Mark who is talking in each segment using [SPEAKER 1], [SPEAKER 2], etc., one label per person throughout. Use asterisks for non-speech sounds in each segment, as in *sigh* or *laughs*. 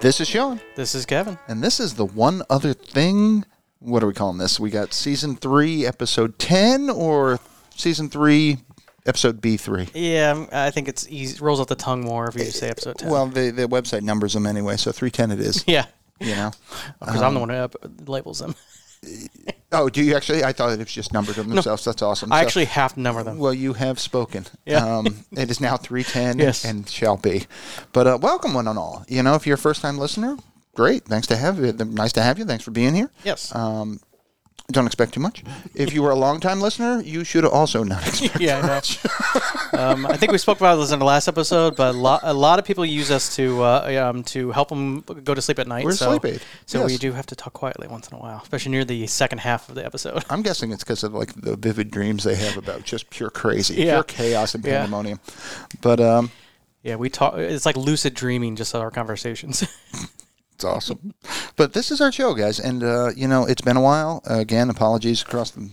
[SPEAKER 1] This is Sean,
[SPEAKER 2] This is Kevin.
[SPEAKER 1] and this is the one other thing. What are we calling this? We got season three, episode 10, or season three, episode B3.
[SPEAKER 2] Yeah, I'm- I think it's easy, rolls off the tongue more if you say episode ten.
[SPEAKER 1] Well, the, the website numbers them anyway, so 310 it is,
[SPEAKER 2] *laughs* yeah,
[SPEAKER 1] you know.
[SPEAKER 2] because I'm the one who up, labels them.
[SPEAKER 1] Oh, do you actually? I thought it was just numbered them themselves. That's awesome.
[SPEAKER 2] I
[SPEAKER 1] So-
[SPEAKER 2] actually have to number them.
[SPEAKER 1] Well, you have spoken.
[SPEAKER 2] Yeah.
[SPEAKER 1] Um, it is now 310
[SPEAKER 2] *laughs* Yes.
[SPEAKER 1] and shall be. But uh, welcome, one and all. You know, if you're a first time listener, great. Thanks to have you. Nice to have you. Thanks for being here.
[SPEAKER 2] Yes.
[SPEAKER 1] Um, don't expect too much. If you were a long time listener, you should also not
[SPEAKER 2] *laughs*
[SPEAKER 1] expect.
[SPEAKER 2] *laughs* yeah, I know. um, I think we spoke about this in the last episode, but a lot, a lot of people use us to uh, um, to help them go to sleep at night.
[SPEAKER 1] We're a
[SPEAKER 2] so,
[SPEAKER 1] sleep aid.
[SPEAKER 2] So
[SPEAKER 1] Yes.
[SPEAKER 2] we do have to talk quietly once in a while, especially near the second half of the episode. *laughs*
[SPEAKER 1] I'm guessing it's because of like the vivid dreams they have about just pure crazy,
[SPEAKER 2] Yeah.
[SPEAKER 1] pure chaos and
[SPEAKER 2] Yeah.
[SPEAKER 1] pandemonium. But um,
[SPEAKER 2] yeah, we talk. It's like lucid dreaming, just our conversations. *laughs*
[SPEAKER 1] It's awesome. But this is our show, guys, and uh, you know it's been a while. Uh, again, apologies across the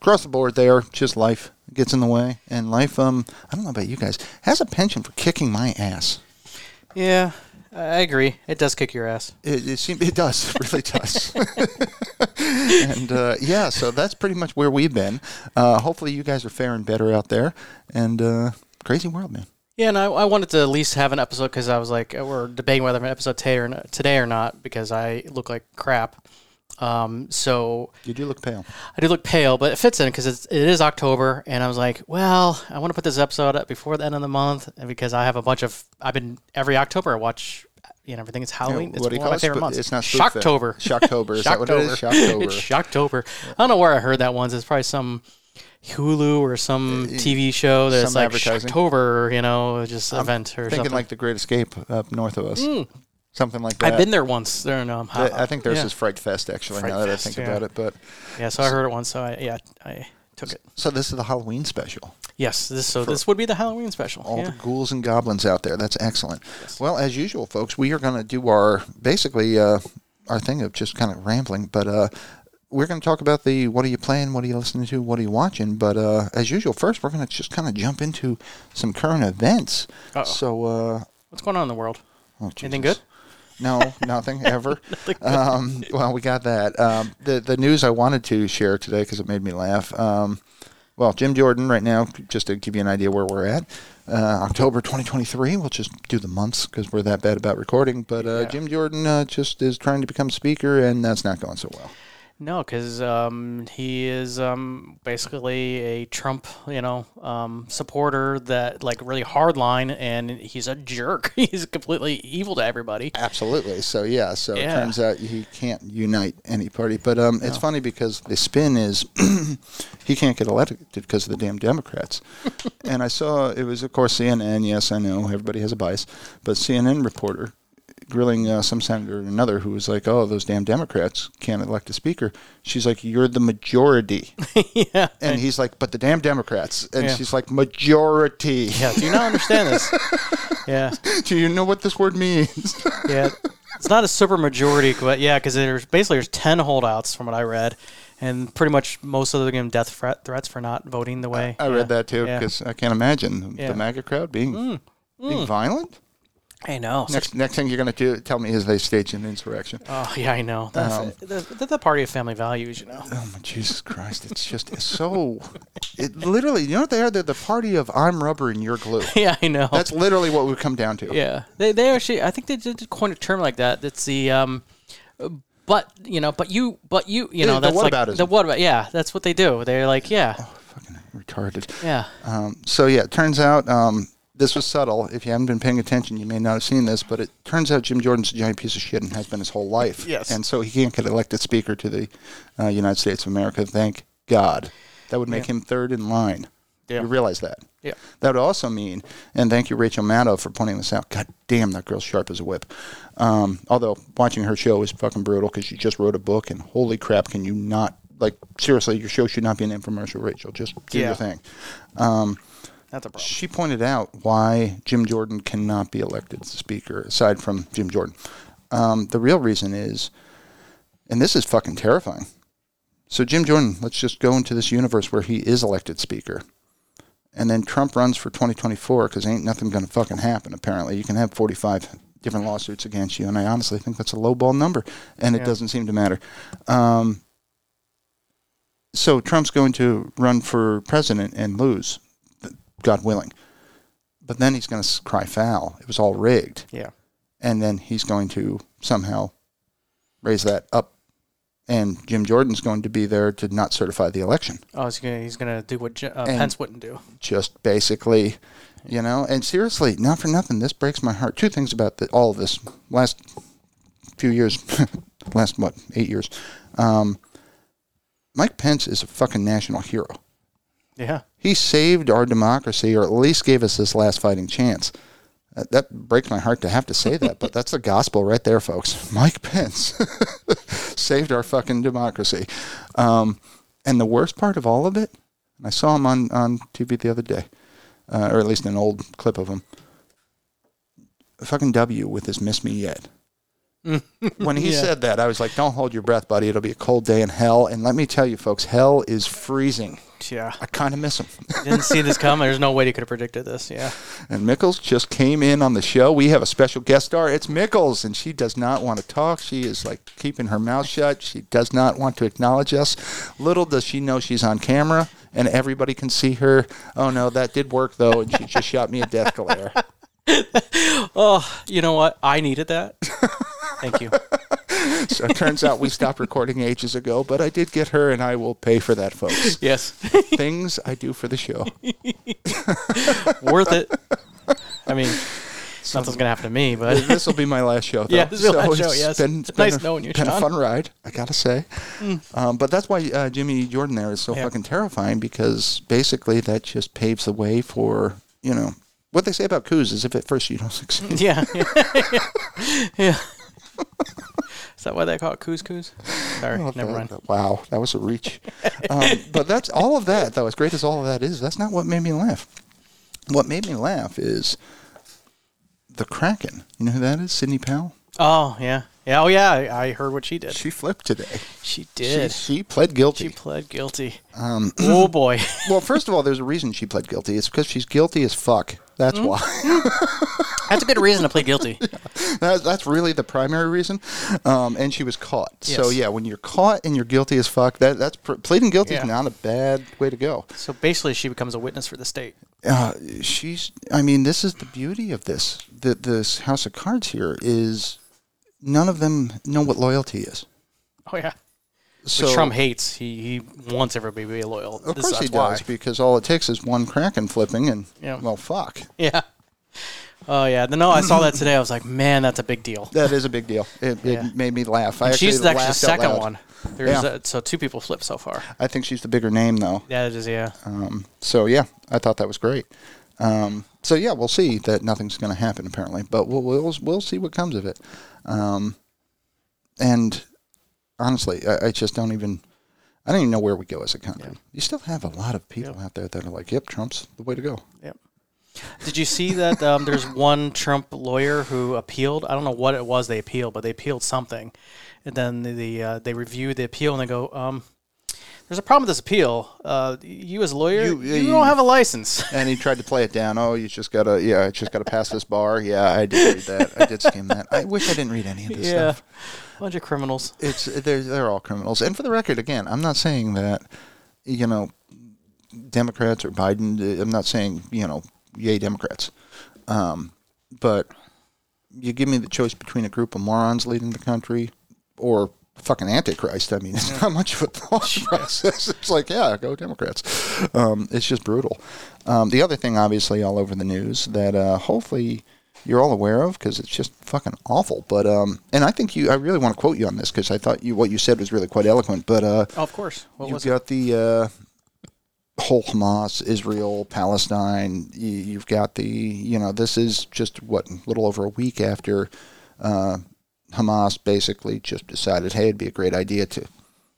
[SPEAKER 1] across the board. There, just life gets in the way, and life. Um, I don't know about you guys, has a penchant for kicking my ass.
[SPEAKER 2] yeah, I agree. It does kick your ass.
[SPEAKER 1] It it, seem, it does, *laughs* it really does. and uh, yeah, so that's pretty much where we've been. Uh, hopefully, you guys are faring better out there. And uh, crazy world, man.
[SPEAKER 2] Yeah, and I, I wanted to at least have an episode because I was like, uh, we're debating whether an episode today or not, today or not because I look like crap. Um, so
[SPEAKER 1] You do look pale.
[SPEAKER 2] I do look pale, but it fits in because it is October, and I was like, well, I want to put this episode up before the end of the month, and because I have a bunch of I've been every October I watch you know everything. It's Halloween. it's one of my
[SPEAKER 1] it?
[SPEAKER 2] favorite
[SPEAKER 1] Sp-
[SPEAKER 2] months.
[SPEAKER 1] It's not spook fair.
[SPEAKER 2] Shocktober.
[SPEAKER 1] Shocktober. Is that what it is? Shocktober.
[SPEAKER 2] *laughs* it's Shocktober. I don't know where I heard that once. It's probably some Hulu or some TV show that's
[SPEAKER 1] Uh, some
[SPEAKER 2] like
[SPEAKER 1] advertising.
[SPEAKER 2] Shocktober, you know, just event or
[SPEAKER 1] thinking
[SPEAKER 2] something.
[SPEAKER 1] like the Great Escape up north of us, something like that.
[SPEAKER 2] Mm. I've been there once. There, no, I'm
[SPEAKER 1] I,
[SPEAKER 2] hot.
[SPEAKER 1] I think there's
[SPEAKER 2] yeah.
[SPEAKER 1] this Fright Fest actually.
[SPEAKER 2] Fright
[SPEAKER 1] now that
[SPEAKER 2] Fest,
[SPEAKER 1] I think
[SPEAKER 2] yeah.
[SPEAKER 1] about it, but
[SPEAKER 2] Yeah, so I heard it once. So I yeah I took it.
[SPEAKER 1] so this is the Halloween special.
[SPEAKER 2] Yes, this so this would be the Halloween special.
[SPEAKER 1] All
[SPEAKER 2] yeah.
[SPEAKER 1] the ghouls and goblins out there. That's excellent. Well, as usual, folks, we are going to do our basically uh, our thing of just kind of rambling, but. Uh, we're going to talk about the what are you playing, what are you listening to, what are you watching. But uh, as usual, first we're going to just kind of jump into some current events.
[SPEAKER 2] Uh-oh.
[SPEAKER 1] So, uh,
[SPEAKER 2] What's going on in the world?
[SPEAKER 1] oh,
[SPEAKER 2] Anything
[SPEAKER 1] Jesus.
[SPEAKER 2] good?
[SPEAKER 1] No, *laughs* nothing ever. um, well, we got that. Um, the the news I wanted to share today because it made me laugh. Um, well, Jim Jordan, right now, just to give you an idea where we're at, uh, October 2023. We'll just do the months because we're that bad about recording. But uh,
[SPEAKER 2] Yeah.
[SPEAKER 1] Jim Jordan uh, just is trying to become speaker, and that's not going so well.
[SPEAKER 2] No, because um, he is um, basically a Trump, you know, um, supporter that like really hardline, and he's a jerk. *laughs* he's completely evil to everybody.
[SPEAKER 1] Absolutely. So yeah. So
[SPEAKER 2] Yeah.
[SPEAKER 1] it turns out he can't unite any party. But um, it's funny because the spin is *clears throat* he can't get elected because of the damn
[SPEAKER 2] *laughs*
[SPEAKER 1] Democrats. and I saw it was of course CNN. Yes, I know everybody has a bias, but CNN reporter grilling uh, some senator or another who was like, "Oh, those damn Democrats can't elect a speaker." She's like, "You're the majority,"
[SPEAKER 2] *laughs* yeah,
[SPEAKER 1] and he's like, "But the damn Democrats," and
[SPEAKER 2] Yeah.
[SPEAKER 1] she's like, "Majority."
[SPEAKER 2] yeah. Do you not understand *laughs* this? yeah,
[SPEAKER 1] *laughs* Do you know what this word means?
[SPEAKER 2] yeah. It's not a super majority, but yeah, because there's basically there's ten holdouts from what I read, and pretty much most of them give him death threat, threats for not voting the way.
[SPEAKER 1] I
[SPEAKER 2] Yeah,
[SPEAKER 1] read that too
[SPEAKER 2] yeah.
[SPEAKER 1] because I can't imagine
[SPEAKER 2] Yeah.
[SPEAKER 1] the MAGA crowd being being violent.
[SPEAKER 2] I know. Such-
[SPEAKER 1] Next, next thing you're going to do, tell me is they staged an insurrection.
[SPEAKER 2] oh yeah, I know. That's that's- that's the party of family values, you know.
[SPEAKER 1] Oh my Jesus Christ! It's just so. *laughs* It literally, you know what they are? They're the party of I'm rubber and you're *laughs* glue.
[SPEAKER 2] *laughs* yeah, I know.
[SPEAKER 1] That's literally what we come down to.
[SPEAKER 2] Yeah, they they actually I think they did coin a term like that. That's the um, but you know, but you, but you, you know,
[SPEAKER 1] the
[SPEAKER 2] that's
[SPEAKER 1] whataboutism.
[SPEAKER 2] like the what about? Yeah, that's what they do. They're like, *sighs* yeah,
[SPEAKER 1] Fucking retarded.
[SPEAKER 2] yeah,
[SPEAKER 1] Um, so yeah, it turns out um, this was subtle. If you haven't been paying attention, you may not have seen this, but it turns out Jim Jordan's a giant piece of shit and has been his whole life.
[SPEAKER 2] Yes.
[SPEAKER 1] And so he can't get elected Speaker to the uh, United States of America. Thank God. That would make him third in line.
[SPEAKER 2] Yeah.
[SPEAKER 1] You realize that?
[SPEAKER 2] yeah.
[SPEAKER 1] That would also mean, and thank you, Rachel Maddow, for pointing this out. God damn, that girl's sharp as a whip. Um, although watching her show is fucking brutal because she just wrote a book, and holy crap, can you not? Like seriously, your show should not be an infomercial, Rachel. Just do
[SPEAKER 2] Yeah.
[SPEAKER 1] your thing
[SPEAKER 2] That's a problem.
[SPEAKER 1] she pointed out why Jim Jordan cannot be elected speaker, aside from Jim Jordan. Um, the real reason is, and this is fucking terrifying. So, Jim Jordan, let's just go into this universe where he is elected speaker. And then Trump runs for 2024 because ain't nothing going to fucking happen, apparently. You can have 45 different lawsuits against you. And I honestly think that's a lowball number, and
[SPEAKER 2] Yeah.
[SPEAKER 1] it doesn't seem to matter. Um, so Trump's going to run for president and lose, God willing. But then he's going to cry foul. It was all rigged.
[SPEAKER 2] Yeah.
[SPEAKER 1] And then he's going to somehow raise that up. And Jim Jordan's going to be there to not certify the election.
[SPEAKER 2] Oh, he's gonna he's gonna do what Je- uh,
[SPEAKER 1] And-
[SPEAKER 2] Pence wouldn't do.
[SPEAKER 1] Just basically, you know, and seriously, not for nothing, this breaks my heart. Two things about the, all of this last few years, *laughs* last, what, eight years. Um, Mike Pence is a fucking national hero.
[SPEAKER 2] Yeah.
[SPEAKER 1] He saved our democracy, or at least gave us this last fighting chance. That, that breaks my heart to have to say that, but that's the gospel right there, folks. Mike Pence *laughs* saved our fucking democracy. Um, and the worst part of all of it, and I saw him on, on TV the other day, uh, or at least an old clip of him. Fucking W with his miss me yet. when he
[SPEAKER 2] Yeah.
[SPEAKER 1] said that, I was like, don't hold your breath, buddy. It'll be a cold day in hell. And let me tell you, folks, hell is freezing.
[SPEAKER 2] *laughs* Yeah.
[SPEAKER 1] I kind of miss him.
[SPEAKER 2] Didn't see this coming. There's no way he could have predicted this. Yeah.
[SPEAKER 1] And Mickles just came in on the show. We have a special guest star. It's Mickles, and she does not want to talk. She is like keeping her mouth shut. She does not want to acknowledge us. Little does she know she's on camera, and everybody can see her. Oh no, that did work though, and she just shot me a death glare.
[SPEAKER 2] *laughs* Oh, you know what? I needed that. *laughs* Thank *laughs* you.
[SPEAKER 1] So it turns out we stopped recording ages ago, but I did get her, and I will pay for that,
[SPEAKER 2] *laughs*
[SPEAKER 1] folks.
[SPEAKER 2] Yes.
[SPEAKER 1] Things I do for the show.
[SPEAKER 2] Worth it. I mean, *laughs* nothing's gonna happen to me, *laughs* but
[SPEAKER 1] this will be my last show. Though.
[SPEAKER 2] *laughs* Yeah, this will be my last
[SPEAKER 1] it's
[SPEAKER 2] show, yes.
[SPEAKER 1] been,
[SPEAKER 2] It's
[SPEAKER 1] been
[SPEAKER 2] nice
[SPEAKER 1] a,
[SPEAKER 2] knowing you,
[SPEAKER 1] Been a
[SPEAKER 2] John.
[SPEAKER 1] fun ride, I gotta say. Um, but that's why uh, Jimmy Jordan there is so
[SPEAKER 2] Yeah.
[SPEAKER 1] fucking terrifying because basically that just paves the way for you know what they say about coups is if at first you don't *laughs* succeed.
[SPEAKER 2] *laughs* yeah. yeah. Is that why they call it couscous? Sorry, Hmm. never
[SPEAKER 1] That-
[SPEAKER 2] mind.
[SPEAKER 1] that- wow, that was a
[SPEAKER 2] *laughs*
[SPEAKER 1] reach. um, but that's all of that though. As great as all of that is, that's not what made me laugh. What made me laugh is the Kraken. You know who that is? Sydney Powell.
[SPEAKER 2] Oh yeah, yeah. Oh yeah. I, I heard what she did.
[SPEAKER 1] She flipped today.
[SPEAKER 2] She did. She,
[SPEAKER 1] She, um, she pled guilty.
[SPEAKER 2] pled guilty. *clears throat* oh
[SPEAKER 1] *laughs*
[SPEAKER 2] boy.
[SPEAKER 1] Well, first of all, there's a reason she pled guilty. It's because she's guilty as fuck. That's
[SPEAKER 2] Mm-hmm.
[SPEAKER 1] why. *laughs*
[SPEAKER 2] That's a good reason to plead guilty.
[SPEAKER 1] that's, that's really the primary reason. Um, and she was caught. So
[SPEAKER 2] Yes.
[SPEAKER 1] yeah, when you're caught and you're guilty as fuck, that that's pr- pleading guilty
[SPEAKER 2] Yeah.
[SPEAKER 1] is not a bad way to go.
[SPEAKER 2] *laughs* So basically, she becomes a witness for the state.
[SPEAKER 1] Uh, she's. I mean, this is the beauty of this. The, this House of Cards here is none of them know what loyalty is.
[SPEAKER 2] Oh yeah.
[SPEAKER 1] So
[SPEAKER 2] Which Trump hates. He he wants everybody to be loyal.
[SPEAKER 1] Of
[SPEAKER 2] This-
[SPEAKER 1] course he
[SPEAKER 2] that's why.
[SPEAKER 1] does, because all it takes is one crack and flipping, and
[SPEAKER 2] Yeah.
[SPEAKER 1] well, fuck,
[SPEAKER 2] *laughs* Yeah. Oh yeah. No, I saw that today. I was like, man, that's a big deal.
[SPEAKER 1] that is a big deal. It,
[SPEAKER 2] Yeah.
[SPEAKER 1] it made me laugh. I actually
[SPEAKER 2] She's actually the
[SPEAKER 1] laughed out
[SPEAKER 2] second
[SPEAKER 1] loud.
[SPEAKER 2] one. There's
[SPEAKER 1] Yeah.
[SPEAKER 2] uh so two people flipped so far.
[SPEAKER 1] I think she's the bigger name, though.
[SPEAKER 2] Yeah, it is. Yeah.
[SPEAKER 1] Um, so yeah, I thought that was great. Um, so yeah, we'll see that nothing's going to happen apparently, but we'll, we'll we'll see what comes of it. Um, and honestly, I, I just don't even I don't even know where we go as a country. You still have a lot of people out there that are like, "Yep, Trump's the way to go."
[SPEAKER 2] Yep. Did you see that *laughs* um, there's one Trump lawyer who appealed? I don't know what it was they appealed, but they appealed something. And then the, the uh, they review the appeal and they go, um, "There's a problem with this appeal. Uh, you as a lawyer, you,
[SPEAKER 1] You-
[SPEAKER 2] don't have a license."
[SPEAKER 1] And he tried to play it down. Oh, you just gotta, yeah, I just gotta pass this bar. Yeah, I did read that. I did skim that. I wish I didn't read any of *laughs* this
[SPEAKER 2] *laughs* yeah,
[SPEAKER 1] stuff.
[SPEAKER 2] bunch of criminals.
[SPEAKER 1] it's they're they're all criminals. And for the record, again, I'm not saying that you know Democrats or Biden. uh, I'm not saying you know yay Democrats, um, but you give me the choice between a group of morons leading the country or fucking antichrist i mean it's not much of a thought process it's like yeah go democrats um, it's just brutal um, the other thing obviously all over the news that uh, hopefully you're all aware of because it's just fucking awful but um, and i think you i really want to quote you on this because i thought you what you said was really quite eloquent but uh,
[SPEAKER 2] Oh, of course. What
[SPEAKER 1] you've
[SPEAKER 2] was it?
[SPEAKER 1] got the uh, whole Hamas, Israel, Palestine. You, you've got the, you know, this is just what, a little over a week after uh, Hamas basically just decided, hey, it'd be a great idea to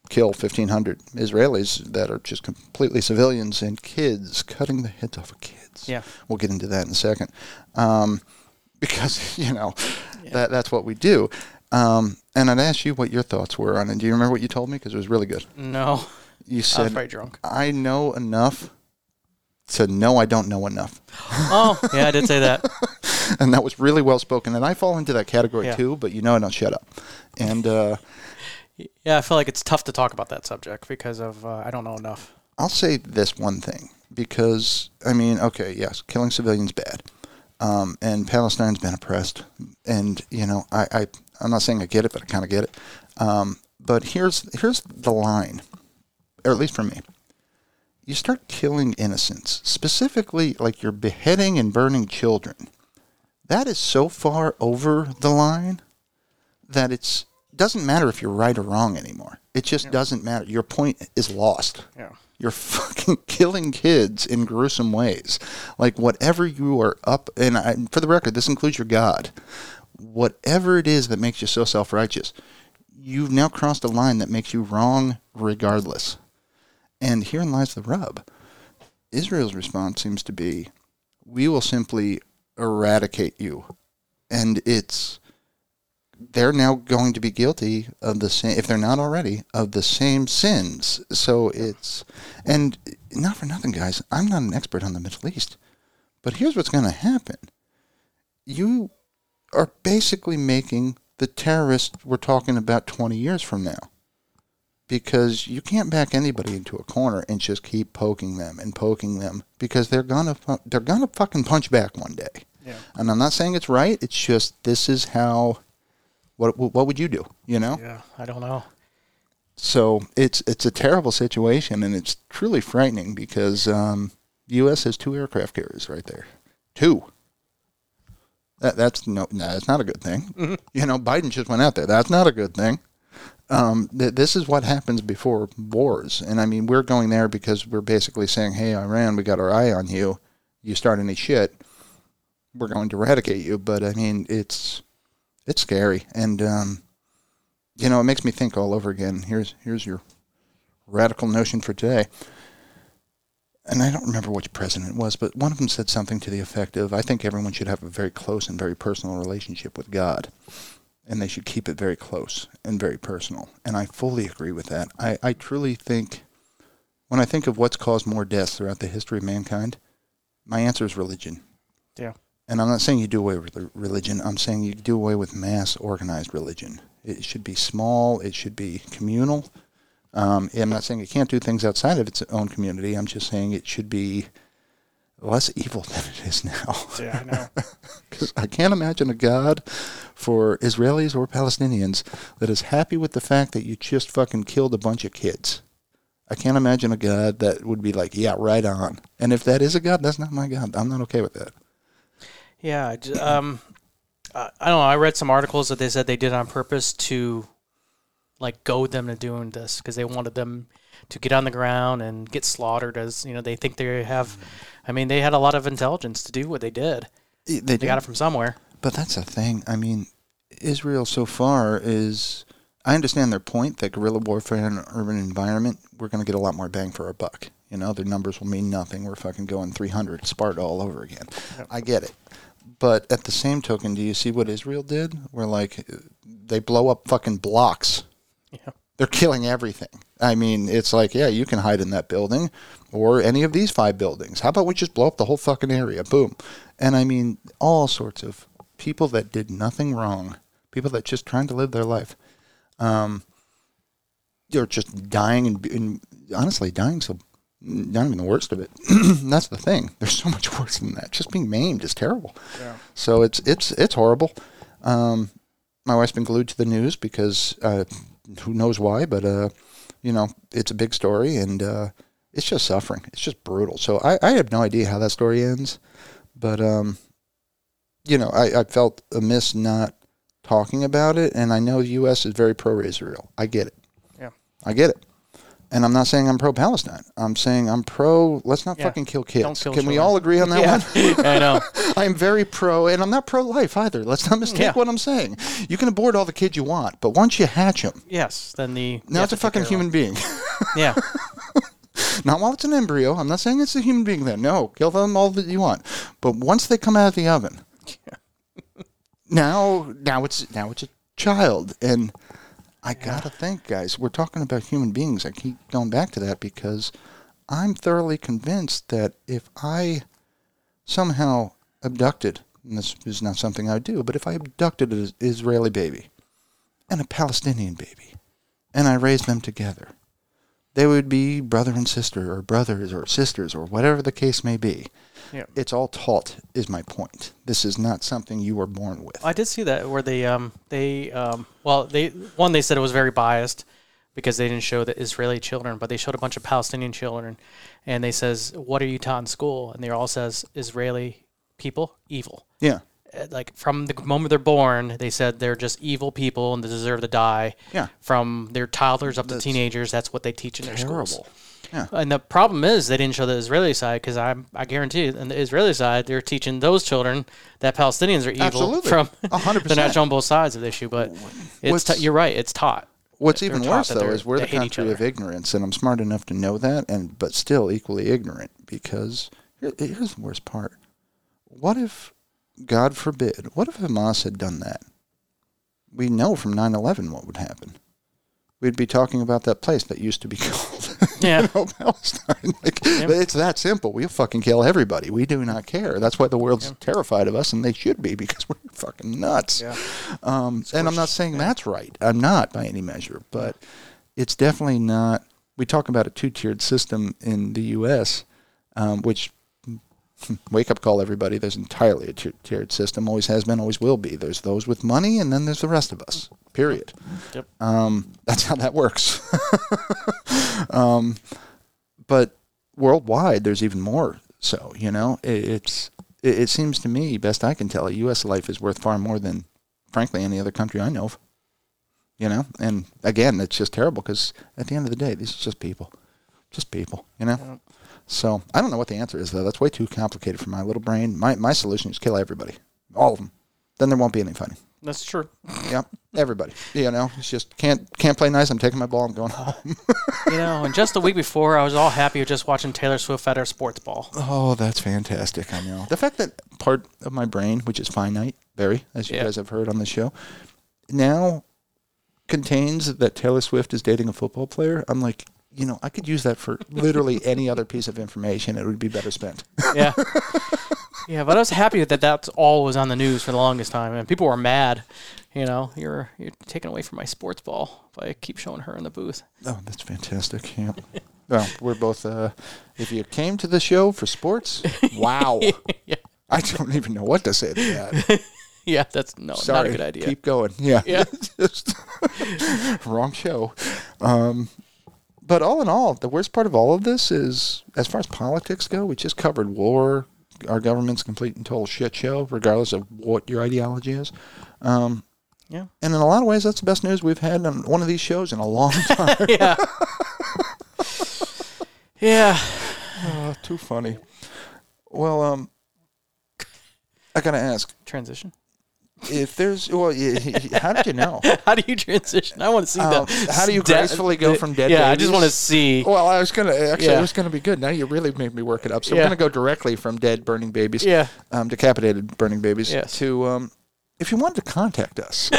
[SPEAKER 1] kill 1,500 Israelis that are just completely civilians and kids, cutting the heads off of kids.
[SPEAKER 2] Yeah.
[SPEAKER 1] We'll get into that in a second. Um, *laughs* because, you know, that, that's what we do. Um, and I'd ask you what your thoughts were on it. Do you remember what you told me? Because it was really good. *laughs*
[SPEAKER 2] No,
[SPEAKER 1] You
[SPEAKER 2] I was
[SPEAKER 1] said
[SPEAKER 2] probably drunk.
[SPEAKER 1] I know enough *laughs* to know I don't know enough.
[SPEAKER 2] Oh, yeah, I did say that.
[SPEAKER 1] and that was really well spoken. And I fall into that category
[SPEAKER 2] Yeah.
[SPEAKER 1] too, but you know, I don't shut up. And uh,
[SPEAKER 2] *laughs* Yeah, I feel like it's tough to talk about that subject because of uh, I don't know enough.
[SPEAKER 1] I'll say this one thing because I mean, okay, yes, killing civilians bad, um, and Palestine's been oppressed, and you know, I, I I'm not saying I get it, but I kind of get it. Um, but here's here's the line, or at least for me, you start killing innocents, specifically like you're beheading and burning children. That is so far over the line that it's doesn't matter if you're right or wrong anymore. It just doesn't matter. Your point is lost.
[SPEAKER 2] Yeah.
[SPEAKER 1] You're *laughs* fucking killing kids in gruesome ways. Like whatever you are up and I, for the record, this includes your God. Whatever it is that makes you so self-righteous, you've now crossed a line that makes you wrong regardless. And herein lies the rub. Israel's response seems to be, we will simply eradicate you. And it's they're now going to be guilty of the same if they're not already of the same sins so it's and not for nothing guys i'm not an expert on the middle east but here's what's going to happen you are basically making the terrorists we're talking about 20 years from now because you can't back anybody into a corner and just keep poking them and poking them because they're gonna fu- they're gonna fucking punch back one day
[SPEAKER 2] Yeah.
[SPEAKER 1] and i'm not saying it's right it's just this is how what what would you do you know
[SPEAKER 2] Yeah, I don't know.
[SPEAKER 1] so it's it's a terrible situation and it's truly frightening because um the us has two aircraft carriers right there two that, that's no, no that's not a good thing you know biden just went out there that's not a good thing um, th- this is what happens before wars and i mean we're going there because we're basically saying hey iran we got our eye on you you start any shit we're going to eradicate you but i mean it's it's scary and um, you know, it makes me think all over again. Here's here's your radical notion for today. And I don't remember which president it was, but one of them said something to the effect of, "I think everyone should have a very close and very personal relationship with God, and they should keep it very close and very personal." And I fully agree with that. I, I truly think, when I think of what's caused more deaths throughout the history of mankind, my answer is religion.
[SPEAKER 2] Yeah.
[SPEAKER 1] And I'm not saying you do away with the religion. I'm saying you do away with mass organized religion. It should be small. It should be communal. Um, I'm not saying it can't do things outside of its own community. I'm just saying it should be less evil *laughs* than it is now.
[SPEAKER 2] Yeah, I know.
[SPEAKER 1] 'Cause I can't imagine a God for Israelis or Palestinians that is happy with the fact that you just fucking killed a bunch of kids. I can't imagine a God that would be like, yeah, right on. And if that is a God, that's not my God. I'm not okay with that.
[SPEAKER 2] yeah, I ju- um, I I don't know. I read some articles that they said they did on purpose to, like, goad them to doing this because they wanted them to get on the ground and get slaughtered as you know they think they have. I mean, they had a lot of intelligence to do what they did.
[SPEAKER 1] They,
[SPEAKER 2] They got it from somewhere.
[SPEAKER 1] But that's a thing. I mean, Israel so far is. I understand their point that guerrilla warfare in an urban environment, we're going to get a lot more bang for our buck. You know, their numbers will mean nothing. We're fucking going 300 Sparta all over again. I get it. But at the same token, do you see what Israel did? Where, like, they blow up fucking blocks
[SPEAKER 2] Yeah.
[SPEAKER 1] they're killing everything. I mean, it's like, yeah, you can hide in that building or any of these five buildings. How about we just blow up the whole fucking area? Boom. And I mean, all sorts of people that did nothing wrong, people that just trying to live their life. Um, they're just dying and, and honestly dying. So not even the worst of it. *clears throat* That's the thing. There's so much worse than that. Just being maimed is terrible.
[SPEAKER 2] Yeah.
[SPEAKER 1] So it's it's it's horrible. Um, my wife's been glued to the news because uh, who knows why, but uh, you know it's a big story and uh, it's just suffering. It's just brutal. So I, I have no idea how that story ends, but um, you know I, I felt amiss not talking about it, and I know the U.S. is very pro Israel. I get it.
[SPEAKER 2] Yeah.
[SPEAKER 1] I get it. And I'm not saying I'm pro Palestine. I'm saying I'm pro. Let's not
[SPEAKER 2] Yeah.
[SPEAKER 1] fucking kill kids.
[SPEAKER 2] kill
[SPEAKER 1] Can we
[SPEAKER 2] children.
[SPEAKER 1] all agree on that
[SPEAKER 2] *laughs*
[SPEAKER 1] one?
[SPEAKER 2] yeah. I know.
[SPEAKER 1] I'm very pro, and I'm not pro life either. Let's not mistake
[SPEAKER 2] Yeah.
[SPEAKER 1] what I'm saying. You can abort all the kids you want, but once you hatch them,
[SPEAKER 2] Yes. Then the you
[SPEAKER 1] now it's
[SPEAKER 2] have
[SPEAKER 1] a
[SPEAKER 2] to take
[SPEAKER 1] fucking
[SPEAKER 2] care of
[SPEAKER 1] human being.
[SPEAKER 2] them. Yeah.
[SPEAKER 1] not while it's an embryo. I'm not saying it's a human being then. No, kill them all that you want. But once they come out of the oven, now now it's now it's a child. And I gotta think, guys, we're talking about human beings. I keep going back to that because I'm thoroughly convinced that if I somehow abducted and this is not something I would do, but if I abducted an Israeli baby and a Palestinian baby and I raised them together, they would be brother and sister or brothers or sisters or whatever the case may be.
[SPEAKER 2] Yeah.
[SPEAKER 1] It's all taught, is my point. This is not something you were born with.
[SPEAKER 2] I did see that where they um they um well they one they said it was very biased because they didn't show the Israeli children, but they showed a bunch of Palestinian children, and they says, "What are you taught in school?" And they all says Israeli people evil.
[SPEAKER 1] yeah.
[SPEAKER 2] Uh, Like from the moment they're born, they said they're just evil people and they deserve to die.
[SPEAKER 1] Yeah.
[SPEAKER 2] From their toddlers up to teenagers, that's what they teach in their schools.
[SPEAKER 1] Terrible. Yeah.
[SPEAKER 2] And the problem is they didn't show the Israeli side because I I guarantee you, on the Israeli side they're teaching those children that Palestinians are evil
[SPEAKER 1] Absolutely.
[SPEAKER 2] from
[SPEAKER 1] A hundred
[SPEAKER 2] *laughs* they're not
[SPEAKER 1] percent.
[SPEAKER 2] showing both sides of the issue. But it's
[SPEAKER 1] What's-
[SPEAKER 2] ta- you're right, it's taught.
[SPEAKER 1] What's
[SPEAKER 2] They're
[SPEAKER 1] even
[SPEAKER 2] taught
[SPEAKER 1] worse
[SPEAKER 2] that
[SPEAKER 1] though
[SPEAKER 2] they're-
[SPEAKER 1] is we're
[SPEAKER 2] they
[SPEAKER 1] the
[SPEAKER 2] hate each
[SPEAKER 1] country
[SPEAKER 2] other.
[SPEAKER 1] of ignorance, and I'm smart enough to know that, and but still equally ignorant because here, here's the worst part: what if, God forbid, what if Hamas had done that? We know from 9/11 what would happen. We'd be talking about that place that used to be *laughs* called
[SPEAKER 2] Yeah.
[SPEAKER 1] know, Palestine. *laughs* Like, It's that simple. We'll fucking kill everybody. We do not care. That's why the world's terrified of us, and they should be because *laughs* we're fucking nuts. Um, and I'm not saying that's right. I'm not by any measure, but it's definitely not. We talk about a two tiered system in the U.S., um, which *laughs* wake up call everybody. There's entirely a tier- tiered system. Always has been. Always will be. There's those with money, and then there's the rest of us. Period.
[SPEAKER 2] Yep.
[SPEAKER 1] Um, that's how that works. *laughs* um, but worldwide, there's even more. So you know, it, it's it, it seems to me, best I can tell, U.S. life is worth far more than, frankly, any other country I know of. You know, and again, it's just terrible because at the end of the day, these are just people, just people. You know. So I don't know what the answer is though. That's way too complicated for my little brain. My my solution is kill everybody, all of them. Then there won't be any fighting.
[SPEAKER 2] That's true.
[SPEAKER 1] Yep, everybody. You know, it's just can't can't play nice. I'm taking my ball. I'm going *laughs* home.
[SPEAKER 2] You know, and just the week before, I was all happy with just watching Taylor Swift at her sports ball.
[SPEAKER 1] Oh, that's fantastic. I know the fact that part of my brain, which is finite, very as you
[SPEAKER 2] Yeah.
[SPEAKER 1] guys have heard on the show, now contains that Taylor Swift is dating a football player. I'm like, you know, I could use that for literally any other piece of information. It would be better spent.
[SPEAKER 2] Yeah. yeah, but I was happy that that's all was on the news for the longest time, and people were mad. You know, you're you're taking away from my sports ball if I keep showing her in the booth. *laughs*
[SPEAKER 1] Oh, that's fantastic. Yeah. well, we're both, uh, if you came to the show for sports, wow.
[SPEAKER 2] *laughs* Yeah.
[SPEAKER 1] I don't even know what to say to that.
[SPEAKER 2] Yeah, that's no,
[SPEAKER 1] Sorry.
[SPEAKER 2] *laughs* not a good idea.
[SPEAKER 1] Keep going. Yeah.
[SPEAKER 2] Yeah.
[SPEAKER 1] *laughs* Just- wrong show. Um, but all in all, the worst part of all of this is, as far as politics go, we just covered war, our government's complete and total shit show, regardless of what your ideology is. Um,
[SPEAKER 2] Yeah. *laughs*
[SPEAKER 1] and in a lot of ways, that's the best news we've had on one of these shows in a long *laughs* time.
[SPEAKER 2] yeah. yeah.
[SPEAKER 1] Uh, too funny. Well, um, I gotta ask
[SPEAKER 2] Transition.
[SPEAKER 1] if there's. Well, y- y- how did you know?
[SPEAKER 2] *laughs* How do you transition? I want to see
[SPEAKER 1] Um,
[SPEAKER 2] that.
[SPEAKER 1] how do you gracefully go from dead
[SPEAKER 2] Yeah, I
[SPEAKER 1] babies?
[SPEAKER 2] just
[SPEAKER 1] Oh,
[SPEAKER 2] want to
[SPEAKER 1] *laughs*
[SPEAKER 2] see.
[SPEAKER 1] Well, I was gonna actually.
[SPEAKER 2] Yeah.
[SPEAKER 1] It was gonna be good. Now you really made me work it up. So
[SPEAKER 2] Yeah.
[SPEAKER 1] we're gonna go directly from dead burning babies,
[SPEAKER 2] Yeah.
[SPEAKER 1] um, decapitated burning babies,
[SPEAKER 2] Yes.
[SPEAKER 1] to um, if you wanted to contact
[SPEAKER 2] *laughs*
[SPEAKER 1] us,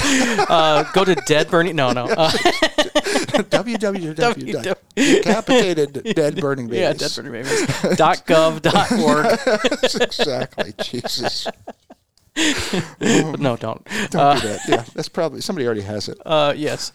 [SPEAKER 2] Uh, go to dead Bernie. No,
[SPEAKER 1] *laughs*
[SPEAKER 2] no. Uh,
[SPEAKER 1] www. decapitated
[SPEAKER 2] *laughs*
[SPEAKER 1] dead burning babies.
[SPEAKER 2] yeah, dead Bernie babies. *laughs* dot gov. Dot org.
[SPEAKER 1] *laughs* exactly. Jesus.
[SPEAKER 2] No, don't.
[SPEAKER 1] Don't do that. Yeah, that's probably somebody already has it.
[SPEAKER 2] Uh, yes.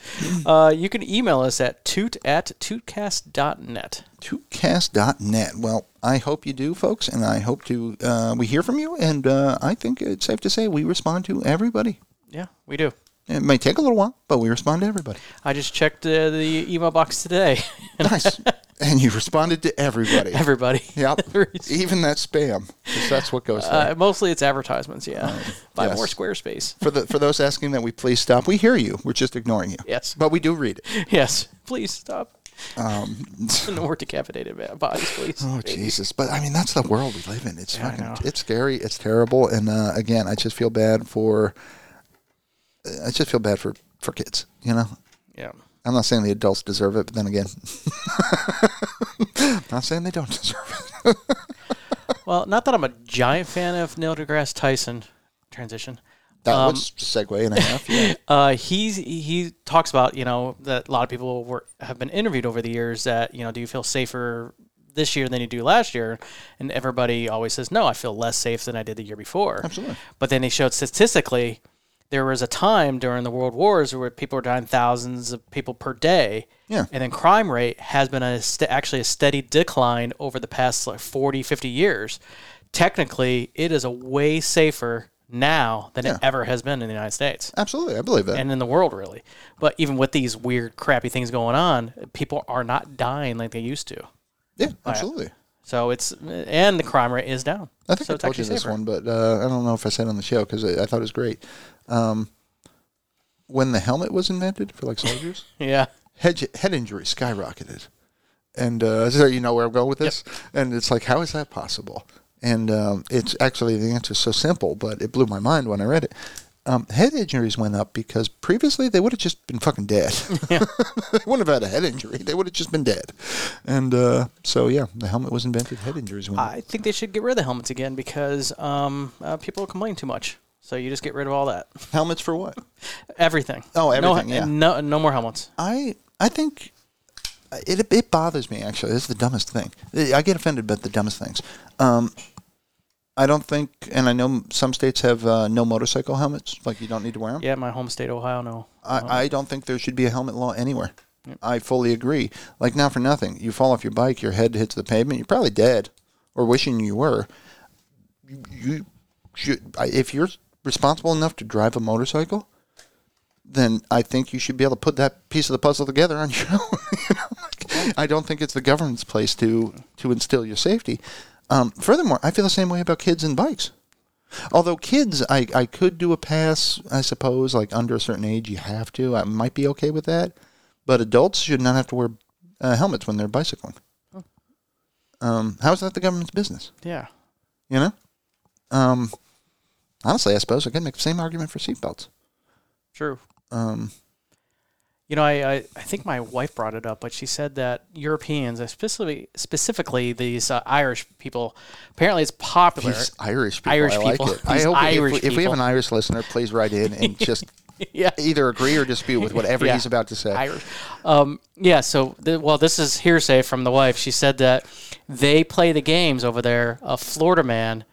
[SPEAKER 2] Uh, you can email us at toot at tootcast.net.
[SPEAKER 1] tootcast.net. Well, I hope you do, folks, and I hope to uh, we hear from you. And uh, I think it's safe to say we respond to everybody.
[SPEAKER 2] Yeah, we do.
[SPEAKER 1] It may take a little while, but we respond to
[SPEAKER 2] *laughs*
[SPEAKER 1] everybody.
[SPEAKER 2] I just checked uh, the email box today. *laughs*
[SPEAKER 1] Nice. and you responded to everybody.
[SPEAKER 2] Everybody. *laughs*
[SPEAKER 1] Yep. Even that spam, 'cause that's what goes there.
[SPEAKER 2] Uh, mostly it's advertisements, yeah. Buy
[SPEAKER 1] yes.
[SPEAKER 2] more Squarespace. *laughs*
[SPEAKER 1] for the for those asking that we please stop, we hear you. We're just ignoring you.
[SPEAKER 2] Yes.
[SPEAKER 1] But we do read it.
[SPEAKER 2] Yes. Please stop. *laughs*
[SPEAKER 1] Um,
[SPEAKER 2] No more decapitated ba- bodies, please.
[SPEAKER 1] Oh Jesus! But I mean, that's the world we live in. It's
[SPEAKER 2] I know.
[SPEAKER 1] fucking, it's scary. It's terrible. And uh, again, I just feel bad for. I just feel bad for for kids. You know,
[SPEAKER 2] Yeah.
[SPEAKER 1] I'm not saying the adults deserve it, but then again, *laughs* not saying they don't deserve it.
[SPEAKER 2] Well, not that I'm a giant fan of Neil deGrasse Tyson transition.
[SPEAKER 1] That
[SPEAKER 2] Um,
[SPEAKER 1] was a segue and a half.
[SPEAKER 2] *laughs*
[SPEAKER 1] Yeah.
[SPEAKER 2] Uh, he's he talks about you know that a lot of people were have been interviewed over the years that you know do you feel safer this year than you do last year, and everybody always says, "No, I feel less safe than I did the year before."
[SPEAKER 1] Absolutely.
[SPEAKER 2] But then they showed statistically there was a time during the World Wars where people were dying thousands of people per day.
[SPEAKER 1] Yeah.
[SPEAKER 2] And then crime rate has been a st- actually a steady decline over the past like 40, 50 years. Technically, it is a way safer now than
[SPEAKER 1] Yeah.
[SPEAKER 2] it ever has been in the United States
[SPEAKER 1] Absolutely, I believe that.
[SPEAKER 2] and in the world really. But even with these weird crappy things going on, people are not dying like they used to.
[SPEAKER 1] yeah, absolutely.
[SPEAKER 2] So it's and the crime rate is down.
[SPEAKER 1] I think
[SPEAKER 2] so
[SPEAKER 1] I told
[SPEAKER 2] it's
[SPEAKER 1] you
[SPEAKER 2] actually
[SPEAKER 1] this
[SPEAKER 2] safer.
[SPEAKER 1] one, but uh, I don't know if I said it on the show because I, I thought it was great. Um, when the helmet was invented for like soldiers,
[SPEAKER 2] Yeah.
[SPEAKER 1] head head injury skyrocketed, and uh, so you know where I'm going with this. And it's like, how is that possible? And um, it's actually the answer is so simple, but it blew my mind when I read it. Um, head injuries went up because previously they would have just been fucking dead. *laughs* they wouldn't have had a head injury; they would have just been dead. And uh, so, yeah, the helmet was invented. Head injuries went up.
[SPEAKER 2] I think they should get rid of the helmets again because um, uh, people complain too much. So you just get rid of all that,
[SPEAKER 1] Helmets for what?
[SPEAKER 2] everything.
[SPEAKER 1] Oh,
[SPEAKER 2] No,
[SPEAKER 1] everything, yeah.
[SPEAKER 2] no, no more helmets.
[SPEAKER 1] I I think it it bothers me actually. It's the dumbest thing. I get offended by the dumbest things. Um, I don't think, and I know some states have uh, no motorcycle helmets, like you don't need to wear them.
[SPEAKER 2] Yeah, my home state, Ohio. No.
[SPEAKER 1] I, I don't think there should be a helmet law anywhere. I fully agree. Like now for nothing, you fall off your bike, your head hits the pavement, you're probably dead, or wishing you were. You, you should, I- if you're responsible enough to drive a motorcycle, then I think you should be able to put that piece of the puzzle together on *laughs* your own. you know? like, I don't think it's the government's place to to instill your safety. Um, furthermore, I feel the same way about kids and bikes. Although kids, I, I could do a pass, I suppose, like under a certain age, you have to. I might be okay with that. But adults should not have to wear uh, helmets when they're bicycling.
[SPEAKER 2] Oh.
[SPEAKER 1] Um, how is that the government's business?
[SPEAKER 2] Yeah.
[SPEAKER 1] You know? Um, honestly, I suppose I could make the same argument for seatbelts.
[SPEAKER 2] True.
[SPEAKER 1] Um,
[SPEAKER 2] You know, I, I, I think my wife brought it up, but she said that Europeans, especially specifically these uh, Irish people, apparently it's popular.
[SPEAKER 1] these Irish people.
[SPEAKER 2] Irish
[SPEAKER 1] I like
[SPEAKER 2] people. *laughs*
[SPEAKER 1] it. I
[SPEAKER 2] These
[SPEAKER 1] hope if we-
[SPEAKER 2] Irish
[SPEAKER 1] if, we, have
[SPEAKER 2] people.
[SPEAKER 1] an Irish listener, please write in
[SPEAKER 2] *laughs*
[SPEAKER 1] and just
[SPEAKER 2] yeah.
[SPEAKER 1] either agree or dispute with whatever
[SPEAKER 2] Yeah.
[SPEAKER 1] he's about to say.
[SPEAKER 2] Irish. Um, yeah. So, the, well, this is hearsay from the wife. She said that they play the games over there, a Florida man,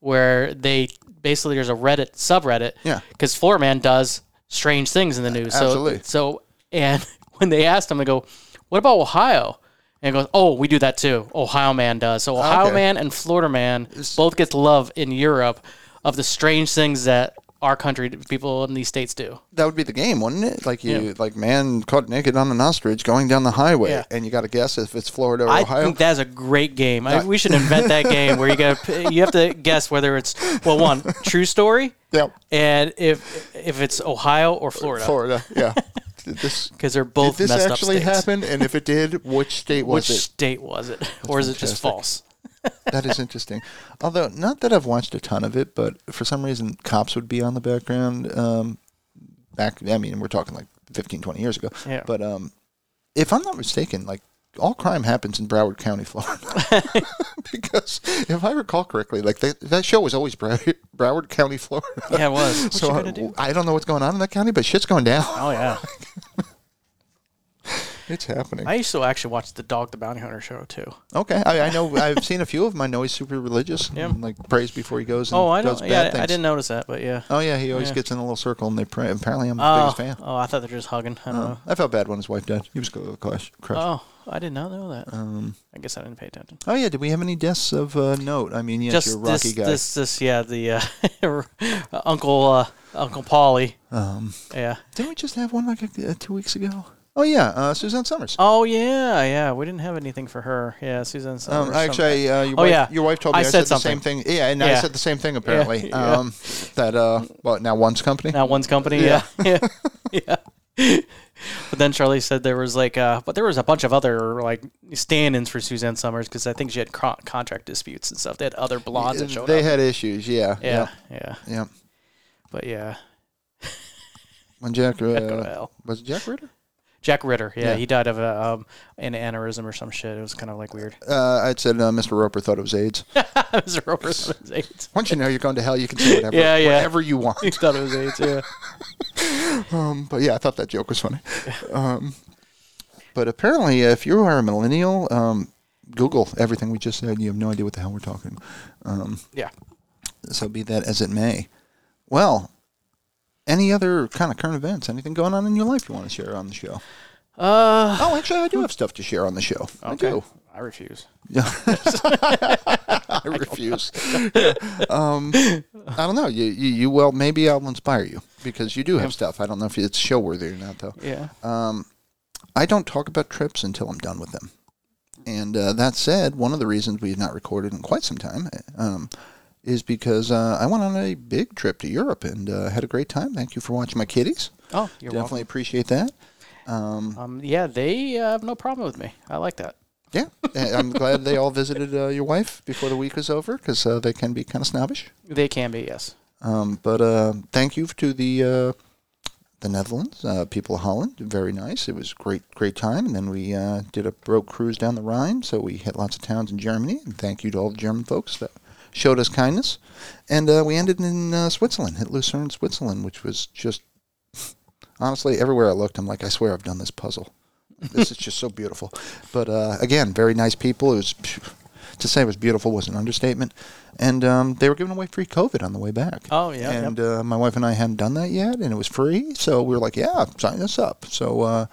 [SPEAKER 2] where they basically there's a Reddit subreddit.
[SPEAKER 1] Yeah.
[SPEAKER 2] Because Florida man does strange things in the news.
[SPEAKER 1] absolutely.
[SPEAKER 2] So, so and *laughs* when they asked him, they go, "What about Ohio?" And he goes, "Oh, we do that too. Ohio man does. So Ohio
[SPEAKER 1] Okay.
[SPEAKER 2] man and Florida man both get love in Europe of the strange things that." Our country people in these states do.
[SPEAKER 1] that would be the game, wouldn't it? Like you, like man caught naked on an ostrich going down the highway,
[SPEAKER 2] Yeah.
[SPEAKER 1] and you got to guess if it's Florida or
[SPEAKER 2] I
[SPEAKER 1] Ohio. Uh,
[SPEAKER 2] think that's a great game. I, we should
[SPEAKER 1] *laughs*
[SPEAKER 2] invent that game where you got you have to guess whether it's well one true story,
[SPEAKER 1] Yep.
[SPEAKER 2] and if if it's Ohio or Florida
[SPEAKER 1] Florida, yeah.
[SPEAKER 2] *laughs*
[SPEAKER 1] Did this
[SPEAKER 2] because they're
[SPEAKER 1] did
[SPEAKER 2] both
[SPEAKER 1] this
[SPEAKER 2] messed
[SPEAKER 1] actually
[SPEAKER 2] up states.
[SPEAKER 1] happen? And if it did, which state was
[SPEAKER 2] Which state was it, or is it
[SPEAKER 1] fantastic.
[SPEAKER 2] just false?
[SPEAKER 1] it? That is interesting. Although not that I've watched a ton of it, but for some reason cops would be on the background. Um, back, I mean, we're talking like 15, 20 years ago.
[SPEAKER 2] Yeah.
[SPEAKER 1] But um, if I'm not mistaken, like all crime happens in Broward County, *laughs* Florida.
[SPEAKER 2] *laughs*
[SPEAKER 1] because if I recall correctly, like they, that show was always Broward, Broward County, Florida.
[SPEAKER 2] Yeah, it was. *laughs* What
[SPEAKER 1] *laughs* so
[SPEAKER 2] you
[SPEAKER 1] I-
[SPEAKER 2] gonna do?
[SPEAKER 1] I don't know what's going on in that county, but shit's going down.
[SPEAKER 2] Oh yeah,
[SPEAKER 1] *laughs* It's happening.
[SPEAKER 2] I used to actually watch the Dog the Bounty Hunter show
[SPEAKER 1] Mm,
[SPEAKER 2] too.
[SPEAKER 1] okay, I, I know. I've seen a few of them. I know he's super religious.
[SPEAKER 2] *laughs* Yeah.
[SPEAKER 1] and, like prays before he goes. And
[SPEAKER 2] Oh, I
[SPEAKER 1] does
[SPEAKER 2] don't.
[SPEAKER 1] bad
[SPEAKER 2] Yeah,
[SPEAKER 1] things.
[SPEAKER 2] I didn't notice that, but yeah.
[SPEAKER 1] Oh yeah, he always
[SPEAKER 2] Yeah.
[SPEAKER 1] gets in a little circle and they pray. Apparently, I'm his
[SPEAKER 2] Oh,
[SPEAKER 1] biggest fan. Oh.
[SPEAKER 2] oh, I thought they were just hugging. I don't know.
[SPEAKER 1] I felt bad when his wife died. He was a little crush. crush.
[SPEAKER 2] Oh, I did not know that.
[SPEAKER 1] Um,
[SPEAKER 2] I guess I didn't pay attention.
[SPEAKER 1] oh yeah, did we have any deaths of uh, note? I mean, yes,
[SPEAKER 2] just
[SPEAKER 1] you're a Rocky
[SPEAKER 2] this,
[SPEAKER 1] guy.
[SPEAKER 2] this, this, yeah, the uh, *laughs* Uncle uh, Uncle Polly.
[SPEAKER 1] Um,
[SPEAKER 2] Yeah.
[SPEAKER 1] didn't we just have one like uh, two weeks ago? Oh yeah, uh, Suzanne Summers.
[SPEAKER 2] Oh yeah, yeah. We didn't have anything for her. Yeah, Susan.
[SPEAKER 1] Um,
[SPEAKER 2] Summers,
[SPEAKER 1] actually, uh, your,
[SPEAKER 2] Oh,
[SPEAKER 1] wife,
[SPEAKER 2] yeah.
[SPEAKER 1] your wife told me
[SPEAKER 2] I
[SPEAKER 1] I,
[SPEAKER 2] said
[SPEAKER 1] the same thing. Yeah, and I
[SPEAKER 2] Yeah.
[SPEAKER 1] said the same thing apparently.
[SPEAKER 2] *laughs* yeah.
[SPEAKER 1] Um, that uh, well, now one's company.
[SPEAKER 2] now one's company. Yeah, *laughs* yeah, yeah. But then Charlie said there was like, uh, but there was a bunch of other like stand-ins for Suzanne Summers because I think she had con- contract disputes and stuff. They had other blondes that showed
[SPEAKER 1] they
[SPEAKER 2] up.
[SPEAKER 1] had issues. Yeah.
[SPEAKER 2] yeah, yeah,
[SPEAKER 1] Yeah.
[SPEAKER 2] But yeah,
[SPEAKER 1] When Jack uh,
[SPEAKER 2] well,
[SPEAKER 1] was it Jack Ritter,
[SPEAKER 2] Jack Ritter. Yeah,
[SPEAKER 1] yeah.
[SPEAKER 2] he died of a, um, an aneurysm or some shit. It was kind of like weird. *laughs*
[SPEAKER 1] uh, I'd said uh, Mr. Roper thought it was AIDS.
[SPEAKER 2] it was over AIDS.
[SPEAKER 1] Once you know you're going to hell, you can say whatever,
[SPEAKER 2] Yeah, yeah.
[SPEAKER 1] whatever you
[SPEAKER 2] *laughs*
[SPEAKER 1] want.
[SPEAKER 2] He thought it was AIDS. Yeah.
[SPEAKER 1] Um, but yeah, I thought that joke was funny. Um, but apparently, if you are a millennial, um, Google everything we just said. You have no idea what the hell we're talking. Um,
[SPEAKER 2] Yeah.
[SPEAKER 1] so be that as it may. Well, any other kind of current events? Anything going on in your life you want to share on the show?
[SPEAKER 2] Uh,
[SPEAKER 1] Oh, actually, I do have stuff to share on the show. I do. *laughs*
[SPEAKER 2] I refuse.
[SPEAKER 1] I refuse. um, I don't know. You, you, you well, maybe I'll inspire you because you do have stuff. I don't know if it's show worthy or not, though.
[SPEAKER 2] Yeah.
[SPEAKER 1] Um, I don't talk about trips until I'm done with them. And uh, that said, one of the reasons we've not recorded in quite some time um, is because uh, I went on a big trip to Europe and uh, had a great time. Thank you for watching my kitties.
[SPEAKER 2] oh, you're
[SPEAKER 1] Definitely appreciate that.
[SPEAKER 2] welcome. Um, yeah, they uh, have no problem with me. I like that.
[SPEAKER 1] Yeah, And I'm glad they all visited uh, your wife before the week was over because uh, they can be kind of snobbish.
[SPEAKER 2] They can be, yes.
[SPEAKER 1] Um, but uh, thank you to the uh, the Netherlands, uh, people of Holland. Very nice. It was great, great time. And then we uh, did a boat cruise down the Rhine, so we hit lots of towns in Germany. And thank you to all the German folks that showed us kindness. And uh, we ended in uh, Switzerland, hit Lucerne, Switzerland, which was just honestly everywhere I looked, I'm like, I swear I've done this puzzle. this is just so beautiful. But uh, again, very nice people. It was to say it was beautiful was an understatement. And um, they were giving away free COVID on the way back.
[SPEAKER 2] Oh, yeah, yep.
[SPEAKER 1] And uh, my wife and I hadn't done that yet, and it was free. So we were like, yeah, sign us up. So uh,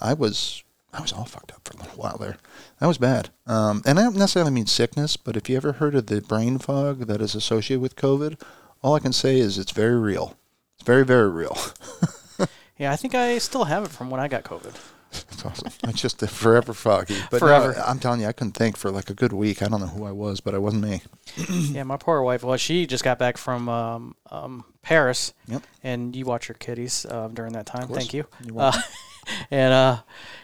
[SPEAKER 1] I was I was all fucked up for a little while there. That was bad. Um, and I don't necessarily mean sickness, but if you ever heard of the brain fog that is associated with COVID, all I can say is it's very real. It's very, very real. *laughs*
[SPEAKER 2] Yeah, I think I still have it from when I
[SPEAKER 1] *clears throat*
[SPEAKER 2] got COVID.
[SPEAKER 1] It's awesome. It's just a forever foggy. But no,
[SPEAKER 2] Forever.
[SPEAKER 1] I'm telling you, I couldn't think for like a good week. I don't know who I was, but I wasn't me.
[SPEAKER 2] yeah, my poor wife. Well, she just got back from um, um, Paris.
[SPEAKER 1] Yep.
[SPEAKER 2] And you watch your kitties um, during that time. Thank you. Uh, *laughs* and uh,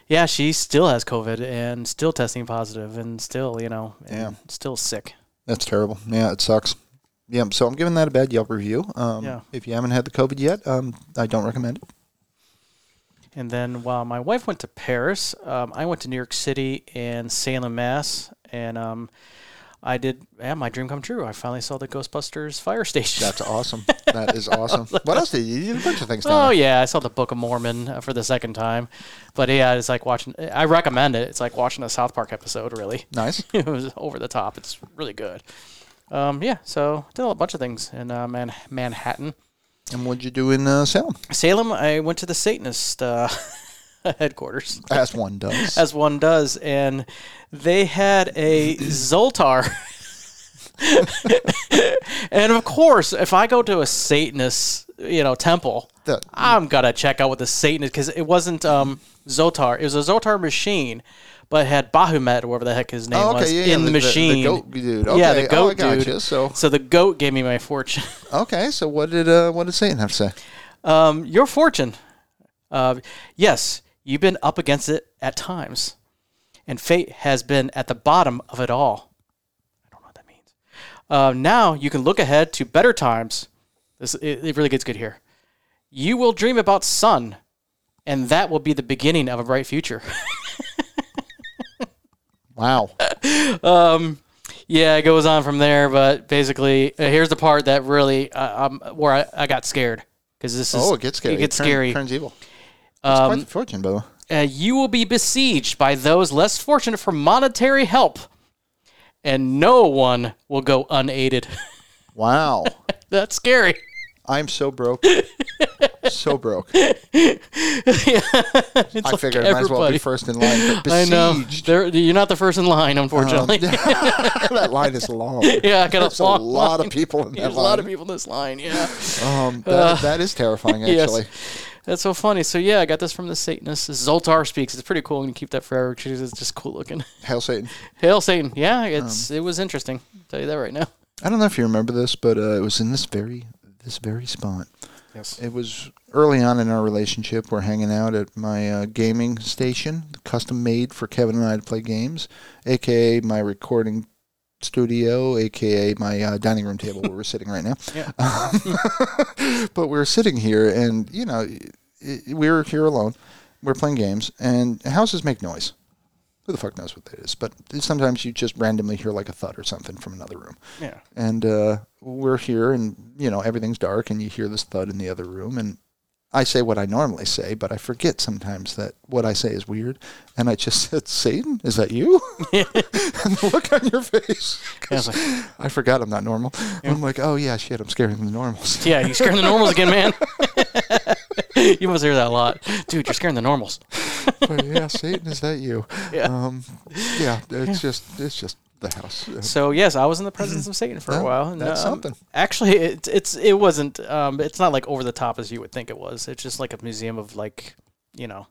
[SPEAKER 2] yeah, she still has COVID and still testing positive and still, you know, and
[SPEAKER 1] Yeah.
[SPEAKER 2] still sick.
[SPEAKER 1] That's terrible. Yeah, it sucks. Yeah, so I'm giving that a bad Yelp review. Um,
[SPEAKER 2] Yeah.
[SPEAKER 1] If you haven't had the COVID yet, um, I don't recommend it.
[SPEAKER 2] And then while my wife went to Paris, um, I went to New York City and Salem, Mass. And um, I did, yeah, my dream come true. I finally saw the Ghostbusters fire station.
[SPEAKER 1] That's awesome. that is awesome. What else did you? You did a bunch of things.
[SPEAKER 2] *laughs* Oh
[SPEAKER 1] down
[SPEAKER 2] yeah, I saw the Book of Mormon uh, for the second time, but yeah, it's like watching. I recommend it. It's like watching a South Park episode. Really, *laughs*
[SPEAKER 1] there. Nice.
[SPEAKER 2] it was over the top. It's really good. Um, yeah, so did a bunch of things in uh, Man- Manhattan,
[SPEAKER 1] And what'd you do in uh, Salem?
[SPEAKER 2] Salem. I went to the Satanist uh, *laughs* headquarters,
[SPEAKER 1] As one does.
[SPEAKER 2] as one does, and they had a Zoltar. *laughs* and of course, if I go to a Satanist, you know, temple,
[SPEAKER 1] That-
[SPEAKER 2] I'm gonna check out what the Satan is because it wasn't um, Zotar. It was a Zotar machine, but it had Bahumet, whatever the heck his name
[SPEAKER 1] Oh, okay,
[SPEAKER 2] was,
[SPEAKER 1] yeah, yeah,
[SPEAKER 2] in
[SPEAKER 1] the-
[SPEAKER 2] the,
[SPEAKER 1] the- the
[SPEAKER 2] machine.
[SPEAKER 1] goat dude.
[SPEAKER 2] Yeah,
[SPEAKER 1] Okay,
[SPEAKER 2] the
[SPEAKER 1] oh, I
[SPEAKER 2] goat dude.
[SPEAKER 1] gotcha, so-
[SPEAKER 2] the goat gave me my fortune.
[SPEAKER 1] okay, so what did uh, what did Satan have to say?
[SPEAKER 2] Um, your fortune. Uh, yes, you've been up against it at times, and fate has been at the bottom of it all. I don't know what that means. Uh, now you can look ahead to better times. This it, it really gets good here. You will dream about sun, and that will be the beginning of a bright future. *laughs*
[SPEAKER 1] Wow.
[SPEAKER 2] Uh, yeah, it goes on from there. But basically, uh, here's the part that really uh, um, where I, I got scared because this is
[SPEAKER 1] Oh, it gets scary.
[SPEAKER 2] It gets
[SPEAKER 1] turn-
[SPEAKER 2] scary. Um,
[SPEAKER 1] Turns evil. It's quite the fortune, by the way.
[SPEAKER 2] uh, you will be besieged by those less fortunate for monetary help, and no one will go unaided. *laughs*
[SPEAKER 1] Wow.
[SPEAKER 2] That's scary.
[SPEAKER 1] I'm so
[SPEAKER 2] *laughs*
[SPEAKER 1] broke. so broke. I figured I might as well be
[SPEAKER 2] everybody.
[SPEAKER 1] first in line. but
[SPEAKER 2] *laughs* I know.
[SPEAKER 1] besieged. *laughs*
[SPEAKER 2] They're- You're not the first in
[SPEAKER 1] Um,
[SPEAKER 2] line, unfortunately. *laughs*
[SPEAKER 1] that line is long. There's
[SPEAKER 2] yeah, I got
[SPEAKER 1] a
[SPEAKER 2] a long
[SPEAKER 1] lot
[SPEAKER 2] line.
[SPEAKER 1] of people
[SPEAKER 2] *laughs*
[SPEAKER 1] in that
[SPEAKER 2] There's a
[SPEAKER 1] line.
[SPEAKER 2] lot of people in this
[SPEAKER 1] *laughs*
[SPEAKER 2] line. Yeah.
[SPEAKER 1] Um, that, that is terrifying, actually.
[SPEAKER 2] *laughs* Yes. That's so funny. So yeah, I got this from the Satanist. Zoltar speaks. It's pretty cool. I'm gonna keep that forever because it's just cool looking. *laughs*
[SPEAKER 1] Hail Satan.
[SPEAKER 2] Hail Satan. Yeah, it's
[SPEAKER 1] Um.
[SPEAKER 2] it was interesting. I'll tell you that right now.
[SPEAKER 1] I don't know if you remember this, but uh, it was in this very this very spot.
[SPEAKER 2] Yes.
[SPEAKER 1] It was early on in our relationship. We're hanging out at my uh, gaming station, custom made for Kevin and I to play games, aka my recording studio, aka my uh, dining room table where we're sitting right now. Um,
[SPEAKER 2] Yeah.
[SPEAKER 1] *laughs* but we were sitting here, and you know, i- i- we were here alone. We are playing games, and houses make noise. Who the fuck knows what that is? But sometimes you just randomly hear like a thud or something from another room
[SPEAKER 2] Yeah.
[SPEAKER 1] and uh, we're here and you know everything's dark and you hear this thud in the other room and I say what I normally say, but I forget sometimes that what I say is weird. And I just *laughs* said, Satan, is that you? *laughs* and the look on your face. 'cause I forgot I'm not normal. I'm like, oh, yeah, shit, I'm scaring the *laughs* normals.
[SPEAKER 2] Yeah, you're scaring the normals
[SPEAKER 1] *laughs*
[SPEAKER 2] again, man. you must hear that a lot. Dude, you're scaring the normals.
[SPEAKER 1] but yeah, Satan, is that you?
[SPEAKER 2] Yeah.
[SPEAKER 1] Um, yeah, it's just, it's just the house. Uh,
[SPEAKER 2] So yes, I was in the presence of Satan for a
[SPEAKER 1] Yeah,
[SPEAKER 2] while. and,
[SPEAKER 1] that's
[SPEAKER 2] um,
[SPEAKER 1] something.
[SPEAKER 2] Actually, it's it's it wasn't. Um, it's not like over the top as you would think it was. It's just like a museum of like, you know,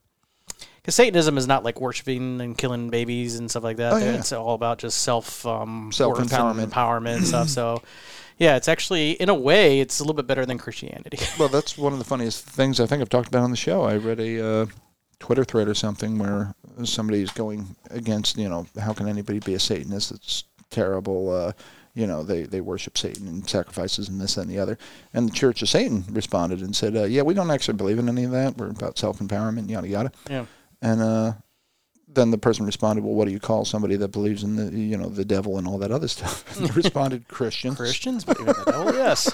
[SPEAKER 2] because Satanism is not like worshiping and killing babies and stuff like that.
[SPEAKER 1] Oh, yeah.
[SPEAKER 2] It's all about just self um,
[SPEAKER 1] Self
[SPEAKER 2] worth and
[SPEAKER 1] empowerment.
[SPEAKER 2] empowerment
[SPEAKER 1] *clears throat*
[SPEAKER 2] and stuff. So. Yeah, it's actually in a way it's a little bit better than Christianity. *laughs*
[SPEAKER 1] Well, that's one of the funniest things I think I've talked about on the show. I read a uh, Twitter thread or something where somebody is going against, you know, how can anybody be a Satanist? It's terrible. Uh, you know, they, they worship Satan and sacrifices and this and the other. And the Church of Satan responded and said, uh, yeah, we don't actually believe in any of that. We're about self empowerment, yada, yada.
[SPEAKER 2] yeah.
[SPEAKER 1] And uh, then the person responded, well, what do you call somebody that believes in the, you know, the devil and all that other stuff? *laughs* And they responded, Christians.
[SPEAKER 2] Christians believe in the devil.
[SPEAKER 1] *laughs*
[SPEAKER 2] Yes.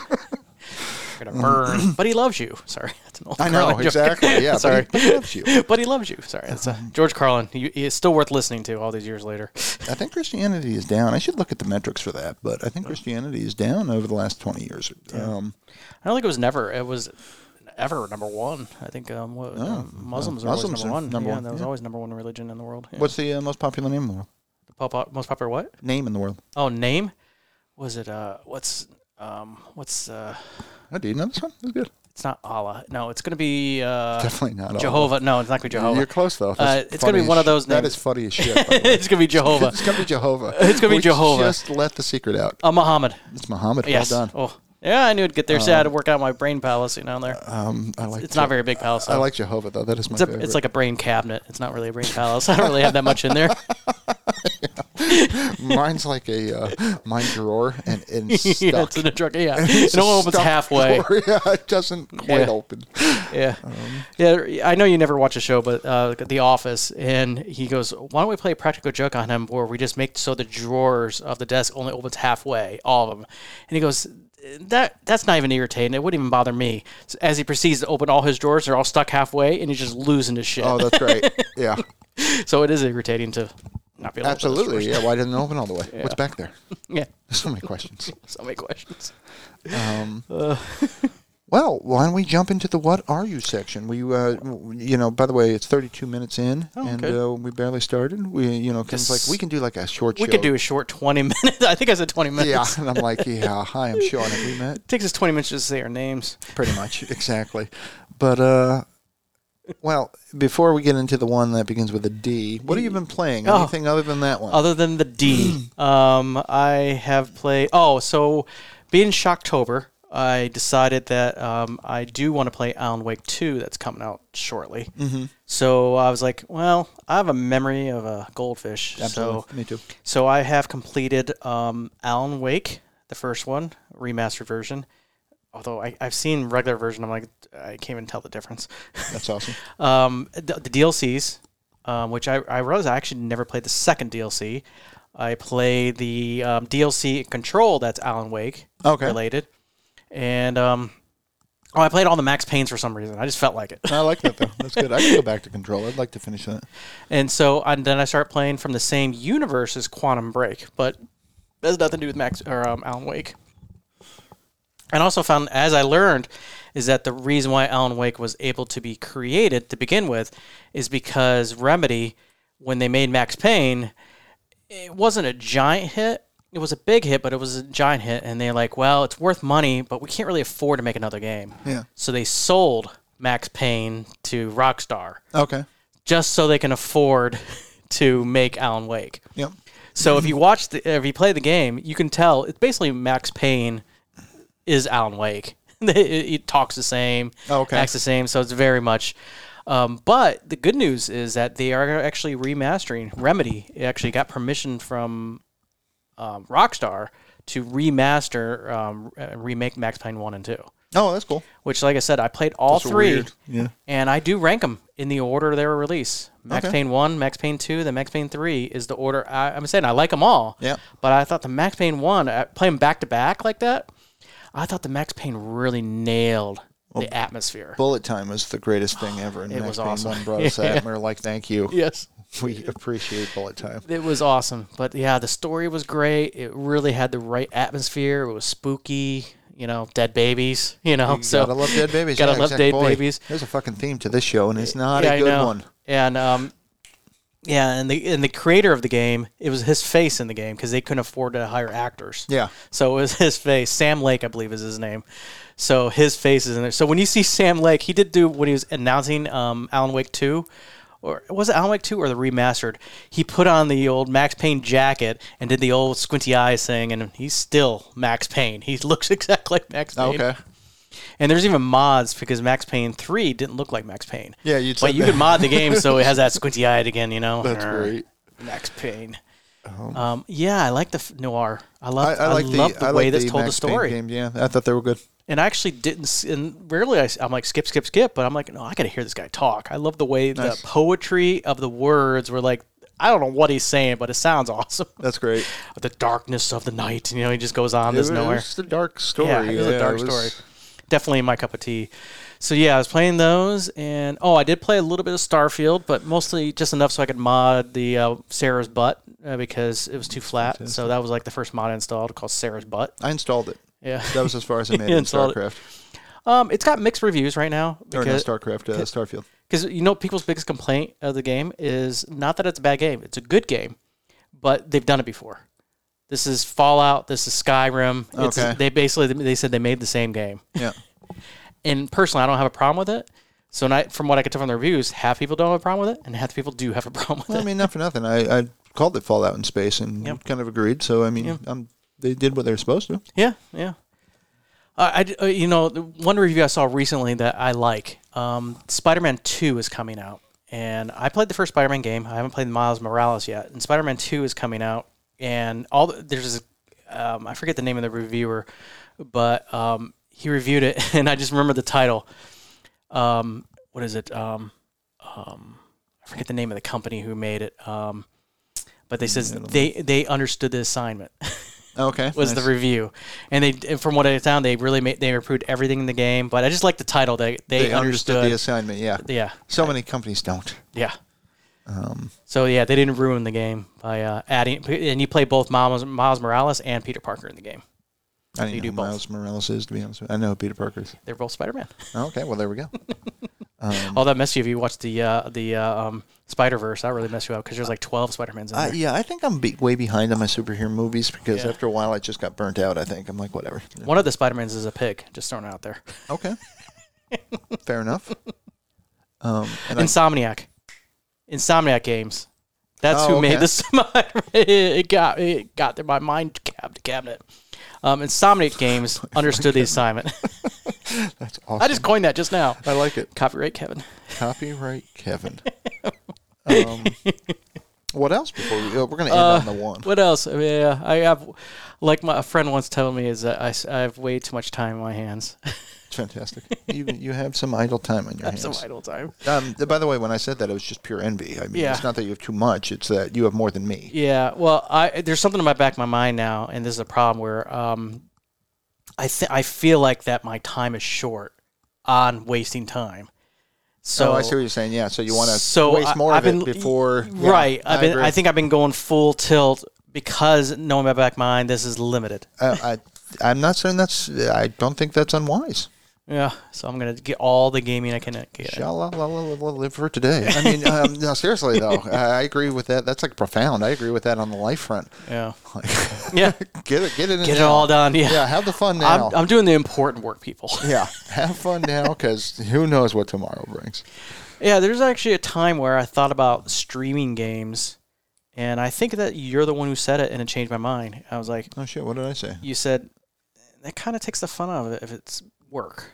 [SPEAKER 2] You're gonna burn, but he loves you. Sorry, that's an old
[SPEAKER 1] I know,
[SPEAKER 2] Carlin joke.
[SPEAKER 1] exactly.
[SPEAKER 2] *laughs*
[SPEAKER 1] Yeah, but he-
[SPEAKER 2] Sorry.
[SPEAKER 1] but he Mm-hmm. loves you.
[SPEAKER 2] but he loves you. Sorry, that's uh, George Carlin. You, it's still worth listening to all these years later.
[SPEAKER 1] I think Christianity is down. I should look at the metrics for that, but I think Christianity is down over the last 20 years. Um,
[SPEAKER 2] I don't think it was never. It was ever number one. I think um, what, um, Muslims, are
[SPEAKER 1] Oh, Muslims
[SPEAKER 2] always number
[SPEAKER 1] are
[SPEAKER 2] one.
[SPEAKER 1] number
[SPEAKER 2] yeah,
[SPEAKER 1] one,
[SPEAKER 2] that was
[SPEAKER 1] yeah.
[SPEAKER 2] always number one religion in the world. Yeah.
[SPEAKER 1] What's the uh, most popular name in the world?
[SPEAKER 2] the pop- most popular? What?
[SPEAKER 1] Name in the world.
[SPEAKER 2] Oh, name. Was it? Uh, what's um, what's uh,
[SPEAKER 1] Oh, do you know this one? That's good.
[SPEAKER 2] it's not Allah. No, it's gonna be uh,
[SPEAKER 1] Definitely not. all.
[SPEAKER 2] Jehovah. No, it's not gonna be Jehovah. *laughs*
[SPEAKER 1] You're close, though.
[SPEAKER 2] Uh,
[SPEAKER 1] That's
[SPEAKER 2] it's gonna be
[SPEAKER 1] funny
[SPEAKER 2] one
[SPEAKER 1] as
[SPEAKER 2] of those
[SPEAKER 1] shit. That is
[SPEAKER 2] names.
[SPEAKER 1] funny as shit. by the way.
[SPEAKER 2] it's gonna be *laughs*
[SPEAKER 1] *laughs*
[SPEAKER 2] Jehovah.
[SPEAKER 1] it's going to be Jehovah.
[SPEAKER 2] It's gonna be
[SPEAKER 1] We
[SPEAKER 2] Jehovah.
[SPEAKER 1] just let the secret out.
[SPEAKER 2] Uh, Muhammad.
[SPEAKER 1] It's Muhammad.
[SPEAKER 2] Yes.
[SPEAKER 1] Well done.
[SPEAKER 2] Oh, yeah. I knew it'd get there. So I had to work out my brain palace, you know. There,
[SPEAKER 1] Um, I like
[SPEAKER 2] it's not very big palace.
[SPEAKER 1] I
[SPEAKER 2] though.
[SPEAKER 1] like Jehovah, though. That is my
[SPEAKER 2] It's, a,
[SPEAKER 1] favorite.
[SPEAKER 2] it's like a brain cabinet. It's not really a brain palace. *laughs* I don't really have that much in there.
[SPEAKER 1] *laughs* Mine's like a
[SPEAKER 2] *laughs*
[SPEAKER 1] uh, mine drawer, and, and it's
[SPEAKER 2] yeah,
[SPEAKER 1] stuck.
[SPEAKER 2] it's in a
[SPEAKER 1] *laughs*
[SPEAKER 2] truck. Yeah,
[SPEAKER 1] It's
[SPEAKER 2] no
[SPEAKER 1] a
[SPEAKER 2] one opens
[SPEAKER 1] stuck
[SPEAKER 2] halfway.
[SPEAKER 1] drawer. *laughs* Yeah, it doesn't quite
[SPEAKER 2] Yeah.
[SPEAKER 1] open.
[SPEAKER 2] *laughs* Yeah,
[SPEAKER 1] Um,
[SPEAKER 2] yeah. I know you never watch a show, but uh, The Office, and he goes, "Why don't we play a practical joke on him, where we just make so the drawers of the desk only opens halfway, all of them?" And he goes, "That that's not even irritating. It wouldn't even bother me." So as he proceeds to open all his drawers, they're all stuck halfway, and he's just losing his shit.
[SPEAKER 1] Oh, that's
[SPEAKER 2] *laughs*
[SPEAKER 1] great. Yeah.
[SPEAKER 2] so it is irritating to not be able To
[SPEAKER 1] Absolutely. Yeah. Why didn't it open all the way? What's back there? *laughs*
[SPEAKER 2] yeah.
[SPEAKER 1] There's so many
[SPEAKER 2] *laughs*
[SPEAKER 1] questions. Um,
[SPEAKER 2] So many questions. Uh.
[SPEAKER 1] Well, why don't we jump into the what are you section? We, uh, w- you know, by the way, it's 32 minutes in, and
[SPEAKER 2] Oh, okay.
[SPEAKER 1] uh, we barely started. We, you know, 'cause, like we can do like a short.
[SPEAKER 2] We
[SPEAKER 1] show.
[SPEAKER 2] could do a short twenty *laughs* minutes. I think I said twenty minutes.
[SPEAKER 1] Yeah, *laughs* and I'm like, yeah, hi, I'm Sean. Have we met?
[SPEAKER 2] It takes us twenty minutes just to say our names.
[SPEAKER 1] Pretty much, *laughs* exactly. But uh, well, before we get into the one that begins with a D, what have you been playing?
[SPEAKER 2] Oh.
[SPEAKER 1] Anything other than that one?
[SPEAKER 2] Other than the *clears throat* D, um, I have played. Oh, so being Shocktober, I decided that um, I do want to play Alan Wake 2 that's coming out shortly. Mm-hmm. So I was like, well, I have a memory of a goldfish. So
[SPEAKER 1] Absolutely. Me too.
[SPEAKER 2] So I have completed um, Alan Wake, the first one, remastered version. Although I, I've seen regular version, I'm like, I can't even tell the difference. *laughs*
[SPEAKER 1] That's awesome.
[SPEAKER 2] um, the, the DLCs, um, which I, I realized I actually never played the second DLC. I played the um, DLC Control that's Alan Wake
[SPEAKER 1] Okay.
[SPEAKER 2] related. And um, oh, I played all the Max Paynes for some reason. I just felt like it.
[SPEAKER 1] I like that though. That's good. I can go back to control. I'd like to finish that.
[SPEAKER 2] And so and then I start playing from the same universe as Quantum Break, but that has nothing to do with Max or um, Alan Wake. And also found, as I learned, is that the reason why Alan Wake was able to be created to begin with is because Remedy, when they made Max Payne, it wasn't a giant hit. It was a big hit, but it was a giant hit. And they're like, well, it's worth money, but we can't really afford to make another game.
[SPEAKER 1] Yeah.
[SPEAKER 2] So they sold Max Payne to Rockstar
[SPEAKER 1] Okay.
[SPEAKER 2] just so they can afford *laughs* to make Alan Wake.
[SPEAKER 1] Yep. *laughs*
[SPEAKER 2] So if you watch the, if you play the game, you can tell it's basically Max Payne is Alan Wake. *laughs* it, it talks the same,
[SPEAKER 1] Oh, okay.
[SPEAKER 2] acts the same, so it's very much. Um, but the good news is that they are actually remastering. Remedy actually got permission from um, Rockstar to remaster, um, uh, remake Max Payne one and two.
[SPEAKER 1] Oh, that's cool.
[SPEAKER 2] Which, like I said, I played all
[SPEAKER 1] That's
[SPEAKER 2] three
[SPEAKER 1] weird. Yeah.
[SPEAKER 2] and I do rank them in the order they were released. Max
[SPEAKER 1] Okay.
[SPEAKER 2] Payne one, Max Payne two, then Max Payne three is the order. I, I'm saying I like them all.
[SPEAKER 1] Yep.
[SPEAKER 2] But I thought the Max Payne one, uh, playing back to back like that, I thought the Max Payne really nailed the atmosphere.
[SPEAKER 1] Bullet time was the greatest thing ever. And
[SPEAKER 2] *sighs* It
[SPEAKER 1] Mac
[SPEAKER 2] was awesome.
[SPEAKER 1] Bainbone
[SPEAKER 2] *laughs*
[SPEAKER 1] brought us that, and we were like, "Thank you.
[SPEAKER 2] yes.
[SPEAKER 1] We appreciate bullet time."
[SPEAKER 2] It was awesome. But yeah, the story was great. It really had the right atmosphere. It was spooky, you know, dead babies, you know. *laughs* so
[SPEAKER 1] gotta love dead babies.
[SPEAKER 2] gotta
[SPEAKER 1] Yeah,
[SPEAKER 2] love
[SPEAKER 1] exact-
[SPEAKER 2] dead
[SPEAKER 1] boy,
[SPEAKER 2] babies.
[SPEAKER 1] There's a fucking theme to this show, and it's not
[SPEAKER 2] yeah,
[SPEAKER 1] a
[SPEAKER 2] I
[SPEAKER 1] good
[SPEAKER 2] know.
[SPEAKER 1] one.
[SPEAKER 2] And um, yeah, and the and the creator of the game, it was his face in the game because they couldn't afford to hire actors.
[SPEAKER 1] Yeah.
[SPEAKER 2] So it was *laughs* his face. Sam Lake, I believe, is his name. So his face is in there. So when you see Sam Lake, he did do when he was announcing um, Alan Wake Two, or was it Alan Wake Two or the remastered? He put on the old Max Payne jacket and did the old squinty eyes thing, and he's still Max Payne. He *laughs* looks exactly like Max Payne.
[SPEAKER 1] Okay.
[SPEAKER 2] And there's even mods because Max Payne 3 didn't look like Max Payne.
[SPEAKER 1] Yeah, you'd
[SPEAKER 2] But
[SPEAKER 1] said
[SPEAKER 2] you
[SPEAKER 1] that.
[SPEAKER 2] can mod the game so it
[SPEAKER 1] *laughs*
[SPEAKER 2] has that squinty eyed again, you know?
[SPEAKER 1] That's
[SPEAKER 2] Arr,
[SPEAKER 1] great.
[SPEAKER 2] Max Payne. Um, yeah, I like the f- noir. I love
[SPEAKER 1] I,
[SPEAKER 2] I,
[SPEAKER 1] I like the,
[SPEAKER 2] love the
[SPEAKER 1] I
[SPEAKER 2] way
[SPEAKER 1] like
[SPEAKER 2] that's
[SPEAKER 1] the
[SPEAKER 2] told
[SPEAKER 1] Max
[SPEAKER 2] the
[SPEAKER 1] Payne
[SPEAKER 2] story.
[SPEAKER 1] Game, yeah, I thought they were good.
[SPEAKER 2] And I actually didn't, s- and rarely I, am like, skip, skip, skip. But I'm like, no, I got to hear this guy talk. I love the way
[SPEAKER 1] Nice.
[SPEAKER 2] the poetry of the words were like, I don't know what he's saying, but it sounds *laughs* awesome.
[SPEAKER 1] That's great.
[SPEAKER 2] the darkness of the night, you know, he just goes on. There's
[SPEAKER 1] it
[SPEAKER 2] nowhere.
[SPEAKER 1] was the dark story.
[SPEAKER 2] Yeah, it was a dark
[SPEAKER 1] it was-
[SPEAKER 2] story. Definitely my cup of tea. So yeah, I was playing those, and oh, I did play a little bit of Starfield, but mostly just enough so I could mod the uh, Sarah's butt uh, because it was too flat. So that was like the first mod I installed called Sarah's butt.
[SPEAKER 1] I installed it.
[SPEAKER 2] Yeah,
[SPEAKER 1] That was as far as
[SPEAKER 2] *laughs*
[SPEAKER 1] I made
[SPEAKER 2] You
[SPEAKER 1] it in
[SPEAKER 2] installed it.
[SPEAKER 1] StarCraft.
[SPEAKER 2] um, it's got mixed reviews right now
[SPEAKER 1] Or no,
[SPEAKER 2] because
[SPEAKER 1] StarCraft, uh, Starfield.
[SPEAKER 2] because you know people's biggest complaint of the game is not that it's a bad game; it's a good game, but they've done it before. This is Fallout. This is Skyrim. It's,
[SPEAKER 1] Okay.
[SPEAKER 2] They basically they said they made the same game.
[SPEAKER 1] Yeah.
[SPEAKER 2] and personally, I don't have a problem with it. So, not, from what I could tell from the reviews, half people don't have a problem with it, and half the people do have a *laughs* problem
[SPEAKER 1] *laughs*
[SPEAKER 2] with
[SPEAKER 1] Well, I
[SPEAKER 2] it.
[SPEAKER 1] mean, not for nothing. I, I called it Fallout in Space and
[SPEAKER 2] Yep.
[SPEAKER 1] kind of agreed. So, I mean, um, they did what they were supposed to.
[SPEAKER 2] Yeah, yeah. Uh, I, d- uh, you know, the one review I saw recently that I like, um, Spider-Man Two is coming out, and I played the first Spider-Man game. I haven't played Miles Morales yet, and Spider-Man Two is coming out, and all the, there's, this, um, I forget the name of the reviewer, but um, he reviewed it, *laughs* and I just remember the title. Um, what is it? Um, um, I forget the name of the company who made it. Um, but they says they they understood the assignment
[SPEAKER 1] Okay.
[SPEAKER 2] was
[SPEAKER 1] nice.
[SPEAKER 2] the review, and they and from what I found, they really made they improved everything in the game. But I just like the title; they they,
[SPEAKER 1] they understood,
[SPEAKER 2] understood.
[SPEAKER 1] the um, assignment. Yeah.
[SPEAKER 2] yeah,
[SPEAKER 1] So many companies don't.
[SPEAKER 2] yeah. so yeah, they didn't ruin the game by uh, adding. And you play both Miles, Miles Morales and Peter Parker in the game.
[SPEAKER 1] I didn't
[SPEAKER 2] do
[SPEAKER 1] know who
[SPEAKER 2] both.
[SPEAKER 1] Miles Morales is, to be honest with you. I know who Peter Parker's.
[SPEAKER 2] They're both Spider Man.
[SPEAKER 1] Okay. Well, there *laughs* we go. Um,
[SPEAKER 2] All that messed you if you watched the uh, the uh, um, Spider Verse. That really messed you up because there's like twelve Spider Mans in
[SPEAKER 1] I, e
[SPEAKER 2] there.
[SPEAKER 1] Uh, yeah, I think I'm be- way behind on my superhero movies because
[SPEAKER 2] Yeah.
[SPEAKER 1] after a while I just got burnt out. I think I'm like, whatever.
[SPEAKER 2] One of the Spider Mans is a pig. Just thrown out there.
[SPEAKER 1] *laughs* Okay. Fair enough. Um, and I,
[SPEAKER 2] Insomniac, Insomniac Games. That's
[SPEAKER 1] Oh,
[SPEAKER 2] who made
[SPEAKER 1] okay.
[SPEAKER 2] *laughs* this. it got it got to my mind cab cabinet. Um,
[SPEAKER 1] *laughs*
[SPEAKER 2] Insomniac Games understood the assignment. *laughs*
[SPEAKER 1] that's
[SPEAKER 2] I
[SPEAKER 1] awesome.
[SPEAKER 2] just coined that just now.
[SPEAKER 1] I like it.
[SPEAKER 2] Copyright Kevin.
[SPEAKER 1] Copyright
[SPEAKER 2] *laughs*
[SPEAKER 1] Kevin. Um, what else before we go? We're going to end on the one.
[SPEAKER 2] Uh, What else? I mean, Yeah, I have. Like my a friend once told me, is that I, s- I have way too much time on my hands. *laughs*
[SPEAKER 1] It's fantastic. You you have some idle time on your
[SPEAKER 2] That's some
[SPEAKER 1] hands.
[SPEAKER 2] idle time.
[SPEAKER 1] Um, th- by the way, when I said that, it was just pure envy. I mean,
[SPEAKER 2] Yeah.
[SPEAKER 1] it's not that you have too much; it's that you have more than me.
[SPEAKER 2] Yeah. Well, I there's something in my back of my mind now, and this is a problem where um, I th- I feel like that my time is short on wasting time. So
[SPEAKER 1] So Oh, I see what you're saying. Yeah, so you want to
[SPEAKER 2] so
[SPEAKER 1] waste
[SPEAKER 2] I-
[SPEAKER 1] more
[SPEAKER 2] I've
[SPEAKER 1] of it
[SPEAKER 2] been-
[SPEAKER 1] before. yeah,
[SPEAKER 2] right. I've been,
[SPEAKER 1] agree.
[SPEAKER 2] I think I've been going full tilt because knowing my back mind, this is limited.
[SPEAKER 1] Uh, I, I I'm not saying that's. I don't think that's unwise.
[SPEAKER 2] Yeah. So I'm gonna get all the gaming I can get.
[SPEAKER 1] Sha-la-la-la-la-la, live for today. I
[SPEAKER 2] *laughs*
[SPEAKER 1] mean, um, no, seriously though, I I agree with that. That's like profound. I agree with that on the life front. *laughs*
[SPEAKER 2] Yeah.
[SPEAKER 1] Like,
[SPEAKER 2] Yeah.
[SPEAKER 1] get it, get it, in
[SPEAKER 2] Get it
[SPEAKER 1] now.
[SPEAKER 2] all done.
[SPEAKER 1] *laughs*
[SPEAKER 2] Yeah.
[SPEAKER 1] Yeah, have the fun now.
[SPEAKER 2] I'm, I'm doing the important work, people.
[SPEAKER 1] yeah, have fun now because who knows what tomorrow brings.
[SPEAKER 2] Yeah, there's actually a time where I thought about streaming games, and I think that you're the one who said it, and it changed my mind. I was like,
[SPEAKER 1] Oh shit! What did I say?
[SPEAKER 2] you said that kind of takes the fun out of it if it's work. *laughs*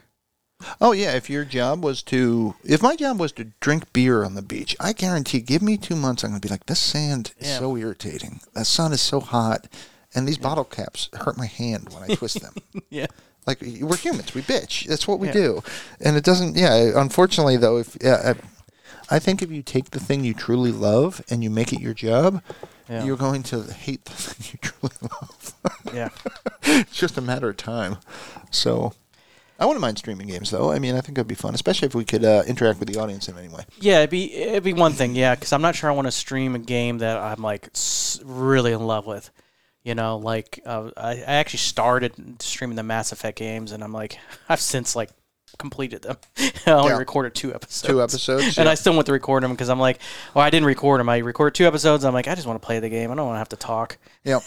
[SPEAKER 1] Oh yeah, if your job was to, if my job was to drink beer on the beach, I guarantee, give me two months, I'm gonna be like, this sand is
[SPEAKER 2] Yeah.
[SPEAKER 1] so irritating. That sun is so hot, and these bottle caps hurt my hand when I twist *laughs* them.
[SPEAKER 2] Yeah.
[SPEAKER 1] Like we're humans, we bitch. That's what we
[SPEAKER 2] Yeah.
[SPEAKER 1] do, and it doesn't. Yeah, unfortunately though, if yeah, I, I think if you take the thing you truly love and you make it your job,
[SPEAKER 2] Yeah.
[SPEAKER 1] you're going to hate the *laughs* thing you truly love.
[SPEAKER 2] Yeah.
[SPEAKER 1] it's just a matter of time. So I wouldn't mind streaming games though. I mean, I think it'd be fun, especially if we could uh, interact with the audience in any way.
[SPEAKER 2] Yeah, it'd be it'd be one thing, yeah, because I'm not sure I want to stream a game that I'm like s- really in love with. You know, like uh, I, I actually started streaming the Mass Effect games, and I'm like, *laughs* I've since like completed them. *laughs* I only
[SPEAKER 1] Yeah.
[SPEAKER 2] recorded two episodes.
[SPEAKER 1] Two episodes,
[SPEAKER 2] and
[SPEAKER 1] yeah.
[SPEAKER 2] I still want to record them because I'm like, well, I didn't record them. I recorded two episodes. I'm like, I just want to play the game. I don't want to have to talk.
[SPEAKER 1] Yeah,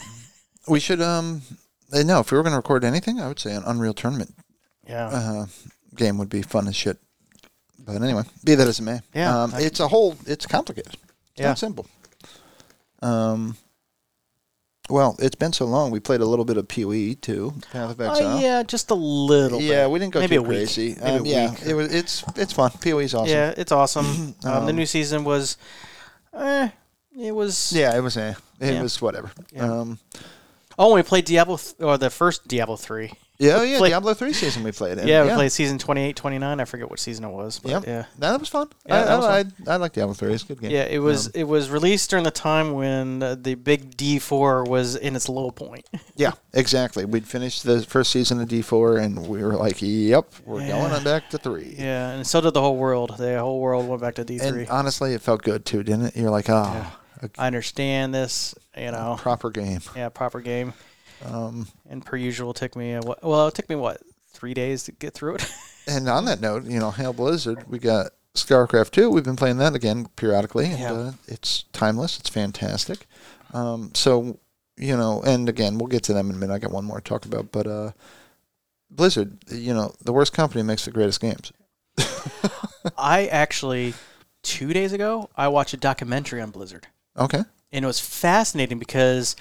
[SPEAKER 1] we should. Um, eh, no, if we were going to record anything, I would say an Unreal Tournament
[SPEAKER 2] Yeah,
[SPEAKER 1] uh, game would be fun as shit. But anyway, be that as it may,
[SPEAKER 2] Yeah,
[SPEAKER 1] um,
[SPEAKER 2] I-
[SPEAKER 1] it's a whole. It's complicated. It's
[SPEAKER 2] Yeah.
[SPEAKER 1] not simple. Um. Well, it's been so long. We played a little bit of PoE too, Path of
[SPEAKER 2] Uh,
[SPEAKER 1] Exile.
[SPEAKER 2] yeah, just a little. bit.
[SPEAKER 1] Oh, Yeah, we didn't go
[SPEAKER 2] Maybe
[SPEAKER 1] too
[SPEAKER 2] a week.
[SPEAKER 1] crazy.
[SPEAKER 2] Maybe
[SPEAKER 1] Um,
[SPEAKER 2] a
[SPEAKER 1] yeah,
[SPEAKER 2] week.
[SPEAKER 1] it was. It's it's fun. PoE's awesome.
[SPEAKER 2] Yeah,
[SPEAKER 1] *clears throat*
[SPEAKER 2] it's awesome. um, the new season was, eh, it was.
[SPEAKER 1] Yeah, it was. Eh, it
[SPEAKER 2] Yeah.
[SPEAKER 1] was whatever.
[SPEAKER 2] Yeah.
[SPEAKER 1] Um,
[SPEAKER 2] Oh, we played Diablo th- or the first Diablo three.
[SPEAKER 1] yeah, oh, yeah.
[SPEAKER 2] Play-
[SPEAKER 1] Diablo three season we played. in.
[SPEAKER 2] Yeah, we played season 28, 29. I forget what season it was. But
[SPEAKER 1] Yeah.
[SPEAKER 2] yeah.
[SPEAKER 1] No, that was fun.
[SPEAKER 2] Yeah,
[SPEAKER 1] I,
[SPEAKER 2] that was
[SPEAKER 1] I, I, I like Diablo three. It's a good game.
[SPEAKER 2] Yeah, it
[SPEAKER 1] Um,
[SPEAKER 2] was it was released during the time when uh, the big D4 was in its low point. *laughs*
[SPEAKER 1] Yeah, exactly. We'd finished the first season of D four, and we were like, "Yep, we're
[SPEAKER 2] Yeah.
[SPEAKER 1] going on back to three.
[SPEAKER 2] yeah, and so did the whole world. The whole world went back to D3.
[SPEAKER 1] And uh, honestly, it felt good too, didn't it? You're like, "Oh, a
[SPEAKER 2] I understand this, you know.
[SPEAKER 1] proper game."
[SPEAKER 2] Yeah, proper game. and per usual, it took me a, wh- well, it took me what three days to get through it. *laughs*
[SPEAKER 1] And on that note, you know, Hail Blizzard, we got StarCraft 2. We've been playing that again periodically, and
[SPEAKER 2] Yeah.
[SPEAKER 1] uh, it's timeless. It's fantastic. Um, so, you know, and again, we'll get to them in a minute. I got one more to talk about, but uh, Blizzard, you know, the worst company makes the greatest games.
[SPEAKER 2] I actually two days ago I watched a documentary on Blizzard.
[SPEAKER 1] Okay.
[SPEAKER 2] and it was fascinating because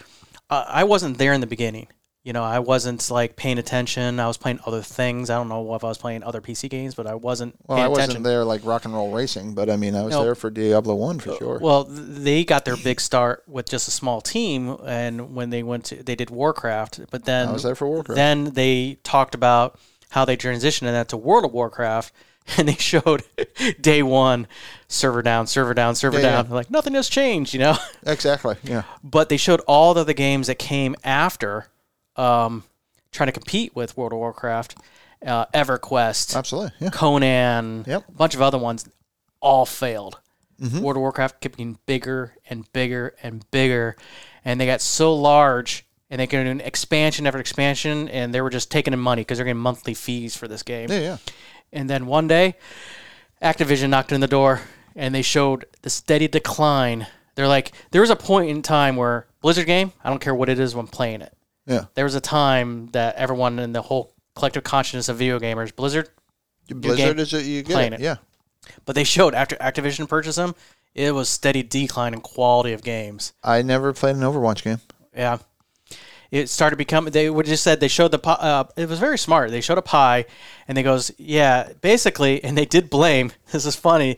[SPEAKER 2] uh, I wasn't there in the beginning. You know, I wasn't like paying attention. I was playing other things. I don't know if I was playing other PC games, but I wasn't
[SPEAKER 1] Well,
[SPEAKER 2] paying
[SPEAKER 1] I wasn't
[SPEAKER 2] attention.
[SPEAKER 1] there like rock and roll racing, but I mean, I was
[SPEAKER 2] No. Uh,
[SPEAKER 1] there for Diablo 1 for sure.
[SPEAKER 2] Well, th- they got their big start with just a small team, and when they went to, they did Warcraft. But then
[SPEAKER 1] I was there for Warcraft.
[SPEAKER 2] Then they talked about how they transitioned that to World of Warcraft, *laughs* and they showed *laughs* day one, server down, server down, server
[SPEAKER 1] Yeah, yeah.
[SPEAKER 2] down. Like nothing has changed, you know. *laughs*
[SPEAKER 1] exactly. Yeah.
[SPEAKER 2] but they showed all the other games that came after, um, trying to compete with World of Warcraft, uh, EverQuest,
[SPEAKER 1] Absolutely. Yeah.
[SPEAKER 2] Conan,
[SPEAKER 1] Yep.
[SPEAKER 2] a bunch of other ones, all failed. World of Warcraft kept getting bigger and bigger and bigger, and they got so large, and they could do an expansion after expansion, and they were just taking in money because they're getting monthly fees for this game.
[SPEAKER 1] Yeah. Yeah.
[SPEAKER 2] And then one day, Activision knocked on the door and they showed the steady decline. They're like, there was a point in time where Blizzard game, I don't care what it is when playing it.
[SPEAKER 1] Yeah.
[SPEAKER 2] There was a time that everyone in the whole collective consciousness of video gamers, Blizzard,
[SPEAKER 1] Blizzard is a, you
[SPEAKER 2] playing
[SPEAKER 1] get it.
[SPEAKER 2] it.
[SPEAKER 1] Yeah.
[SPEAKER 2] but they showed after Activision purchased them, it was steady decline in quality of games.
[SPEAKER 1] I never played an Overwatch game.
[SPEAKER 2] Yeah. It started becoming. They would just said they showed the. pi- Uh, it was very smart. They showed a pie, and they goes, yeah, basically, and they did blame. *laughs* This is funny,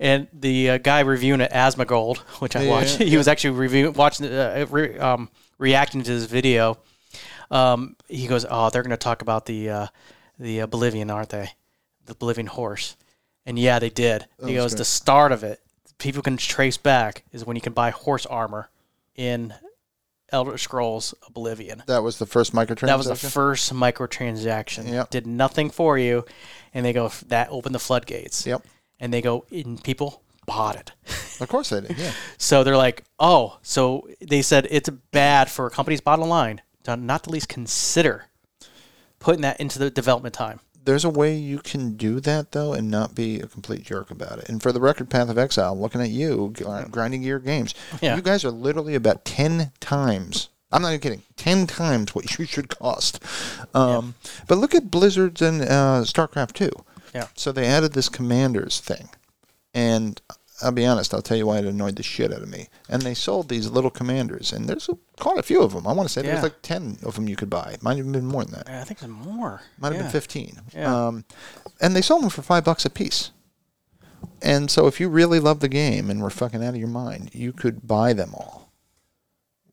[SPEAKER 2] and the uh, guy reviewing it, Asthma Gold, which I watched. *laughs* he was actually reviewing, watching, uh, re, um, reacting to this video. Um, he goes, oh, they're going to talk about the uh, the uh, Bolivian, aren't they? The Bolivian horse, and yeah, they did. he goes, the start of it, people can trace back is when you can buy horse armor in Elder Scrolls Oblivion.
[SPEAKER 1] That was the first microtransaction.
[SPEAKER 2] That was the first microtransaction.
[SPEAKER 1] Yep.
[SPEAKER 2] Did nothing for you, and they go that opened the floodgates.
[SPEAKER 1] Yep.
[SPEAKER 2] And they go and people bought it. *laughs*
[SPEAKER 1] Of course they did. Yeah.
[SPEAKER 2] So they're like, oh, so they said it's bad for a company's bottom line to not at least consider putting that into the development time.
[SPEAKER 1] There's a way you can do that though, and not be a complete jerk about it. And for the record, Path of Exile, looking at you, gr- grinding your games.
[SPEAKER 2] Yeah.
[SPEAKER 1] You guys are literally about ten times. I'm not even kidding. Ten times what you should cost. Um, But look at Blizzard's and uh, StarCraft two.
[SPEAKER 2] Yeah.
[SPEAKER 1] So they added this commanders thing, and I'll be honest. I'll tell you why it annoyed the shit out of me. And they sold these little commanders, and there's a, quite a few of them. I want to say there's
[SPEAKER 2] Yeah.
[SPEAKER 1] like ten of them you could buy. Might have been more than that.
[SPEAKER 2] I think there's more.
[SPEAKER 1] Might have
[SPEAKER 2] Yeah.
[SPEAKER 1] been 15.
[SPEAKER 2] Yeah.
[SPEAKER 1] Um, and they sold them for five bucks a piece. And so if you really love the game and were fucking out of your mind, you could buy them all,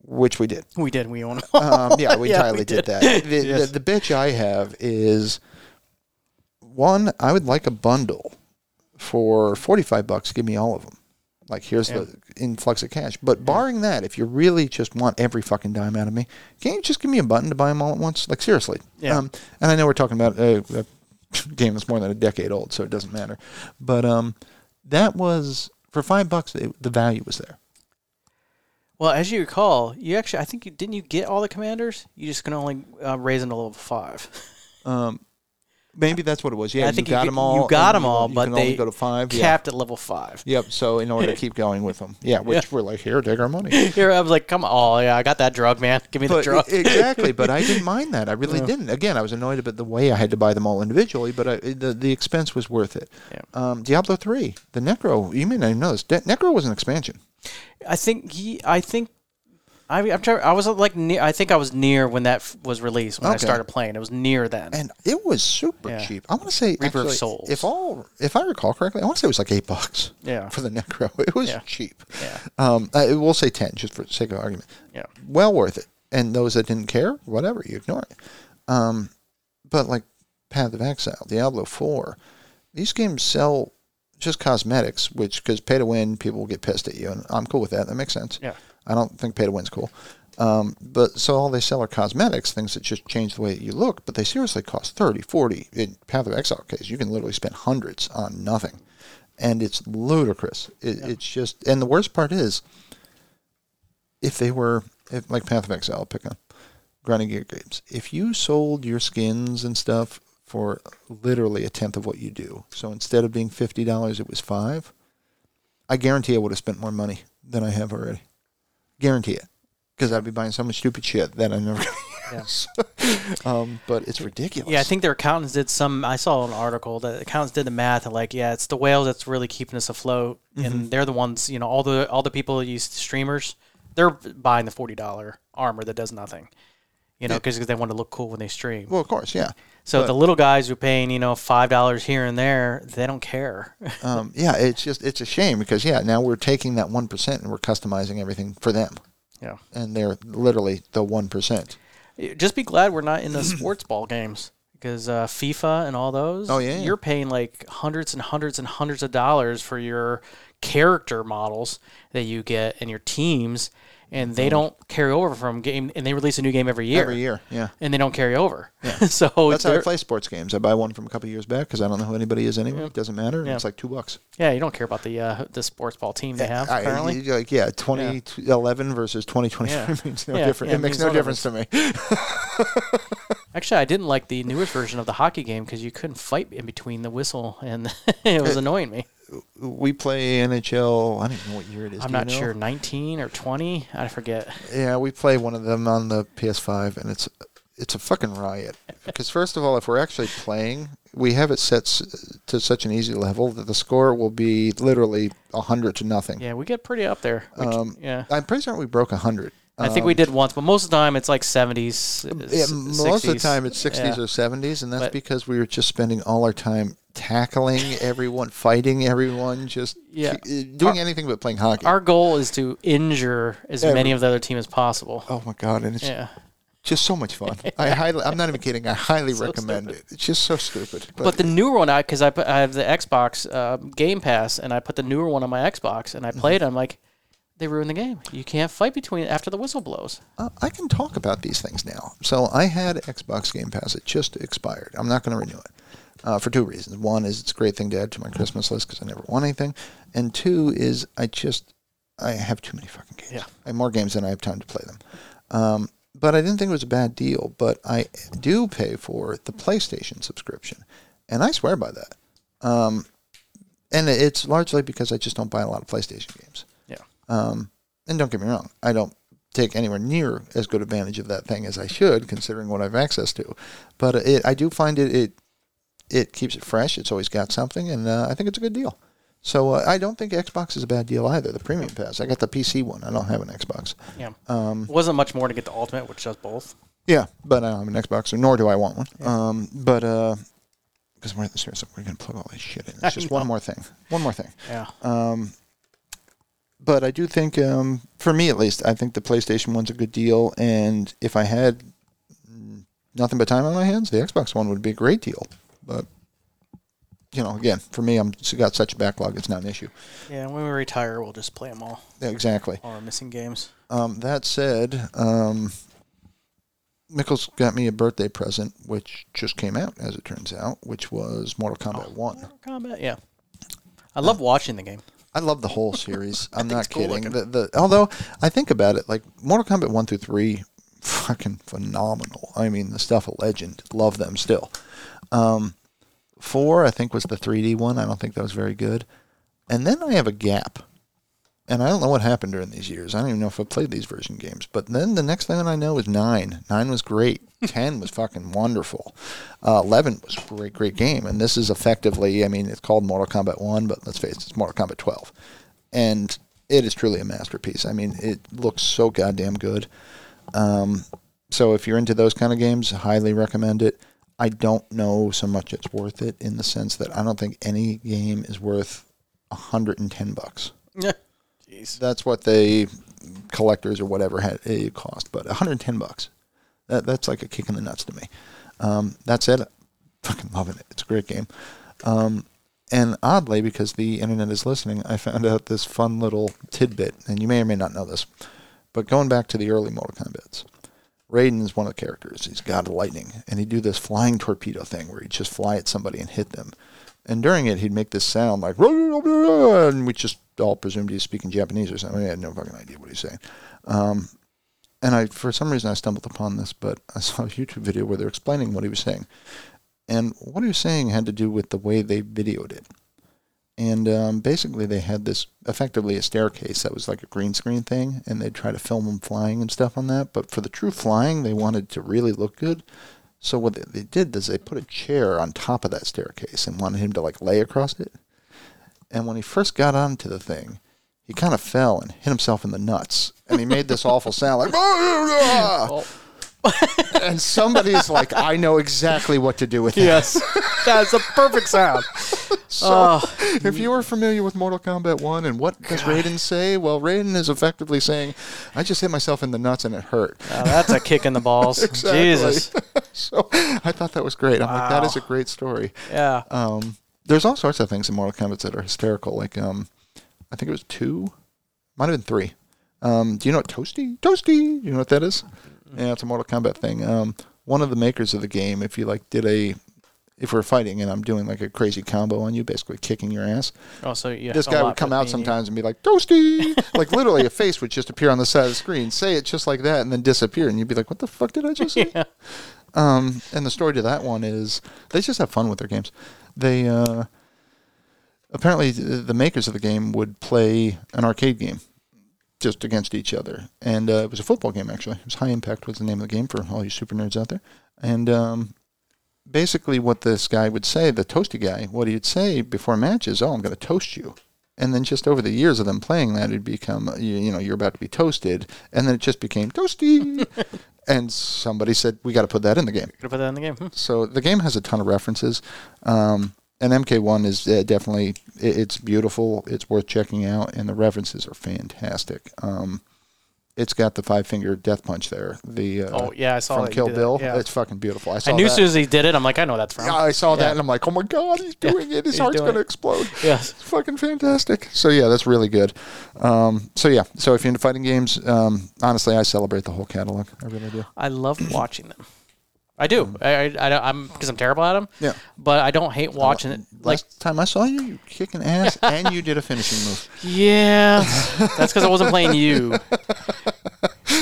[SPEAKER 1] which we did.
[SPEAKER 2] We did. We own them.
[SPEAKER 1] Um, yeah, we
[SPEAKER 2] Yeah,
[SPEAKER 1] entirely
[SPEAKER 2] we
[SPEAKER 1] did.
[SPEAKER 2] did.
[SPEAKER 1] that. The,
[SPEAKER 2] Yes.
[SPEAKER 1] the, the bitch I have is one, I would like a bundle for 45 bucks. Give me all of them. Like, here's the influx of cash. But barring that, if you really just want every fucking dime out of me, can't you just give me a button to buy them all at once? Like, seriously. Um,
[SPEAKER 2] Yeah.
[SPEAKER 1] and I know we're talking about uh, uh, *laughs* game that's more than a decade old, so it doesn't matter. But um, that was for five bucks. It, the value was there.
[SPEAKER 2] *laughs* Well, as you recall, you actually I think you didn't you get all the commanders. You just can only uh, raise them to level five.
[SPEAKER 1] Um, maybe that's what it was. Yeah,
[SPEAKER 2] I think
[SPEAKER 1] you got
[SPEAKER 2] could-
[SPEAKER 1] them all.
[SPEAKER 2] You got
[SPEAKER 1] and
[SPEAKER 2] them all,
[SPEAKER 1] you
[SPEAKER 2] but
[SPEAKER 1] can
[SPEAKER 2] they
[SPEAKER 1] only go to
[SPEAKER 2] *laughs*
[SPEAKER 1] five. Yeah.
[SPEAKER 2] capped at level five. *laughs*
[SPEAKER 1] Yep. So in order to keep going with them, yeah, which we're like, here, take our money.
[SPEAKER 2] *laughs* Here I was like, come on, oh, yeah, I got that drug, man. Give me
[SPEAKER 1] *laughs*
[SPEAKER 2] the
[SPEAKER 1] But
[SPEAKER 2] drug.
[SPEAKER 1] exactly, but I didn't mind that. I really didn't. Again, I was annoyed about the way I had to buy them all individually, but I, the the expense was worth it.
[SPEAKER 2] Yeah.
[SPEAKER 1] Um, Diablo three, the Necro. You may not even know this. De- Necro was an expansion.
[SPEAKER 2] I think he. I think. I, I'm trying, I was like near. I think I was near when that f- was released. When I
[SPEAKER 1] Okay.
[SPEAKER 2] started playing, it was near then.
[SPEAKER 1] and it was super
[SPEAKER 2] Yeah.
[SPEAKER 1] cheap. I want to say
[SPEAKER 2] Reaper of
[SPEAKER 1] actually,
[SPEAKER 2] Souls.
[SPEAKER 1] If all, if I recall correctly, I want to say it was like eight bucks.
[SPEAKER 2] Yeah.
[SPEAKER 1] For the Necro, *laughs* it was
[SPEAKER 2] Yeah.
[SPEAKER 1] cheap.
[SPEAKER 2] Yeah.
[SPEAKER 1] Um, I will say ten, just for the sake of argument.
[SPEAKER 2] Yeah.
[SPEAKER 1] Well worth it. And those that didn't care, whatever, you ignore it. Um, but like Path of Exile, Diablo Four, these games sell just cosmetics, which because pay to win, people will get pissed at you, and I'm cool with that. That makes sense.
[SPEAKER 2] Yeah.
[SPEAKER 1] I don't think pay to win's cool. Um, but so all they sell are cosmetics, things that just change the way that you look, but they seriously cost 30, 40. In Path of Exile case, you can literally spend hundreds on nothing. And it's ludicrous. It, It's just, and the worst part is, if they were, if, like Path of Exile, pick up Grinding Gear Games, if you sold your skins and stuff for literally a tenth of what you do, so instead of being $50, it was 5 I guarantee I would have spent more money than I have already. Guarantee it. Because I'd be buying so much stupid shit that I'm never *laughs* going to
[SPEAKER 2] Yeah.
[SPEAKER 1] use. um, but it's ridiculous.
[SPEAKER 2] Yeah, I think their accountants did some. I saw an article that accountants did the math and like, yeah, it's the whales that's really keeping us afloat,
[SPEAKER 1] Mm-hmm.
[SPEAKER 2] and they're the ones. You know, all the all the people use streamers. They're buying the forty dollar armor that does nothing. You know, because they want to look cool when they stream.
[SPEAKER 1] Well, of course, yeah.
[SPEAKER 2] So the little guys who are paying, you know, five dollars here and there, they
[SPEAKER 1] *laughs*
[SPEAKER 2] don't care.
[SPEAKER 1] Um, yeah, it's just, it's a shame because, yeah, now we're taking that 1% and we're customizing everything for them.
[SPEAKER 2] yeah,
[SPEAKER 1] And they're literally the 1%.
[SPEAKER 2] just be glad we're not in the sports ball games because uh, FIFA and all those.
[SPEAKER 1] Oh, yeah, yeah.
[SPEAKER 2] you're paying like hundreds and hundreds and hundreds of dollars for your character models that you get and your teams, and they don't carry over from game. And they release a new game every year,
[SPEAKER 1] Mm-hmm. Every year, yeah.
[SPEAKER 2] and they don't carry over. *laughs* so
[SPEAKER 1] That's how I
[SPEAKER 2] they're-
[SPEAKER 1] play sports games. I buy one from a couple years back because I don't know who anybody is anyway. It doesn't matter. and
[SPEAKER 2] Yeah.
[SPEAKER 1] It's like two bucks.
[SPEAKER 2] yeah, you don't care about the uh, the sports ball team they have
[SPEAKER 1] I-
[SPEAKER 2] apparently.
[SPEAKER 1] you- like, yeah, 2011 versus *laughs* 2023
[SPEAKER 2] Yeah.
[SPEAKER 1] makes no
[SPEAKER 2] Yeah,
[SPEAKER 1] difference.
[SPEAKER 2] yeah,
[SPEAKER 1] it makes
[SPEAKER 2] means
[SPEAKER 1] no
[SPEAKER 2] no
[SPEAKER 1] difference to me.
[SPEAKER 2] Actually, I didn't like the newest version of the hockey game because you couldn't fight in between the whistle, and *laughs* it was annoying me.
[SPEAKER 1] we play NHL. I don't even know what year it is.
[SPEAKER 2] I'm
[SPEAKER 1] do you
[SPEAKER 2] not
[SPEAKER 1] know?
[SPEAKER 2] sure, 19 or 20, I forget.
[SPEAKER 1] Yeah, we play one of them on the PS5, and it's it's a fucking
[SPEAKER 2] *laughs*
[SPEAKER 1] riot. Because first of all, if we're actually playing, we have it set s- to such an easy level that the score will be literally hundred to nothing.
[SPEAKER 2] Yeah, we get pretty up there. We c-
[SPEAKER 1] Um,
[SPEAKER 2] yeah,
[SPEAKER 1] I'm pretty certain we broke hundred.
[SPEAKER 2] I think we did once, but most of the time it's like 70s.
[SPEAKER 1] Yeah,
[SPEAKER 2] s-
[SPEAKER 1] most of the
[SPEAKER 2] 60s.
[SPEAKER 1] time it's 60s
[SPEAKER 2] Yeah.
[SPEAKER 1] or 70s, and that's
[SPEAKER 2] But-
[SPEAKER 1] because we were just spending all our time tackling everyone, fighting everyone, just
[SPEAKER 2] Yeah.
[SPEAKER 1] ki- eh, doing anything but playing hockey.
[SPEAKER 2] Our goal is to injure as many of the other team as possible.
[SPEAKER 1] oh my god, and it's
[SPEAKER 2] Yeah.
[SPEAKER 1] just so much
[SPEAKER 2] *laughs*
[SPEAKER 1] fun. I highly, I'm not even kidding. I highly recommend it. It's just so stupid. But,
[SPEAKER 2] But the newer one, I because I, put- I have the Xbox uh, Game Pass, and I put the newer one on my Xbox, and I
[SPEAKER 1] Mm-hmm.
[SPEAKER 2] played. it, I'm like, they ruined the game. You can't fight between after the whistle blows.
[SPEAKER 1] uh, I can talk about these things now. So I had Xbox Game Pass. It just expired. I'm not going to renew it uh, for two reasons. One is it's a great thing to add to my Christmas list because I never want anything, and two is I just I have too many fucking games.
[SPEAKER 2] Yeah.
[SPEAKER 1] I have more games than I have time to play them. Um, but I didn't think it was a bad deal. But I do pay for the PlayStation subscription, and I swear by that. Um, and it's largely because I just don't buy a lot of PlayStation games.
[SPEAKER 2] Yeah.
[SPEAKER 1] Um, and don't get me wrong, I don't take anywhere near as good advantage of that thing as I should, considering what I've access to. But it, I do find it, it it keeps it fresh. It's always got something, and uh, I think it's a good deal. So uh, I don't think Xbox is a bad deal either. The premium pass. I got the PC one. I don't have an Xbox.
[SPEAKER 2] Yeah. Um, wasn't much more to get the ultimate, which does both.
[SPEAKER 1] Yeah, but I don't have an Xbox, nor do I want one. Um, but because we're seriously, we're gonna plug all this shit in. It's just one more thing. One more thing.
[SPEAKER 2] Yeah.
[SPEAKER 1] but I do think, um, for me at least, I think the PlayStation one's a good deal. And if I had mm, nothing but time on my hands, the Xbox one would be a great deal. But you know, again, for me, I'm s- got such a backlog; it's not an issue.
[SPEAKER 2] yeah. When we retire, we'll just play them all.
[SPEAKER 1] Exactly.
[SPEAKER 2] All our missing games.
[SPEAKER 1] Um, that said, um, Mickles got me a birthday present, which just came out, as it turns out, which was Mortal Kombat 1.
[SPEAKER 2] Mortal Kombat, yeah. I love watching the game.
[SPEAKER 1] I love the whole
[SPEAKER 2] *laughs*
[SPEAKER 1] series. I'm not
[SPEAKER 2] it's cool
[SPEAKER 1] kidding.
[SPEAKER 2] looking.
[SPEAKER 1] the, the, although, I think about it, like Mortal Kombat 1 through 3, fucking phenomenal. I mean, the stuff a legend. Love them still. Um, 4, I think, was the 3D one. I don't think that was very good. And then I have a gap. And I don't know what happened during these years. I don't even know if I played these version games. But then the next thing that I know is nine. Nine was
[SPEAKER 2] *laughs*
[SPEAKER 1] great. Ten was fucking wonderful. Uh, Eleven was a great, great game. And this is effectively, I mean, it's called Mortal Kombat One, but let's face it, it's Mortal Kombat Twelve, and it is truly a masterpiece. I mean, it looks so goddamn good. Um, so if you're into those kind of games, highly recommend it. I don't know so much it's worth it in the sense that I don't think any game is worth 110 bucks
[SPEAKER 2] Jeez.
[SPEAKER 1] that's what they collectors or whatever had it cost, but 110 bucks. That that's like a kick in the nuts to me. Um, that's it. Fucking loving it. It's a great game. Um, and oddly, because the internet is listening, I found out this fun little tidbit, and you may or may not know this, but going back to the early Mortal Kombat's, Raiden is one of the characters. He's God of Lightning, and he'd do this flying torpedo thing where he'd just fly at somebody and hit them. And during it, he'd make this sound like, and we just all presumed he's speaking Japanese or something. I had no fucking idea what he's saying. Um, and I, for some reason, I stumbled upon this, but I *laughs* saw a YouTube video where they're explaining what he was saying, and what he was saying had to do with the way they videoed it. And um, basically, they had this effectively a staircase that was like a green screen thing, and they'd try to film him flying and stuff on that. But for the true flying, they wanted to really look good. So what they- they did is they put a chair on top of that staircase and wanted him to like lay across it. And when he first got onto the thing, he kind of fell and hit himself in the nuts, and he made this awful sound like. "Ah,
[SPEAKER 2] Well,
[SPEAKER 1] And somebody's like, "I know exactly what to do with *laughs* that."
[SPEAKER 2] yes. That's a perfect sound.
[SPEAKER 1] So, *laughs* if you are familiar with Mortal Kombat 1 and what does Raiden say? Well, Raiden is effectively saying, I just hit myself in the nuts and it hurt. *laughs*
[SPEAKER 2] Now that's a kick in the balls.
[SPEAKER 1] Exactly.
[SPEAKER 2] Jesus.
[SPEAKER 1] so I thought that was great. I'm like, that is a great story.
[SPEAKER 2] Yeah.
[SPEAKER 1] Um, there's all sorts of things in Mortal Kombat that are hysterical. Like, um, I think it was two, might have been three. Um, do you know what Toasty? Toasty. You know what that is? Yeah, it's a Mortal Kombat thing. Um, one of the makers of the game, if you like, did a, if we're fighting and I'm doing like a crazy combo on you, basically kicking your ass.
[SPEAKER 2] Oh, so yeah,
[SPEAKER 1] this
[SPEAKER 2] it's a
[SPEAKER 1] guy
[SPEAKER 2] lot
[SPEAKER 1] would come
[SPEAKER 2] with
[SPEAKER 1] out
[SPEAKER 2] me and you.
[SPEAKER 1] sometimes and be like toasty *laughs* like literally a face would just appear on the side of the screen say it just like that and then disappear and you'd be like what the fuck did i just
[SPEAKER 2] *laughs*
[SPEAKER 1] say um, and the story to that one is they just have fun with their games they uh, apparently th- the makers of the game would play an arcade game just against each other and uh, it was a football game actually it was high impact was the name of the game for all you super nerds out there and um, basically what this guy would say, the toasty guy, what he'd say before matches, oh, I'm going to toast you. And then just over the years of them playing that, it'd become, you, you know, you're about to be toasted. And then it just became
[SPEAKER 2] *laughs*
[SPEAKER 1] toasty. and somebody said, we got to put that in the game.
[SPEAKER 2] Could have put that in the game. Hmm.
[SPEAKER 1] So the game has a ton of references. Um, and MK1 is uh, definitely, it, it's beautiful. It's worth checking out. And the references are fantastic. Um, it's got the five finger death punch there. The uh,
[SPEAKER 2] Oh, yeah, I saw
[SPEAKER 1] from
[SPEAKER 2] that you
[SPEAKER 1] Kill
[SPEAKER 2] did that.
[SPEAKER 1] Bill.
[SPEAKER 2] Yeah.
[SPEAKER 1] It's fucking beautiful. I saw
[SPEAKER 2] I knew
[SPEAKER 1] that.
[SPEAKER 2] as soon as he did it, I'm like, I know that's from.
[SPEAKER 1] Yeah, I saw that
[SPEAKER 2] Yeah.
[SPEAKER 1] and I'm like, oh my god, he's
[SPEAKER 2] Yeah,
[SPEAKER 1] doing it. His
[SPEAKER 2] he's
[SPEAKER 1] heart's
[SPEAKER 2] doing
[SPEAKER 1] gonna
[SPEAKER 2] it.
[SPEAKER 1] explode.
[SPEAKER 2] Yes.
[SPEAKER 1] It's fucking fantastic. So yeah, that's really good. Um, so yeah, so if you're into fighting games, um, honestly, I celebrate the whole catalog. I really do.
[SPEAKER 2] I love watching them. I do. I, I, I am because I'm terrible at them.
[SPEAKER 1] Yeah.
[SPEAKER 2] But I don't hate watching it. Like,
[SPEAKER 1] Last time I saw you, you kicking
[SPEAKER 2] *laughs*
[SPEAKER 1] ass and you did a finishing move.
[SPEAKER 2] yeah, that's because I wasn't playing you.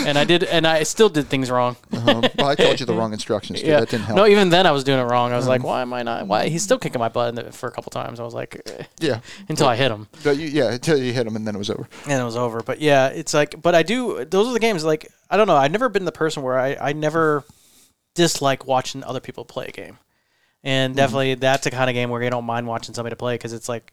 [SPEAKER 2] And I did, and I still did things wrong.
[SPEAKER 1] Um, well, I told you the wrong instructions. Dude.
[SPEAKER 2] yeah.
[SPEAKER 1] That didn't help.
[SPEAKER 2] No, even then I was doing it wrong. I was like, why am I not? Why he's still kicking my butt in the- for a couple times. I was like, eh,
[SPEAKER 1] yeah,
[SPEAKER 2] until I hit him.
[SPEAKER 1] but you, yeah, until you hit him and then it was over.
[SPEAKER 2] and it was over. But yeah, it's like, but I do. Those are the games. Like, I don't know. I've never been the person where I, I never dislike watching other people play a game, and definitely that's the kind of game where you don't mind watching somebody play because it's like,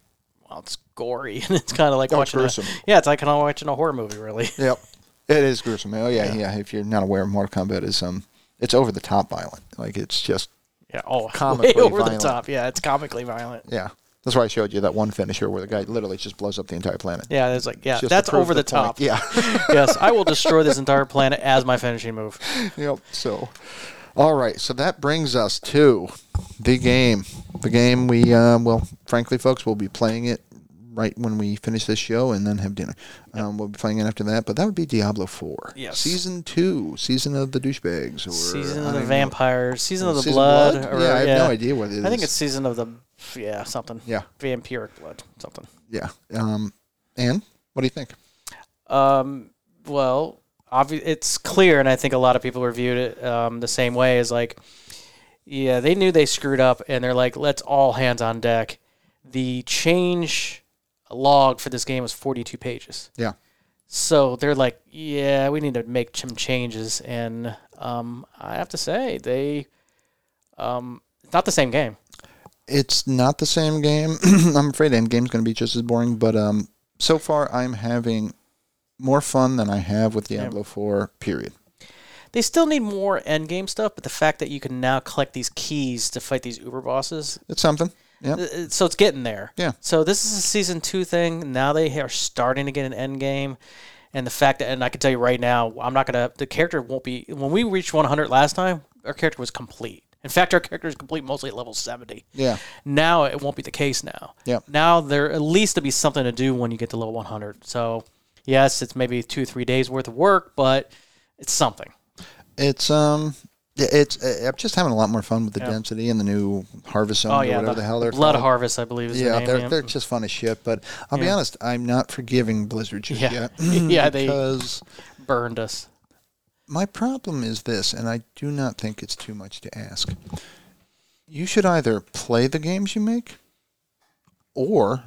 [SPEAKER 2] well, it's gory *laughs* and it's kind of like
[SPEAKER 1] Oh, it's
[SPEAKER 2] watching. A,
[SPEAKER 1] gruesome.
[SPEAKER 2] yeah, it's like kind of watching a horror movie, really. *laughs*
[SPEAKER 1] Yep. It is gruesome. Oh yeah, yeah, If you're not aware, Mortal Kombat is um, it's over the top violent. Like it's just
[SPEAKER 2] Yeah. Oh,
[SPEAKER 1] Comically
[SPEAKER 2] way *laughs* over
[SPEAKER 1] violent.
[SPEAKER 2] the top. Yeah, it's comically violent.
[SPEAKER 1] yeah. That's why I showed you that one finisher where the guy literally just blows up the entire planet.
[SPEAKER 2] Yeah, there's like yeah,
[SPEAKER 1] Just to
[SPEAKER 2] that's
[SPEAKER 1] prove
[SPEAKER 2] over the,
[SPEAKER 1] point.
[SPEAKER 2] *laughs* top.
[SPEAKER 1] Yeah.
[SPEAKER 2] yes, I will destroy this entire planet as my finishing move.
[SPEAKER 1] yep. So, all right. So that brings us to the game. The game we, um, well, frankly, folks, we'll be playing it right when we finish this show and then have dinner. Um, we'll be playing it after that, but that would be Diablo Four.
[SPEAKER 2] Yes.
[SPEAKER 1] Season two, season of the douchebags, or
[SPEAKER 2] Season
[SPEAKER 1] I
[SPEAKER 2] of the
[SPEAKER 1] don't
[SPEAKER 2] Vampire, Season of the
[SPEAKER 1] Season of
[SPEAKER 2] Blood.
[SPEAKER 1] Blood?
[SPEAKER 2] Or,
[SPEAKER 1] Yeah, I have no idea what it
[SPEAKER 2] I think
[SPEAKER 1] is.
[SPEAKER 2] it's Season of the, yeah, something.
[SPEAKER 1] Yeah.
[SPEAKER 2] Vampiric Blood, something.
[SPEAKER 1] Even, yeah. Um, and what do you think?
[SPEAKER 2] Um, well, obvi- it's clear, and I think a lot of people reviewed it um, the same way. Is like, yeah, they knew they screwed up, and they're like, let's all hands on deck. The change log for this game was 42 pages,
[SPEAKER 1] Yeah.
[SPEAKER 2] so they're like, yeah, we need to make some changes, and um, I have to say they, um, it's not the same game.
[SPEAKER 1] It's not the same game. *clears throat* I'm afraid Endgame's going to be just as boring, but um, so far I'm having more fun than I have with Diablo Four. Period.
[SPEAKER 2] They still need more end game stuff, but the fact that you can now collect these keys to fight these uber bosses
[SPEAKER 1] It's something. Yeah.
[SPEAKER 2] Uh, uh, so it's getting there.
[SPEAKER 1] Yeah.
[SPEAKER 2] So this is a season two thing. Now they are starting to get an end game, and the fact that, and I can tell you right now, I'm not gonna. The character won't be when we reached 100 last time. Our character was complete. In fact, our character is complete mostly at level 70.
[SPEAKER 1] Yeah.
[SPEAKER 2] Now it won't be the case. Now.
[SPEAKER 1] Yeah.
[SPEAKER 2] Now there at least there'll be something to do when you get to level 100. So yes, it's maybe two three days worth of work, but it's something.
[SPEAKER 1] It's um. It's. uh, I'm just having a lot more fun with the density and the new harvest zone
[SPEAKER 2] Oh
[SPEAKER 1] or
[SPEAKER 2] yeah.
[SPEAKER 1] whatever the, hell they're
[SPEAKER 2] Blood
[SPEAKER 1] called.
[SPEAKER 2] Harvest, I believe, is
[SPEAKER 1] Yeah,
[SPEAKER 2] the name.
[SPEAKER 1] they're,
[SPEAKER 2] yeah.
[SPEAKER 1] they're just fun as shit. But I'll be honest, I'm not forgiving Blizzard just
[SPEAKER 2] Yeah.
[SPEAKER 1] yet. *clears throat*
[SPEAKER 2] *laughs* Yeah, they-
[SPEAKER 1] because
[SPEAKER 2] burned us.
[SPEAKER 1] my problem is this, and I do not think it's too much to ask. You should either play the games you make, or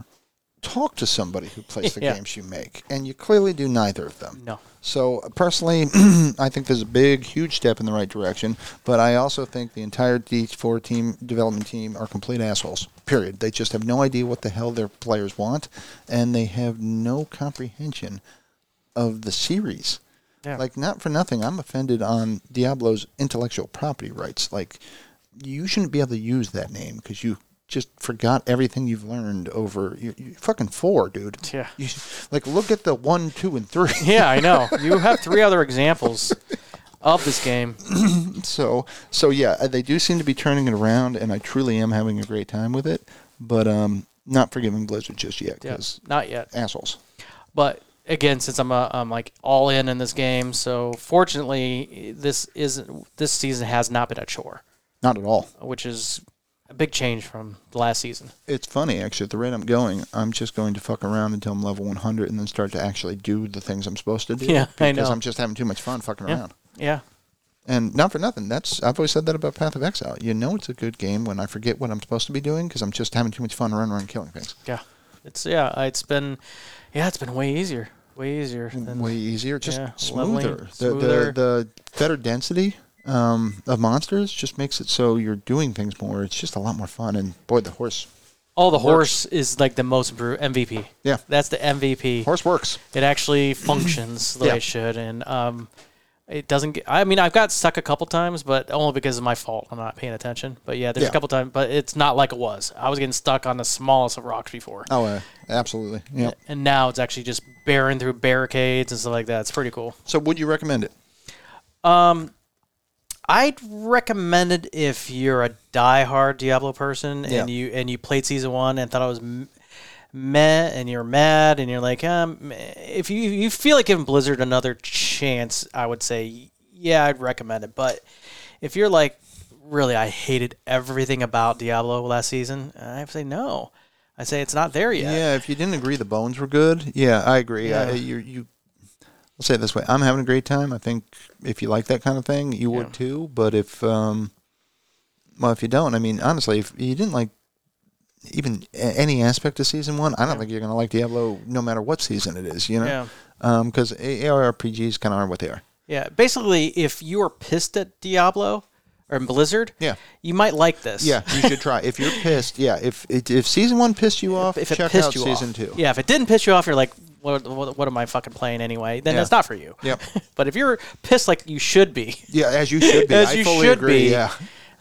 [SPEAKER 1] talk to somebody who plays the
[SPEAKER 2] *laughs* Yeah.
[SPEAKER 1] games you make, and you clearly do neither of them.
[SPEAKER 2] No.
[SPEAKER 1] So personally, *clears throat* I think there's a big, huge step in the right direction. But I also think the entire D4 team development team are complete assholes. Period. They just have no idea what the hell their players want, and they have no comprehension of the series.
[SPEAKER 2] Yeah.
[SPEAKER 1] Like not for nothing, I'm offended on Diablo's intellectual property rights. Like you shouldn't be able to use that name because you just forgot everything you've learned over you, you fucking four, dude.
[SPEAKER 2] Yeah.
[SPEAKER 1] You, sh- like look at the one, two, and three. *laughs*
[SPEAKER 2] Yeah, I know. You have three other examples of this game.
[SPEAKER 1] So, so yeah, uh, they do seem to be turning it around, and I truly am having a great time with it. But um, not forgiving Blizzard just yet
[SPEAKER 2] Yeah,
[SPEAKER 1] because
[SPEAKER 2] not yet.
[SPEAKER 1] assholes.
[SPEAKER 2] But again, since I'm uh, I'm like all in in this game, so fortunately, this isn't this season has not been a chore,
[SPEAKER 1] Not at all.
[SPEAKER 2] which is a big change from the last season.
[SPEAKER 1] It's funny actually. At the rate I'm going, I'm just going to fuck around until I'm level 100, and then start to actually do the things I'm supposed to do.
[SPEAKER 2] Yeah, I
[SPEAKER 1] *laughs* Because
[SPEAKER 2] know.
[SPEAKER 1] I'm just having too much fun fucking around.
[SPEAKER 2] Yeah,
[SPEAKER 1] And not for nothing. That's I've always said that about Path of Exile. You know, it's a good game when I forget what I'm supposed to be doing because I'm just having too much fun running around killing things.
[SPEAKER 2] yeah. It's yeah. It's been yeah. It's been way easier. Way easier.
[SPEAKER 1] Mm,
[SPEAKER 2] Than,
[SPEAKER 1] way easier, just
[SPEAKER 2] yeah, leveling,
[SPEAKER 1] smoother.
[SPEAKER 2] smoother.
[SPEAKER 1] The, the the better density um, of monsters just makes it so you're doing things more. It's just a lot more fun. And boy, the horse
[SPEAKER 2] oh, the horse is like the most improved MVP.
[SPEAKER 1] Yeah.
[SPEAKER 2] that's the MVP.
[SPEAKER 1] horse works.
[SPEAKER 2] it
[SPEAKER 1] *clears throat*
[SPEAKER 2] actually functions the
[SPEAKER 1] Yeah.
[SPEAKER 2] way it should and um it doesn't get, i mean i've got stuck a couple times but only because of my fault i'm not paying attention but yeah there's
[SPEAKER 1] Yeah.
[SPEAKER 2] a couple times but it's not like it was i was getting stuck on the smallest of rocks before
[SPEAKER 1] Oh, uh, absolutely. Yeah.
[SPEAKER 2] and now it's actually just bearing through barricades and stuff like that it's pretty cool
[SPEAKER 1] So would you recommend it?
[SPEAKER 2] I'd recommend it if you're a diehard Diablo person and
[SPEAKER 1] Yeah.
[SPEAKER 2] you and you played season one and thought it was m- meh and you're mad and you're like, um, if you you feel like giving Blizzard another chance, I would say yeah, I'd recommend it. But if you're like, really, I hated everything about Diablo last season, I would say no. I say it's not there yet.
[SPEAKER 1] Yeah. If you didn't agree, the bones were good. Yeah, I agree. I,
[SPEAKER 2] Yeah.
[SPEAKER 1] you you. I'll say it this way: I'm having a great time. I think if you like that kind of thing, you would too. But if um, well, if you don't, I mean, honestly, if you didn't like even a- any aspect of season one, I don't think you're gonna like Diablo no matter what season it is. You know, Um,
[SPEAKER 2] Yeah.
[SPEAKER 1] because ARPGs kind of are what they are.
[SPEAKER 2] Yeah, basically, if you are pissed at Diablo or Blizzard,
[SPEAKER 1] Yeah.
[SPEAKER 2] you might like this.
[SPEAKER 1] Yeah, you should try. If you're pissed, yeah, if it, if season one pissed you off,
[SPEAKER 2] if it
[SPEAKER 1] check
[SPEAKER 2] pissed
[SPEAKER 1] out
[SPEAKER 2] you
[SPEAKER 1] season
[SPEAKER 2] off.
[SPEAKER 1] two.
[SPEAKER 2] Yeah, if it didn't piss you off, you're like, what, what, what am I fucking playing anyway? Then
[SPEAKER 1] Yeah.
[SPEAKER 2] that's not for you.
[SPEAKER 1] Yep.
[SPEAKER 2] *laughs* but if you're pissed like you should be,
[SPEAKER 1] Yeah, as you *laughs* should be.
[SPEAKER 2] as
[SPEAKER 1] I
[SPEAKER 2] you
[SPEAKER 1] fully
[SPEAKER 2] should
[SPEAKER 1] agree.
[SPEAKER 2] be,
[SPEAKER 1] Yeah.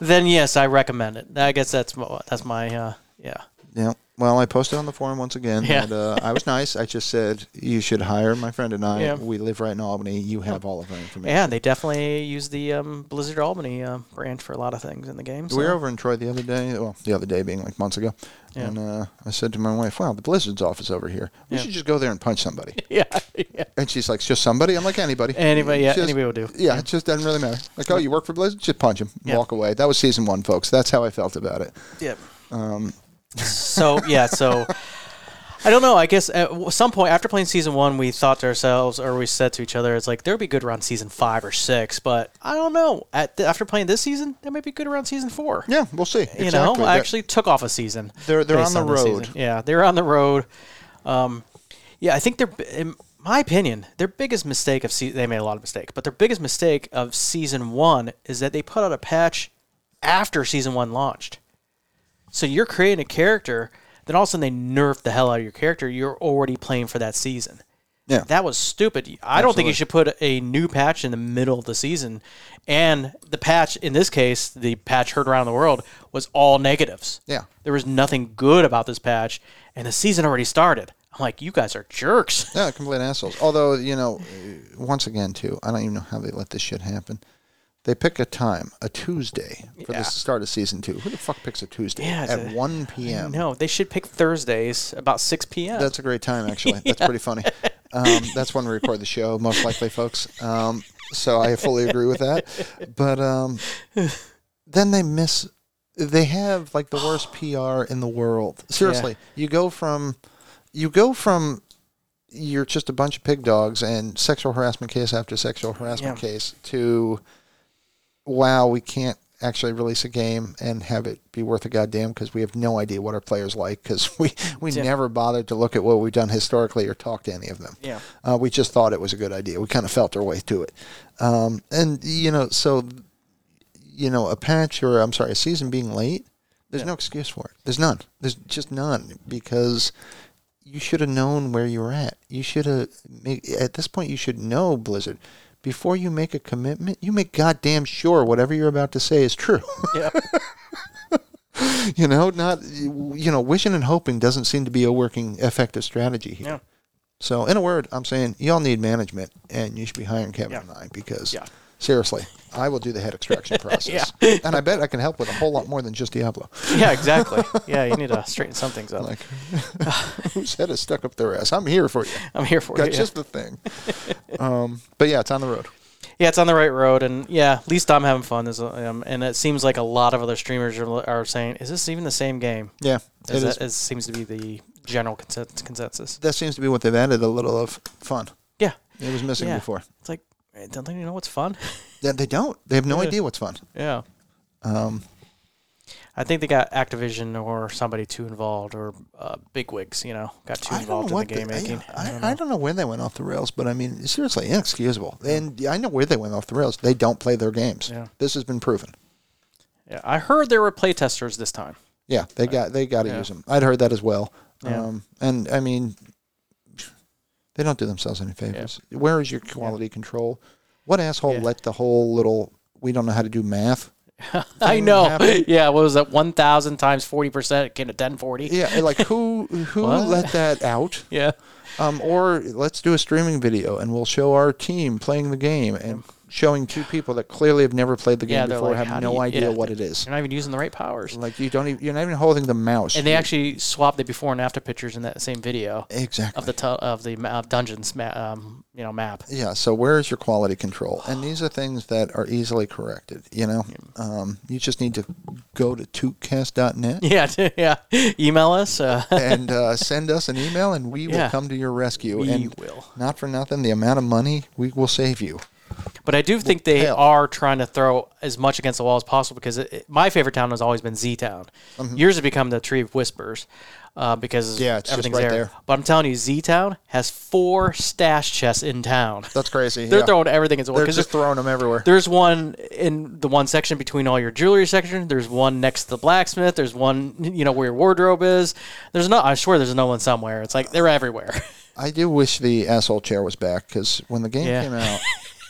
[SPEAKER 2] then yes, I recommend it. I guess that's my, that's my uh, yeah.
[SPEAKER 1] Yeah. Well, I posted on the forum once again
[SPEAKER 2] Yeah.
[SPEAKER 1] that uh, I was nice. I just said you should hire my friend and I.
[SPEAKER 2] Yeah.
[SPEAKER 1] We live right in Albany. You have all of our information.
[SPEAKER 2] Yeah, they definitely use the um, Blizzard Albany uh, brand for a lot of things in the game.
[SPEAKER 1] We were
[SPEAKER 2] so-
[SPEAKER 1] over in Troy the other day. Well, the other day being like months ago,
[SPEAKER 2] Yeah.
[SPEAKER 1] and uh, I said to my wife, "Wow, the Blizzard's office over here. We
[SPEAKER 2] Yeah.
[SPEAKER 1] should just go there and punch somebody."
[SPEAKER 2] *laughs* yeah, yeah.
[SPEAKER 1] And she's like, "Just somebody." I'm like, "Anybody."
[SPEAKER 2] Anyway, yeah,
[SPEAKER 1] Just-
[SPEAKER 2] anybody will do.
[SPEAKER 1] Yeah, it just doesn't really matter. Like, oh, you work for Blizzard? Just punch him,
[SPEAKER 2] Yeah.
[SPEAKER 1] walk away. That was season one, folks. That's how I felt about it.
[SPEAKER 2] Yep. Um. so yeah, so I don't know. I guess at w- some point after playing season one, we thought to ourselves, or we said to each other, "It's like there'd be good around season five or six, but I don't know. At the, after playing this season, that might be good around season four.
[SPEAKER 1] Yeah, we'll see. *laughs*
[SPEAKER 2] You
[SPEAKER 1] Exactly.
[SPEAKER 2] know, I
[SPEAKER 1] That-
[SPEAKER 2] actually took off a season.
[SPEAKER 1] They're- they're
[SPEAKER 2] based
[SPEAKER 1] on the
[SPEAKER 2] this
[SPEAKER 1] road.
[SPEAKER 2] season. Yeah, they're on the road. Um, yeah, I think they're, in my opinion, their biggest mistake of se- they made a lot of mistakes, but their biggest mistake of season one is that they put out a patch after season one launched. So you're creating a character, then all of a sudden they nerf the hell out of your character. You're already playing for that season.
[SPEAKER 1] Yeah.
[SPEAKER 2] That was stupid. I don't think you should put a new patch in the middle of the season. And the patch, in this case, the patch heard around the world, was all negatives.
[SPEAKER 1] Yeah.
[SPEAKER 2] There was nothing good about this patch, and the season already started. I'm like, you guys are jerks.
[SPEAKER 1] Yeah, complete assholes. Although, you know, uh, once again, too, I don't even know how they let this shit happen. They pick a time, a Tuesday, for the start of season two. Who the fuck picks a Tuesday
[SPEAKER 2] Yeah, it's
[SPEAKER 1] at
[SPEAKER 2] a-
[SPEAKER 1] 1 p.m.?
[SPEAKER 2] *laughs* No, they should pick Thursdays about 6 p.m.
[SPEAKER 1] That's a great time,
[SPEAKER 2] *laughs*
[SPEAKER 1] actually. That's pretty funny. Um, that's when we record the show, most likely, folks. Um, so I fully agree with that. But um, then they miss. They have like the
[SPEAKER 2] *gasps*
[SPEAKER 1] worst PR in the world. Seriously, you go from, you go from, you're just a bunch of pig dogs and sexual harassment case after sexual harassment
[SPEAKER 2] Yeah.
[SPEAKER 1] case to, wow, we can't actually release a game and have it be worth a goddamn because we have no idea what our players like because *laughs* we, we never bothered to look at what we've done historically or talk to any of them.
[SPEAKER 2] Yeah.
[SPEAKER 1] Uh, we just thought it was a good idea. We kind of felt our way to it. Um, and, you know, so, you know, a patch or, I'm sorry, a season being late, there's no excuse for it. There's none. There's just none because you should have known where you were at. You should have make at this point. You should know Blizzard before you make a commitment. You make goddamn sure whatever you're about to say is true. *laughs*
[SPEAKER 2] Yeah.
[SPEAKER 1] you know, not you know, wishing and hoping doesn't seem to be a working effective strategy here.
[SPEAKER 2] Yeah.
[SPEAKER 1] So, in a word, I'm saying y'all need management, and you should be hiring Kevin
[SPEAKER 2] Yeah.
[SPEAKER 1] and I because
[SPEAKER 2] Yeah.
[SPEAKER 1] seriously, I will do the head
[SPEAKER 2] *laughs*
[SPEAKER 1] extraction process, and I bet I can help with a whole lot more than just Diablo. *laughs*
[SPEAKER 2] yeah, exactly. Yeah, you need to straighten some things up.
[SPEAKER 1] Like, *laughs* whose head is stuck up their ass? I'm here
[SPEAKER 2] *laughs*
[SPEAKER 1] for you.
[SPEAKER 2] I'm here for
[SPEAKER 1] That's
[SPEAKER 2] you. yeah.
[SPEAKER 1] just the thing. um, but yeah, it's on the road.
[SPEAKER 2] Yeah, it's on the right road, and yeah, at least I'm having fun. As, um, and it seems like a lot of other streamers are, are saying, "Is this even the same game?"
[SPEAKER 1] Yeah,
[SPEAKER 2] As
[SPEAKER 1] it is.
[SPEAKER 2] that as seems to be the general consen- consensus.
[SPEAKER 1] That seems to be what they've added a little of fun.
[SPEAKER 2] Yeah,
[SPEAKER 1] It was missing
[SPEAKER 2] Yeah.
[SPEAKER 1] before.
[SPEAKER 2] it's like eh, don't they know what's fun? *laughs*
[SPEAKER 1] Yeah, they don't. They have no
[SPEAKER 2] Yeah.
[SPEAKER 1] idea what's fun.
[SPEAKER 2] yeah,
[SPEAKER 1] Um,
[SPEAKER 2] I think they got Activision or somebody too involved, or uh, bigwigs. You know, got too
[SPEAKER 1] I don't
[SPEAKER 2] involved
[SPEAKER 1] know
[SPEAKER 2] in the
[SPEAKER 1] what
[SPEAKER 2] game
[SPEAKER 1] the-
[SPEAKER 2] making.
[SPEAKER 1] I, I, I don't know when they went off the rails, but I mean, seriously, inexcusable. And I know where they went off the rails. They don't play their games.
[SPEAKER 2] Yeah.
[SPEAKER 1] This has been proven.
[SPEAKER 2] yeah, I heard there were playtesters this time.
[SPEAKER 1] Yeah, they got they got to 'em.
[SPEAKER 2] Yeah.
[SPEAKER 1] use them. I'd heard that as well.
[SPEAKER 2] Yeah.
[SPEAKER 1] Um, and I mean, they don't do themselves any favors. Where is your quality control? What asshole
[SPEAKER 2] Yeah.
[SPEAKER 1] let the whole little we don't know how to do math?
[SPEAKER 2] I
[SPEAKER 1] Thing
[SPEAKER 2] know.
[SPEAKER 1] happened.
[SPEAKER 2] *laughs* Yeah, what was that? One thousand times forty percent came to ten forty.
[SPEAKER 1] Yeah, and, like who who
[SPEAKER 2] What?
[SPEAKER 1] let that out?
[SPEAKER 2] Yeah.
[SPEAKER 1] Um, or let's do a streaming video and we'll show our team playing the game and showing two people that clearly have never played the game
[SPEAKER 2] Yeah, they're
[SPEAKER 1] before
[SPEAKER 2] like,
[SPEAKER 1] have
[SPEAKER 2] how do
[SPEAKER 1] no
[SPEAKER 2] you-
[SPEAKER 1] idea
[SPEAKER 2] yeah.
[SPEAKER 1] what it is.
[SPEAKER 2] You're not even using the right powers.
[SPEAKER 1] Like you don't even you're not even holding the mouse.
[SPEAKER 2] And they actually swapped the before and after pictures in that same video
[SPEAKER 1] exactly
[SPEAKER 2] of the tu- of the ma- of dungeons ma- um, you know map. *laughs*
[SPEAKER 1] yeah so where is your quality control
[SPEAKER 2] *sighs*
[SPEAKER 1] and these are things that are easily corrected you know um, you just need to go to
[SPEAKER 2] *laughs*
[SPEAKER 1] tootcast.net
[SPEAKER 2] Yeah, t- yeah. Email us. Uh, *laughs*
[SPEAKER 1] and uh, send us an email and we will
[SPEAKER 2] Yeah.
[SPEAKER 1] come to your rescue
[SPEAKER 2] We
[SPEAKER 1] and
[SPEAKER 2] will.
[SPEAKER 1] not for nothing the amount of money we will save you
[SPEAKER 2] but I do think they
[SPEAKER 1] hell.
[SPEAKER 2] are trying to throw as much against the wall as possible because it, it- my favorite town has always been Z Town. Yours have become the Tree of Whispers uh, because
[SPEAKER 1] Mm-hmm. Yeah, it's just
[SPEAKER 2] everything's
[SPEAKER 1] right
[SPEAKER 2] there.
[SPEAKER 1] there.
[SPEAKER 2] But I'm telling you, Z Town has four stash chests in town.
[SPEAKER 1] that's crazy
[SPEAKER 2] They're
[SPEAKER 1] yeah.
[SPEAKER 2] throwing everything as well
[SPEAKER 1] they're
[SPEAKER 2] because
[SPEAKER 1] just throwing them everywhere
[SPEAKER 2] There's one in the one section between all your jewelry section. There's one next to the blacksmith. There's one, you know, where your wardrobe is. There's no, I swear, there's another one somewhere. It's like they're everywhere. *laughs*
[SPEAKER 1] i do wish the asshole chair was back because when the game
[SPEAKER 2] Yeah. *laughs*
[SPEAKER 1] came out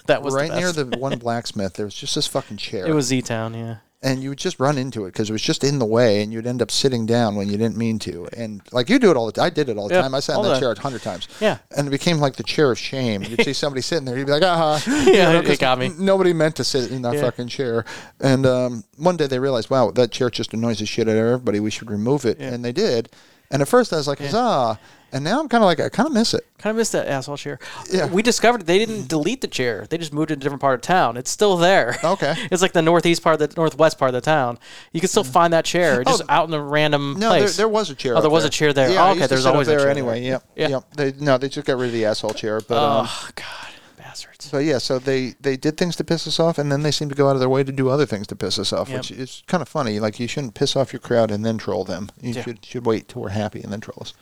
[SPEAKER 2] that was
[SPEAKER 1] right
[SPEAKER 2] the
[SPEAKER 1] near
[SPEAKER 2] best.
[SPEAKER 1] the one blacksmith there was just this fucking chair
[SPEAKER 2] It was Z Town, yeah.
[SPEAKER 1] and you would just run into it because it was just in the way, and you'd end up sitting down when you didn't mean to. And like you do it all the time. I did it all the
[SPEAKER 2] Yeah,
[SPEAKER 1] time. I sat
[SPEAKER 2] all
[SPEAKER 1] in that
[SPEAKER 2] the-
[SPEAKER 1] chair a hundred times.
[SPEAKER 2] Yeah.
[SPEAKER 1] And it became like the chair of shame. You'd see somebody sitting there, you'd be like, ah.
[SPEAKER 2] *laughs* Yeah, it
[SPEAKER 1] 'cause
[SPEAKER 2] got me.
[SPEAKER 1] n- Nobody meant to sit in that
[SPEAKER 2] Yeah.
[SPEAKER 1] fucking chair. And um, one day they realized, wow, that chair just annoys the shit out of everybody. We should remove it. And they did. And at first I was like, huzzah. And now I'm kind of like, I kind of miss it.
[SPEAKER 2] Kind of missed that asshole chair.
[SPEAKER 1] Yeah.
[SPEAKER 2] We discovered they didn't delete the chair. They just moved it to a different part of town. It's still there.
[SPEAKER 1] Okay.
[SPEAKER 2] *laughs* it's like the northeast part of the northwest part of the town. You can still find
[SPEAKER 1] *laughs*
[SPEAKER 2] that chair just out in a random
[SPEAKER 1] Oh. No, there,
[SPEAKER 2] place.
[SPEAKER 1] there was a chair.
[SPEAKER 2] Oh, there
[SPEAKER 1] up
[SPEAKER 2] was a chair there.
[SPEAKER 1] Yeah,
[SPEAKER 2] Oh,
[SPEAKER 1] I
[SPEAKER 2] okay,
[SPEAKER 1] used to
[SPEAKER 2] there's
[SPEAKER 1] sit up
[SPEAKER 2] always a
[SPEAKER 1] there
[SPEAKER 2] chair
[SPEAKER 1] anyway. Yep.
[SPEAKER 2] Yeah.
[SPEAKER 1] Yep. They, no, they just got rid of the asshole chair. But um,
[SPEAKER 2] Oh God, bastards.
[SPEAKER 1] but yeah, so they they did things to piss us off, and then they seem to go out of their way to do other things to piss us off,
[SPEAKER 2] Yep.
[SPEAKER 1] which is kind of funny. Like you shouldn't piss off your crowd and then troll them. You
[SPEAKER 2] Yeah.
[SPEAKER 1] should should wait till we're happy and then troll us.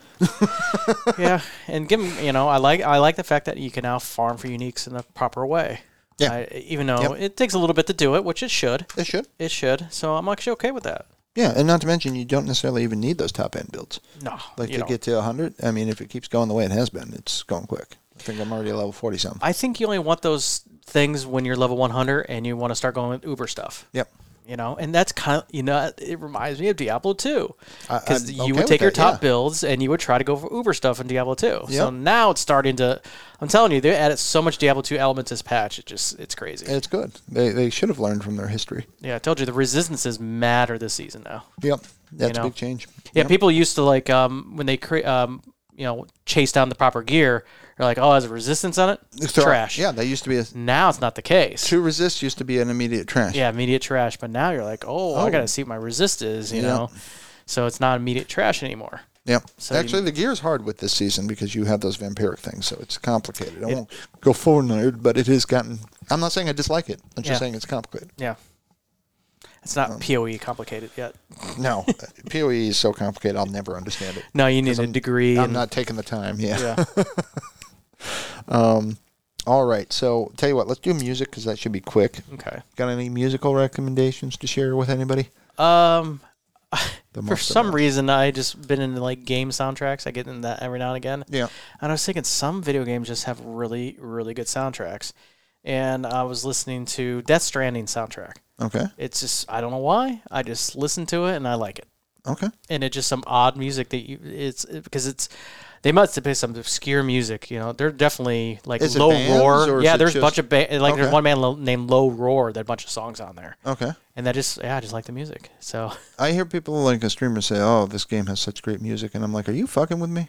[SPEAKER 2] yeah, and give 'em- You know, I like I like the fact that you can now farm for uniques in the proper way.
[SPEAKER 1] Yeah.
[SPEAKER 2] I, even though it takes a little bit to do it, which it should.
[SPEAKER 1] They should.
[SPEAKER 2] It should. So I'm actually okay with that.
[SPEAKER 1] Yeah, and not to mention you don't necessarily even need those top end builds.
[SPEAKER 2] No,
[SPEAKER 1] Like
[SPEAKER 2] you
[SPEAKER 1] to
[SPEAKER 2] don't.
[SPEAKER 1] get to hundred. I mean, if it keeps going the way it has been, it's going quick. I think I'm already level forty something.
[SPEAKER 2] I think you only want those things when you're level 100 and you want to start going with Uber stuff.
[SPEAKER 1] Yep.
[SPEAKER 2] You know, and that's kind of you know it reminds me of Diablo 2
[SPEAKER 1] I-
[SPEAKER 2] because
[SPEAKER 1] I'm
[SPEAKER 2] you
[SPEAKER 1] okay
[SPEAKER 2] would
[SPEAKER 1] with
[SPEAKER 2] take your
[SPEAKER 1] that,
[SPEAKER 2] top
[SPEAKER 1] yeah.
[SPEAKER 2] builds and you would try to go for Uber stuff in Diablo 2. So
[SPEAKER 1] Yep.
[SPEAKER 2] now it's starting to. I'm telling you, they added so much Diablo 2 elements this patch. It just it's crazy.
[SPEAKER 1] It's good. They they should have learned from their history.
[SPEAKER 2] yeah, I told you the resistances matter this season now.
[SPEAKER 1] Yep. That's
[SPEAKER 2] know?
[SPEAKER 1] a big change.
[SPEAKER 2] Yeah, people used to like um, when they create um, you know chase down the proper gear. They're like, oh, has a resistance on it? It's
[SPEAKER 1] So, uh,
[SPEAKER 2] trash.
[SPEAKER 1] Yeah, they used to be a
[SPEAKER 2] Now it's not the case.
[SPEAKER 1] to resist used to be an immediate trash.
[SPEAKER 2] Yeah, immediate trash. But now you're like, oh, I
[SPEAKER 1] Oh.
[SPEAKER 2] gotta see what my resist is, you
[SPEAKER 1] Yeah.
[SPEAKER 2] know. So it's not immediate trash anymore.
[SPEAKER 1] Yep.
[SPEAKER 2] you-
[SPEAKER 1] Actually, the gear is hard with this season because you have those vampiric things, so it's complicated. I won't go full nerd, but it has gotten. I'm not saying I dislike it. I'm just
[SPEAKER 2] Yeah.
[SPEAKER 1] saying it's complicated.
[SPEAKER 2] Yeah. It's
[SPEAKER 1] Um,
[SPEAKER 2] not PoE complicated yet.
[SPEAKER 1] No, uh, Poe E is so complicated. I'll never understand it.
[SPEAKER 2] No, you need a degree.
[SPEAKER 1] I'm
[SPEAKER 2] and-
[SPEAKER 1] not taking the time. Yeah.
[SPEAKER 2] *laughs* Yeah.
[SPEAKER 1] *laughs* All right. So tell you what, let's do music because that should be quick.
[SPEAKER 2] okay.
[SPEAKER 1] Got any musical recommendations to share with anybody?
[SPEAKER 2] Um,
[SPEAKER 1] The
[SPEAKER 2] for
[SPEAKER 1] most of
[SPEAKER 2] some
[SPEAKER 1] them.
[SPEAKER 2] reason, I just been into like game soundtracks. I get into that every now and again.
[SPEAKER 1] Yeah.
[SPEAKER 2] And I was thinking some video games just have really, really good soundtracks. And I was listening to Death Stranding soundtrack.
[SPEAKER 1] Okay.
[SPEAKER 2] It's just I don't know why. I just listened to it and I like it.
[SPEAKER 1] Okay.
[SPEAKER 2] and it's just some odd music that you it's it- because it's they must have played some obscure music you know they're definitely like
[SPEAKER 1] Is it
[SPEAKER 2] low
[SPEAKER 1] bands,
[SPEAKER 2] roar
[SPEAKER 1] or is
[SPEAKER 2] yeah
[SPEAKER 1] it
[SPEAKER 2] there's a
[SPEAKER 1] just-
[SPEAKER 2] bunch of ba- like there's
[SPEAKER 1] Okay.
[SPEAKER 2] one man lo- named low roar that had a bunch of songs on there
[SPEAKER 1] Okay.
[SPEAKER 2] and that just yeah i just like the music so *laughs*
[SPEAKER 1] I hear people like a streamer say, "Oh, this game has such great music," and I'm like, "Are you fucking with
[SPEAKER 2] *laughs*
[SPEAKER 1] me?"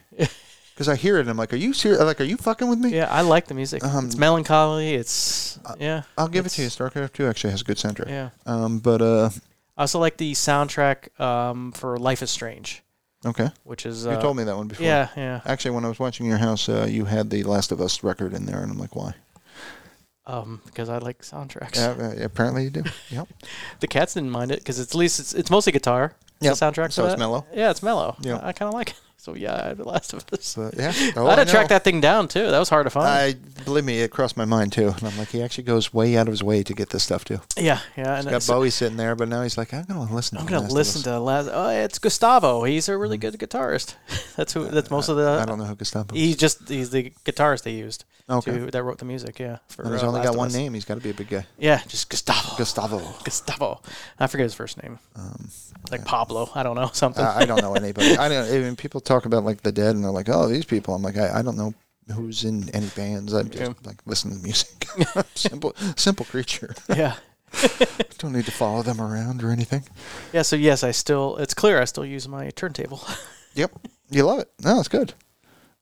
[SPEAKER 1] Because I hear it, and I'm like, "Are you serious? Like, are you fucking with me?"
[SPEAKER 2] yeah i like the music
[SPEAKER 1] Um,
[SPEAKER 2] it's melancholy it's
[SPEAKER 1] uh,
[SPEAKER 2] yeah
[SPEAKER 1] I'll give it to you.
[SPEAKER 2] it's-
[SPEAKER 1] StarCraft Two actually has a good soundtrack.
[SPEAKER 2] yeah
[SPEAKER 1] Um, but uh,
[SPEAKER 2] i also like the soundtrack um for life is strange
[SPEAKER 1] okay,
[SPEAKER 2] which is
[SPEAKER 1] you
[SPEAKER 2] uh,
[SPEAKER 1] told me that one before.
[SPEAKER 2] yeah yeah
[SPEAKER 1] Actually, when I was watching your house, uh, you had the Last of Us record in there, and I'm like,
[SPEAKER 2] *laughs*
[SPEAKER 1] "Why?"
[SPEAKER 2] um because i like soundtracks
[SPEAKER 1] Yeah, uh, apparently you do.
[SPEAKER 2] *laughs*
[SPEAKER 1] yep.
[SPEAKER 2] the cats didn't mind it because it's at least it's, it's mostly guitar the
[SPEAKER 1] Yep.
[SPEAKER 2] soundtrack
[SPEAKER 1] So
[SPEAKER 2] for
[SPEAKER 1] it's
[SPEAKER 2] that.
[SPEAKER 1] mellow.
[SPEAKER 2] Yeah, it's mellow.
[SPEAKER 1] Yeah.
[SPEAKER 2] I kind of like it. So yeah, I had The Last of Us.
[SPEAKER 1] But
[SPEAKER 2] *laughs*
[SPEAKER 1] yeah, Oh,
[SPEAKER 2] I had
[SPEAKER 1] I
[SPEAKER 2] to track
[SPEAKER 1] know.
[SPEAKER 2] that thing down too. That was hard to find.
[SPEAKER 1] I believe me, it crossed my mind too, and I'm like, he actually goes way out of his way to get this stuff too.
[SPEAKER 2] yeah, yeah. And
[SPEAKER 1] Got
[SPEAKER 2] it's-
[SPEAKER 1] Bowie sitting there, but now he's like, "I'm gonna listen."
[SPEAKER 2] I'm
[SPEAKER 1] to
[SPEAKER 2] gonna listen to Last. Oh, it's Gustavo. He's a really good guitarist. *laughs* that's who. That's most of
[SPEAKER 1] Mm. Uh, I
[SPEAKER 2] the.
[SPEAKER 1] don't know who Gustavo. is.
[SPEAKER 2] He's just he's the guitarist they used.
[SPEAKER 1] Okay.
[SPEAKER 2] To, that wrote the music. Yeah. For,
[SPEAKER 1] And he's
[SPEAKER 2] uh,
[SPEAKER 1] only
[SPEAKER 2] Last
[SPEAKER 1] got
[SPEAKER 2] of
[SPEAKER 1] one
[SPEAKER 2] Us.
[SPEAKER 1] name. He's got to be a big guy.
[SPEAKER 2] Yeah, just Gustavo.
[SPEAKER 1] Gustavo. Um,
[SPEAKER 2] Gustavo. I forget his first name. like Pablo. I don't know *laughs* something.
[SPEAKER 1] I I don't know
[SPEAKER 2] *laughs*
[SPEAKER 1] anybody. I don't. Even people talk about like the dead, and they're like, "Oh, these people." I'm like, I, I don't know who's in any bands. I'm just
[SPEAKER 2] Yeah.
[SPEAKER 1] like listen to
[SPEAKER 2] *laughs*
[SPEAKER 1] music. *laughs* simple, simple creature.
[SPEAKER 2] yeah.
[SPEAKER 1] don't need to follow them around or anything.
[SPEAKER 2] Yeah. So yes, I still. It's clear. I still use my turntable.
[SPEAKER 1] Yep, you love it. No, it's good.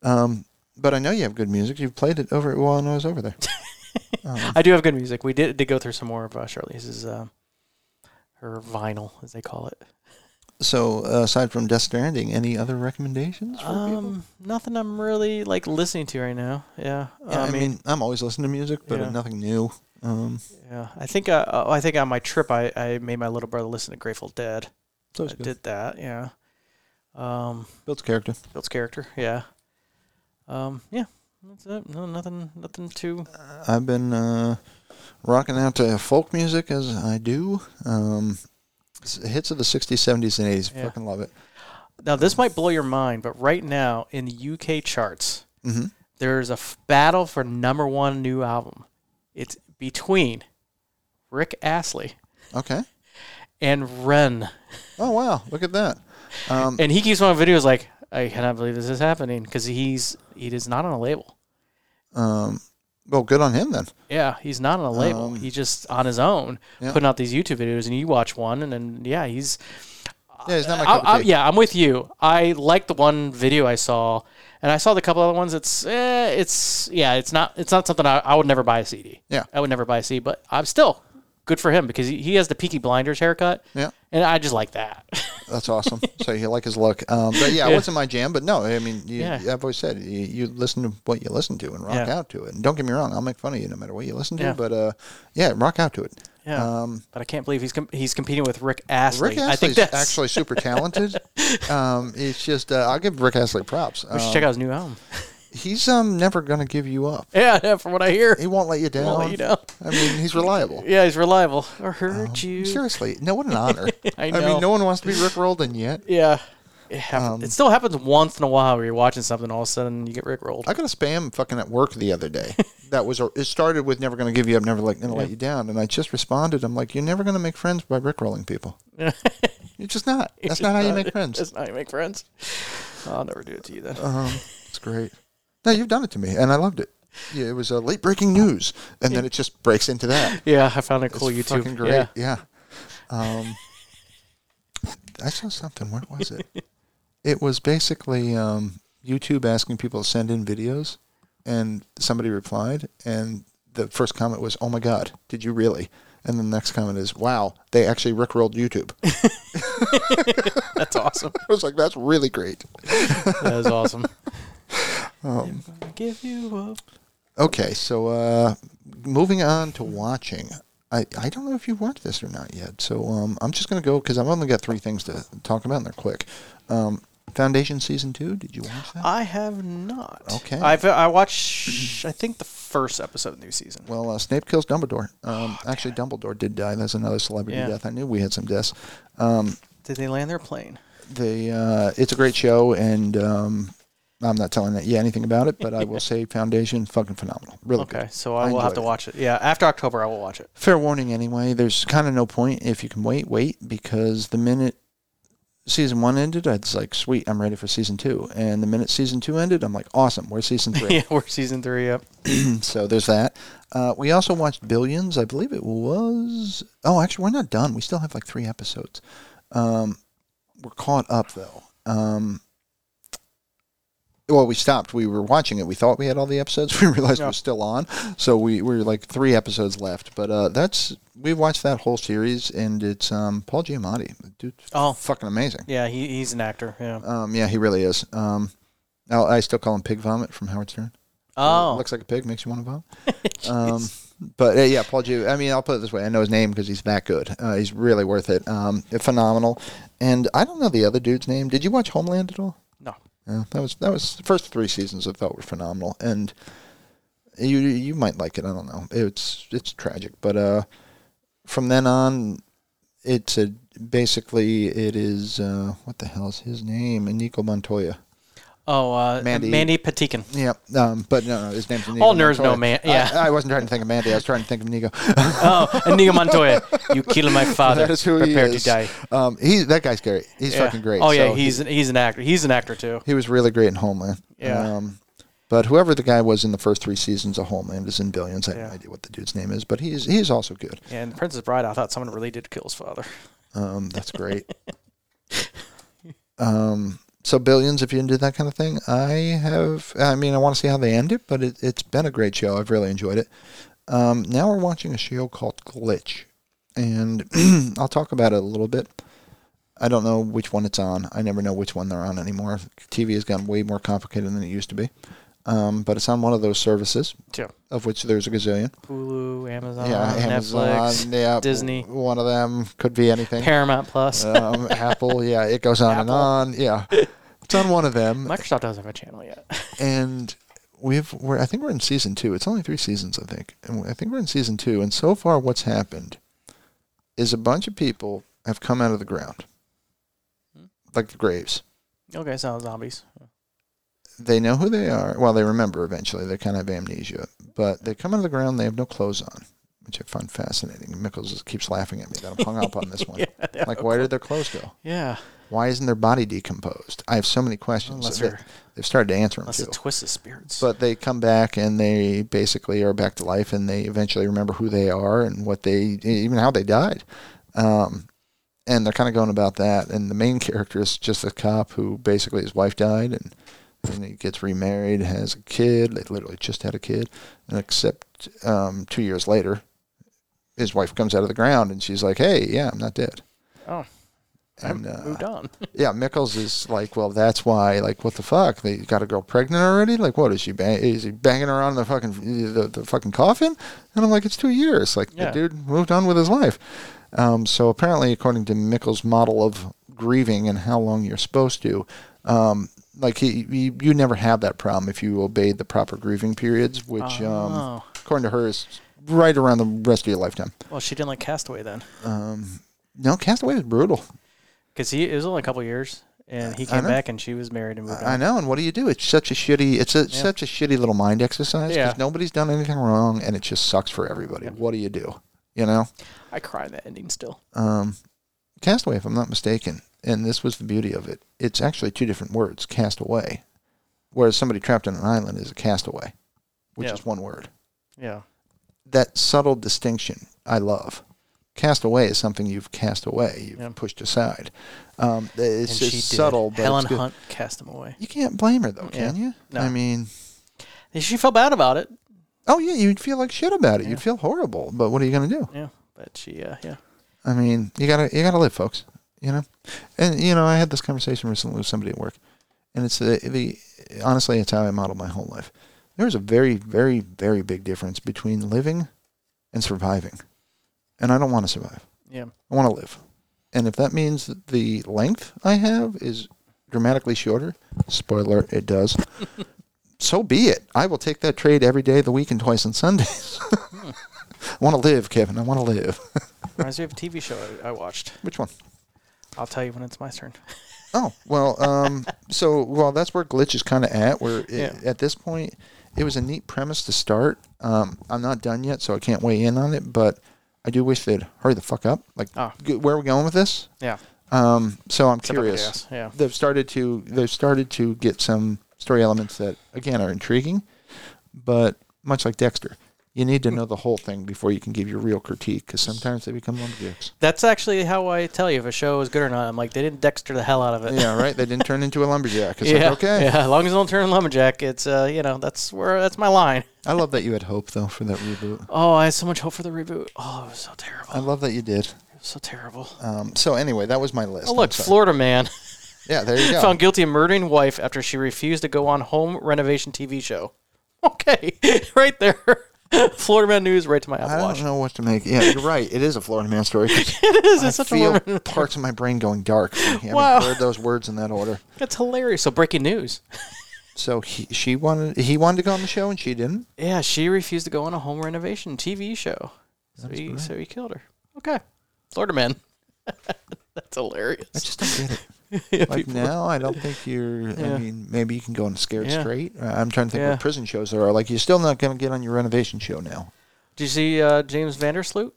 [SPEAKER 1] Um, but I know you have good music. You've played it over while I was over
[SPEAKER 2] *laughs*
[SPEAKER 1] there. Um,
[SPEAKER 2] I do have good music. We did did go through some more of uh, Charlize's um, her vinyl, as they call it.
[SPEAKER 1] So uh, aside from Death Stranding, any other recommendations for people?
[SPEAKER 2] Um, nothing I'm really like listening to right now. Yeah,
[SPEAKER 1] Yeah,
[SPEAKER 2] I, mean,
[SPEAKER 1] I'm always listening to music, but
[SPEAKER 2] yeah.
[SPEAKER 1] nothing new. Um,
[SPEAKER 2] yeah. I think uh, oh, I think on my trip, I, I made my little brother listen to Grateful Dead.
[SPEAKER 1] so
[SPEAKER 2] I
[SPEAKER 1] it's good.
[SPEAKER 2] did that. Yeah. Um,
[SPEAKER 1] Builds character.
[SPEAKER 2] builds character. Yeah. Um, yeah. That's it. No, nothing, nothing too.
[SPEAKER 1] I've been uh, rocking out to folk music as I do. Um, s- hits of the 60s, 70s, and 80s.
[SPEAKER 2] Yeah.
[SPEAKER 1] Fucking love it.
[SPEAKER 2] Now this might blow your mind, but right now in the UK charts,
[SPEAKER 1] hmm
[SPEAKER 2] there's a f- battle for number one new album. It's between Rick Astley
[SPEAKER 1] Okay.
[SPEAKER 2] and Ren.
[SPEAKER 1] Oh wow, look at that.
[SPEAKER 2] *laughs*
[SPEAKER 1] Um,
[SPEAKER 2] And he keeps on videos like, I cannot believe this is happening because he's he is not on a label.
[SPEAKER 1] um, well, good on him then.
[SPEAKER 2] Yeah, he's not on a label.
[SPEAKER 1] Um,
[SPEAKER 2] he's just on his own
[SPEAKER 1] Yeah.
[SPEAKER 2] putting out these YouTube videos, and you watch one, and then yeah, he's
[SPEAKER 1] Yeah, he's not my
[SPEAKER 2] I,
[SPEAKER 1] cup of
[SPEAKER 2] I,
[SPEAKER 1] tea.
[SPEAKER 2] yeah, I'm with you. I like the one video I saw, and I saw the couple other ones. It's eh, it's yeah, it's not it's not something I, I would never buy a CD.
[SPEAKER 1] Yeah.
[SPEAKER 2] I would never buy a CD, but I'm still good for him because he, he has the Peaky Blinders haircut.
[SPEAKER 1] Yeah.
[SPEAKER 2] and I just like that. *laughs*
[SPEAKER 1] That's awesome. so you like his look. Um, but yeah, it wasn't my jam. But no, I mean, you,
[SPEAKER 2] Yeah.
[SPEAKER 1] I've always said you, you listen to what you listen to and rock
[SPEAKER 2] Yeah.
[SPEAKER 1] out to it. And don't get me wrong, I'll make fun of you no matter what you listen to.
[SPEAKER 2] Yeah.
[SPEAKER 1] But uh, yeah, rock out to it.
[SPEAKER 2] yeah,
[SPEAKER 1] Um,
[SPEAKER 2] but I can't believe he's com- he's competing with Rick Astley.
[SPEAKER 1] Rick
[SPEAKER 2] I think
[SPEAKER 1] Astley's
[SPEAKER 2] that's
[SPEAKER 1] actually super
[SPEAKER 2] *laughs*
[SPEAKER 1] talented. um, it's just uh, I'll give Rick Astley props.
[SPEAKER 2] We should
[SPEAKER 1] Um,
[SPEAKER 2] check out his new album. *laughs*
[SPEAKER 1] he's um never gonna give you up.
[SPEAKER 2] yeah, yeah, from what I hear,
[SPEAKER 1] He won't let you down.
[SPEAKER 2] won't let you down.
[SPEAKER 1] I mean, he's reliable.
[SPEAKER 2] yeah, he's reliable. Or
[SPEAKER 1] Um,
[SPEAKER 2] hurt *laughs* you?
[SPEAKER 1] Seriously, no, what an honor.
[SPEAKER 2] *laughs* I know.
[SPEAKER 1] mean, no one wants to be Rick Rolden yet.
[SPEAKER 2] Yeah. It, happens.
[SPEAKER 1] Um,
[SPEAKER 2] it still happens once in a while where you're watching something, all of a sudden you get rickrolled.
[SPEAKER 1] I got a spam fucking at work the other
[SPEAKER 2] *laughs*
[SPEAKER 1] day. that was it started with never going to give you up, never like going to let you down, and I just responded. I'm like, you're never going to make friends by rickrolling
[SPEAKER 2] *laughs*
[SPEAKER 1] people. you're just not. That's not how you make friends.
[SPEAKER 2] That's not how you make friends. I'll never do it to you then.
[SPEAKER 1] Um, it's great. No, you've done it to me, and I loved it. Yeah, it was uh, late breaking news, and then it just breaks into that.
[SPEAKER 2] yeah, I found a cool
[SPEAKER 1] It's
[SPEAKER 2] YouTube.
[SPEAKER 1] Fucking great.
[SPEAKER 2] Yeah.
[SPEAKER 1] Yeah. Um, I saw something. Where was
[SPEAKER 2] *laughs*
[SPEAKER 1] it? It was basically um, YouTube asking people to send in videos, and somebody replied, and the first comment was, "Oh my God, did you really?" And the next comment is, "Wow, they actually rickrolled YouTube." *laughs* I
[SPEAKER 2] That's awesome.
[SPEAKER 1] was like, "That's really great."
[SPEAKER 2] *laughs* That
[SPEAKER 1] *laughs*
[SPEAKER 2] is awesome.
[SPEAKER 1] Um,
[SPEAKER 2] I'm gonna give you up.
[SPEAKER 1] Okay, so uh, moving on to watching. I, I don't know if you've watched this or not yet, so um, I'm just going to go because I've only got three things to talk about and they're quick. Um, Foundation Season 2, did you watch that?
[SPEAKER 2] I have not.
[SPEAKER 1] Okay.
[SPEAKER 2] I've I watched I think the first episode of the new season.
[SPEAKER 1] well, uh, Snape kills Dumbledore. Um, actually, Dumbledore did die. That's another celebrity
[SPEAKER 2] oh, Yeah.
[SPEAKER 1] death. I knew we had some deaths. Um,
[SPEAKER 2] Did they land their plane?
[SPEAKER 1] they, uh, it's a great show, and um, I'm not telling that, yeah, anything about it, but I
[SPEAKER 2] *laughs*
[SPEAKER 1] will say Foundation, fucking phenomenal. Really good.
[SPEAKER 2] Okay, so I,
[SPEAKER 1] I
[SPEAKER 2] will have
[SPEAKER 1] enjoyed
[SPEAKER 2] to
[SPEAKER 1] it.
[SPEAKER 2] watch it. Yeah, after October I will
[SPEAKER 1] *laughs*
[SPEAKER 2] watch it.
[SPEAKER 1] fair warning anyway. There's kind of no point if you can wait, wait because the minute season one ended, I was like, sweet, I'm ready for season two. And the minute season two ended, I'm like, awesome, where's season three?
[SPEAKER 2] yeah, we're season three up.
[SPEAKER 1] so there's that. Uh, we also watched Billions. I believe it was. Oh, actually, we're not done. We still have like three episodes. Um, we're caught up though. Um, well, we stopped. We were watching it. We thought we had all the episodes. *laughs* We realized
[SPEAKER 2] Yeah.
[SPEAKER 1] we're still on. So we, we were like three episodes left. But uh, that's we watched that whole series, and it's um, Paul Giamatti. Dude,
[SPEAKER 2] Oh,
[SPEAKER 1] fucking amazing.
[SPEAKER 2] yeah, he, he's an actor. Yeah.
[SPEAKER 1] Um, yeah, he really is. Um, I, I still call him Pig Vomit from Howard Stern.
[SPEAKER 2] Oh,
[SPEAKER 1] looks like a pig, makes you want to vomit. Um, but uh, yeah, Paul Jew. I mean, I'll put it this way: I know his name because he's that good. Uh, he's really worth it. Um, phenomenal. And I don't know the other dude's name. Did you watch Homeland at all?
[SPEAKER 2] no.
[SPEAKER 1] Yeah, that was that was the first three seasons I thought were phenomenal, and you you might like it. I don't know. It's it's tragic, but uh, from then on, it's a basically it is uh, what the hell is his name? Nico Montoya.
[SPEAKER 2] Oh, uh,
[SPEAKER 1] Mandy-
[SPEAKER 2] Mandy, Patinkin.
[SPEAKER 1] Yeah, um, but no, no, his name's Inigo
[SPEAKER 2] All nerds
[SPEAKER 1] Montoya.
[SPEAKER 2] know Man-
[SPEAKER 1] I-
[SPEAKER 2] yeah.
[SPEAKER 1] I, wasn't trying to think of Mandy. I was trying to think of Nico.
[SPEAKER 2] Oh, Inigo Montoya, you killed my father.
[SPEAKER 1] *laughs* that is who
[SPEAKER 2] Prepare
[SPEAKER 1] he is.
[SPEAKER 2] to die.
[SPEAKER 1] *laughs* Um, he, that guy's great. He's
[SPEAKER 2] Yeah.
[SPEAKER 1] fucking great.
[SPEAKER 2] Oh yeah,
[SPEAKER 1] So
[SPEAKER 2] he's an, he's an actor. He's an actor too.
[SPEAKER 1] he was really great in Homeland.
[SPEAKER 2] Yeah.
[SPEAKER 1] Um, but whoever the guy was in the first three seasons of Homeland is in Billions. I have
[SPEAKER 2] Yeah.
[SPEAKER 1] no idea what the dude's name is, but he's he's also good.
[SPEAKER 2] And Princess Bride, I thought someone really did kill his father.
[SPEAKER 1] Um, that's
[SPEAKER 2] *laughs*
[SPEAKER 1] great. um, so billions, if you're into that kind of thing, I have. I mean, I want to see how they end it, but it, it's been a great show. I've really enjoyed it. Um, now we're watching a show called Glitch, and *clears throat* I'll talk about it a little bit. I don't know which one it's on. I never know which one they're on anymore. TV has gotten way more complicated than it used to be. Um, but it's on one of those services,
[SPEAKER 2] Yeah.
[SPEAKER 1] of which there's a gazillion.
[SPEAKER 2] Hulu, Amazon,
[SPEAKER 1] yeah,
[SPEAKER 2] Uh, Netflix,
[SPEAKER 1] Amazon, yeah,
[SPEAKER 2] Disney.
[SPEAKER 1] w- One of them could be anything
[SPEAKER 2] Paramount Plus.
[SPEAKER 1] um, Apple. Yeah, it goes on and
[SPEAKER 2] Apple.
[SPEAKER 1] on.
[SPEAKER 2] *laughs*
[SPEAKER 1] Yeah, it's on one of them,
[SPEAKER 2] Microsoft doesn't have a channel yet. *laughs*
[SPEAKER 1] and we've we're I think we're in season two. It's only three seasons, I think, and I think we're in season two. And so far, what's happened is a bunch of people have come out of the ground,
[SPEAKER 2] Hmm.
[SPEAKER 1] like the graves.
[SPEAKER 2] okay, so zombies.
[SPEAKER 1] They know who they are. Well, they remember eventually. They kind of have amnesia, but they come out of the ground. They have no clothes on. which I find fascinating. Mickles just keeps laughing at me that I'm hung up on
[SPEAKER 2] *laughs*
[SPEAKER 1] this one. like, why did their clothes go?
[SPEAKER 2] Yeah.
[SPEAKER 1] Why isn't their body decomposed? I have so many questions.
[SPEAKER 2] Unless
[SPEAKER 1] that
[SPEAKER 2] they're-
[SPEAKER 1] they've started to answer them
[SPEAKER 2] That's
[SPEAKER 1] too.
[SPEAKER 2] a twist of spirits.
[SPEAKER 1] But they come back and they basically are back to life, and they eventually remember who they are and what they, even how they died. Um, and they're kind of going about that. And the main character is just a cop who basically his wife died, and then he gets remarried, has a kid. They literally just had a kid, and except um, two years later, his wife comes out of the ground and she's like, "Hey, yeah, I'm not dead."
[SPEAKER 2] Oh.
[SPEAKER 1] and uh,
[SPEAKER 2] moved on.
[SPEAKER 1] yeah, Mickles is like, well, that's why. Like, what the fuck? They got a girl pregnant already? Like, what is she? Bang- is he banging around in the fucking the, the fucking coffin? And I'm like, it's two years. Like,
[SPEAKER 2] Yeah.
[SPEAKER 1] the dude moved on with his life. Um, so apparently, according to Mickles' model of grieving and how long you're supposed to, um, like he, he, you never have that problem if you obeyed the proper grieving periods, which, um,
[SPEAKER 2] Oh.
[SPEAKER 1] according to her, is right around the rest of your lifetime.
[SPEAKER 2] Well, she didn't like Castaway then,
[SPEAKER 1] Um, no, Castaway was brutal.
[SPEAKER 2] because he it was only a couple years, and he
[SPEAKER 1] I
[SPEAKER 2] came
[SPEAKER 1] know.
[SPEAKER 2] back and she was married and moved
[SPEAKER 1] I
[SPEAKER 2] on.
[SPEAKER 1] know, and what do you do? It's such a shitty. It's a, such a shitty little mind exercise because
[SPEAKER 2] Yeah.
[SPEAKER 1] nobody's done anything wrong, and it just sucks for everybody. What do you do? You know,
[SPEAKER 2] I cry in that ending still.
[SPEAKER 1] um, castaway, if I'm not mistaken, and this was the beauty of it. It's actually two different words, castaway, whereas somebody trapped on an island is a castaway, which
[SPEAKER 2] Yeah.
[SPEAKER 1] is one word.
[SPEAKER 2] Yeah.
[SPEAKER 1] That subtle distinction, I love. Castaway is something you've cast away, you've
[SPEAKER 2] Yeah.
[SPEAKER 1] pushed aside. Um, it's
[SPEAKER 2] and she
[SPEAKER 1] just
[SPEAKER 2] did.
[SPEAKER 1] subtle, but
[SPEAKER 2] Helen
[SPEAKER 1] it's good.
[SPEAKER 2] Hunt cast him away.
[SPEAKER 1] You can't blame her though,
[SPEAKER 2] Yeah.
[SPEAKER 1] can you?
[SPEAKER 2] No.
[SPEAKER 1] I mean.
[SPEAKER 2] And She felt bad about it.
[SPEAKER 1] Oh yeah, you'd feel like shit about it.
[SPEAKER 2] Yeah.
[SPEAKER 1] You'd feel horrible. But what are you gonna do?
[SPEAKER 2] Yeah, but she, uh, yeah,
[SPEAKER 1] I mean, you gotta you gotta live, folks. You know, and you know, I had this conversation recently with somebody at work, and it's the, the honestly, it's how I modeled my whole life. There's a very, very, very big difference between living and surviving, and I don't want to survive.
[SPEAKER 2] yeah,
[SPEAKER 1] I want to live, and if that means that the length I have is dramatically shorter, spoiler, it *laughs* does. so be it. I will take that trade every day of the week and twice on Sundays. *laughs* I want to live, Kevin. I want to live.
[SPEAKER 2] reminds me of a TV show I, I watched.
[SPEAKER 1] Which one?
[SPEAKER 2] I'll tell you when it's my turn.
[SPEAKER 1] Oh, well, um, so well, that's where glitch is kind of at. Where it,
[SPEAKER 2] Yeah.
[SPEAKER 1] at this point, it was a neat premise to start. Um, I'm not done yet, so I can't weigh in on it. But I do wish they'd hurry the fuck up. Like,
[SPEAKER 2] Oh.
[SPEAKER 1] g- where are we going with this?
[SPEAKER 2] Yeah,
[SPEAKER 1] Um, so I'm
[SPEAKER 2] Except I
[SPEAKER 1] curious.
[SPEAKER 2] guess, yeah.
[SPEAKER 1] They've started to they've started to get some story elements that again are intriguing, but much like Dexter, you need to know the whole thing before you can give your real critique because sometimes they become lumberjacks.
[SPEAKER 2] That's actually how I tell you if a show is good or not. I'm like, they didn't Dexter the hell out of it.
[SPEAKER 1] yeah, right. They didn't turn into a lumberjack. It's
[SPEAKER 2] yeah,
[SPEAKER 1] like okay.
[SPEAKER 2] Yeah, as long as I don't turn lumberjack, it's uh, you know, that's where that's my line.
[SPEAKER 1] I love that you had hope though for that reboot.
[SPEAKER 2] Oh, I had so much hope for the reboot. Oh, it was so terrible.
[SPEAKER 1] I love that you did.
[SPEAKER 2] It was so terrible.
[SPEAKER 1] Um, so anyway, that was my list.
[SPEAKER 2] Oh,
[SPEAKER 1] I'm
[SPEAKER 2] look,
[SPEAKER 1] sorry.
[SPEAKER 2] Florida man *laughs*
[SPEAKER 1] yeah, there you go.
[SPEAKER 2] found guilty of murdering wife after she refused to go on home renovation TV show. *laughs* Okay, *laughs* right there. Florida man news right to my
[SPEAKER 1] I
[SPEAKER 2] Apple
[SPEAKER 1] don't
[SPEAKER 2] *laughs* Watch.
[SPEAKER 1] know what to make. Yeah, you're right. It is a Florida man *laughs* story.
[SPEAKER 2] It is.
[SPEAKER 1] I
[SPEAKER 2] It's such a *laughs*
[SPEAKER 1] feel
[SPEAKER 2] woman.
[SPEAKER 1] parts of my brain going dark. from having
[SPEAKER 2] Wow.
[SPEAKER 1] heard those words in that order.
[SPEAKER 2] That's hilarious. So breaking news.
[SPEAKER 1] So he, she wanted he wanted to go on the show and she didn't.
[SPEAKER 2] Yeah, she refused to go on a home renovation TV show. So he, so he killed her. Okay. Florida man. *laughs* That's hilarious.
[SPEAKER 1] I just don't
[SPEAKER 2] *laughs*
[SPEAKER 1] get it. like now, I don't think you're. I mean, maybe you can go on Scared
[SPEAKER 2] Yeah.
[SPEAKER 1] Straight. Uh, I'm trying to think
[SPEAKER 2] Yeah.
[SPEAKER 1] what prison shows there are. Like you're still not going to get on your renovation show now.
[SPEAKER 2] Did you see uh, James Vandersloot?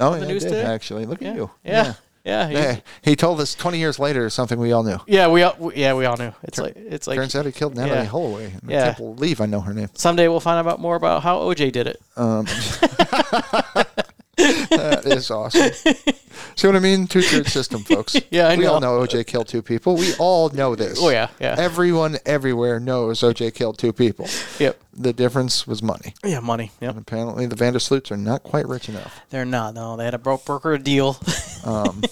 [SPEAKER 1] Oh, yeah,
[SPEAKER 2] the
[SPEAKER 1] I
[SPEAKER 2] news
[SPEAKER 1] did,
[SPEAKER 2] today?
[SPEAKER 1] actually. Look
[SPEAKER 2] Yeah.
[SPEAKER 1] at you.
[SPEAKER 2] Yeah. Yeah.
[SPEAKER 1] Yeah.
[SPEAKER 2] Yeah.
[SPEAKER 1] Hey, he told us 20 years later something we all knew.
[SPEAKER 2] yeah we all we- yeah we all knew. It's like it's like
[SPEAKER 1] Turns out he killed Natalie
[SPEAKER 2] Yeah.
[SPEAKER 1] Holloway. And
[SPEAKER 2] Yeah.
[SPEAKER 1] I can't believe I know her name.
[SPEAKER 2] someday we'll find out more about how OJ did it. *laughs*
[SPEAKER 1] Um, *laughs* that is awesome. See what I mean? Two tiered system, folks.
[SPEAKER 2] *laughs* Yeah, I
[SPEAKER 1] we all
[SPEAKER 2] know.
[SPEAKER 1] know OJ killed two people. We all know this.
[SPEAKER 2] Oh, yeah, yeah.
[SPEAKER 1] Everyone everywhere knows OJ killed two people.
[SPEAKER 2] Yep.
[SPEAKER 1] The difference was money.
[SPEAKER 2] Yeah, money. Yep.
[SPEAKER 1] Apparently, the Vandersloots are not quite rich
[SPEAKER 2] *laughs*
[SPEAKER 1] enough.
[SPEAKER 2] They're not. No, they had a broke broker deal. *laughs*
[SPEAKER 1] Um,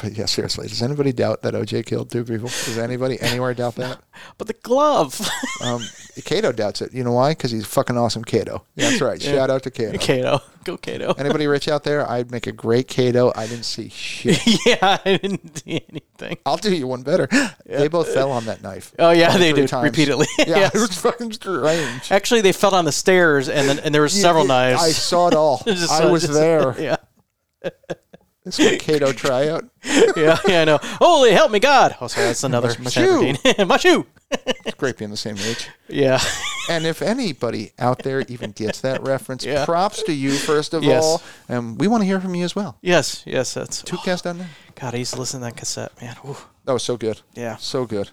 [SPEAKER 1] but yeah, seriously, does anybody doubt that OJ killed two people? Does anybody anywhere doubt that?
[SPEAKER 2] but the glove.
[SPEAKER 1] Um, Cato doubts it. You know why? Because he's fucking awesome, Cato. That's right. Shout out to Cato.
[SPEAKER 2] *laughs* *laughs* Kato. Go Kato.
[SPEAKER 1] Anybody rich out there? I'd make a great Cato. I didn't see
[SPEAKER 2] *laughs*
[SPEAKER 1] shit.
[SPEAKER 2] *laughs* yeah, I didn't see anything.
[SPEAKER 1] I'll do you one better. They both fell on that knife.
[SPEAKER 2] Oh yeah, they
[SPEAKER 1] three
[SPEAKER 2] did
[SPEAKER 1] times.
[SPEAKER 2] repeatedly.
[SPEAKER 1] *laughs*
[SPEAKER 2] *laughs*
[SPEAKER 1] Yeah,
[SPEAKER 2] Yes.
[SPEAKER 1] it was fucking strange.
[SPEAKER 2] Actually, they fell down
[SPEAKER 1] *laughs*
[SPEAKER 2] the *laughs* stairs, and then and there were *laughs* several
[SPEAKER 1] I
[SPEAKER 2] knives.
[SPEAKER 1] saw it all.
[SPEAKER 2] *laughs* Just
[SPEAKER 1] I
[SPEAKER 2] saw-
[SPEAKER 1] was
[SPEAKER 2] just-
[SPEAKER 1] there.
[SPEAKER 2] Yeah.
[SPEAKER 1] This Cato tryout.
[SPEAKER 2] yeah, yeah, I know. Holy help me, God! Oh, sorry, that's another
[SPEAKER 1] *laughs* my
[SPEAKER 2] San
[SPEAKER 1] shoe.
[SPEAKER 2] Bernardino. *laughs* my shoe.
[SPEAKER 1] It's great being the same age.
[SPEAKER 2] Yeah, *laughs*
[SPEAKER 1] And if anybody out there even gets that reference,
[SPEAKER 2] Yeah.
[SPEAKER 1] props to you, first of
[SPEAKER 2] Yes.
[SPEAKER 1] all. And we want to hear from you as well.
[SPEAKER 2] yes, yes. That's oh,
[SPEAKER 1] Two cast down there.
[SPEAKER 2] God. I used to listen to that cassette, man. Ooh.
[SPEAKER 1] Oh, so good.
[SPEAKER 2] Yeah.
[SPEAKER 1] So good.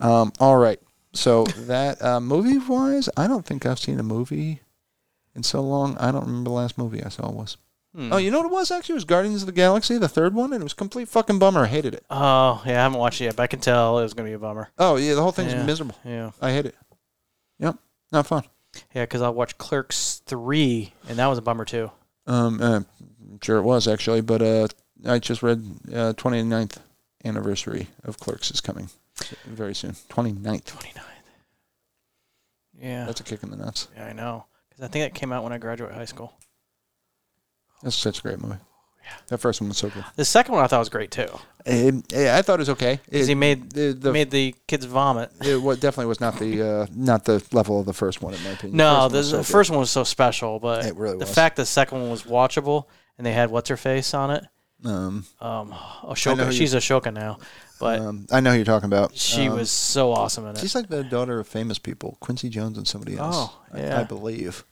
[SPEAKER 1] Um, all right. So that uh, movie wise, I don't think I've seen a movie in so long. I don't remember the last movie I saw was.
[SPEAKER 2] Hmm.
[SPEAKER 1] Oh, you know what it was actually? It was Guardians of the Galaxy, the third one, and it was a complete fucking bummer. I hated it.
[SPEAKER 2] Oh, yeah. I haven't watched it yet, but I can tell it was gonna be a bummer.
[SPEAKER 1] Oh yeah, the whole thing's
[SPEAKER 2] Yeah.
[SPEAKER 1] miserable.
[SPEAKER 2] Yeah,
[SPEAKER 1] I hate it. Yep. Not fun.
[SPEAKER 2] yeah. Because I watched Clerks three, and that was a bummer too.
[SPEAKER 1] Um, uh, I'm sure it was actually, but uh, I just read uh, 29th anniversary of Clerks is coming very soon. 29th.
[SPEAKER 2] Twenty nine. Yeah.
[SPEAKER 1] That's a kick in the nuts.
[SPEAKER 2] yeah, I know. Because I think that came out when I graduated high school.
[SPEAKER 1] That's such a great movie. That first one was so good.
[SPEAKER 2] The second one I thought was great too,
[SPEAKER 1] Um, yeah, I thought it was okay. It,
[SPEAKER 2] because he made
[SPEAKER 1] the, the,
[SPEAKER 2] made the kids vomit.
[SPEAKER 1] it wa- definitely was not the uh, not the level of the first one in my opinion.
[SPEAKER 2] No,
[SPEAKER 1] the
[SPEAKER 2] the, the first one was so special, but
[SPEAKER 1] It really
[SPEAKER 2] the
[SPEAKER 1] was.
[SPEAKER 2] fact the second one was watchable and they had what's her face on it.
[SPEAKER 1] one. Um,
[SPEAKER 2] Um, *sighs*
[SPEAKER 1] know
[SPEAKER 2] Ashoka,
[SPEAKER 1] who
[SPEAKER 2] she's Ashoka now, but
[SPEAKER 1] um, I know who you're talking about.
[SPEAKER 2] she
[SPEAKER 1] Um,
[SPEAKER 2] was so awesome in it.
[SPEAKER 1] She's like the daughter of famous people, Quincy Jones and somebody else.
[SPEAKER 2] Oh,
[SPEAKER 1] I- I,
[SPEAKER 2] yeah.
[SPEAKER 1] believe.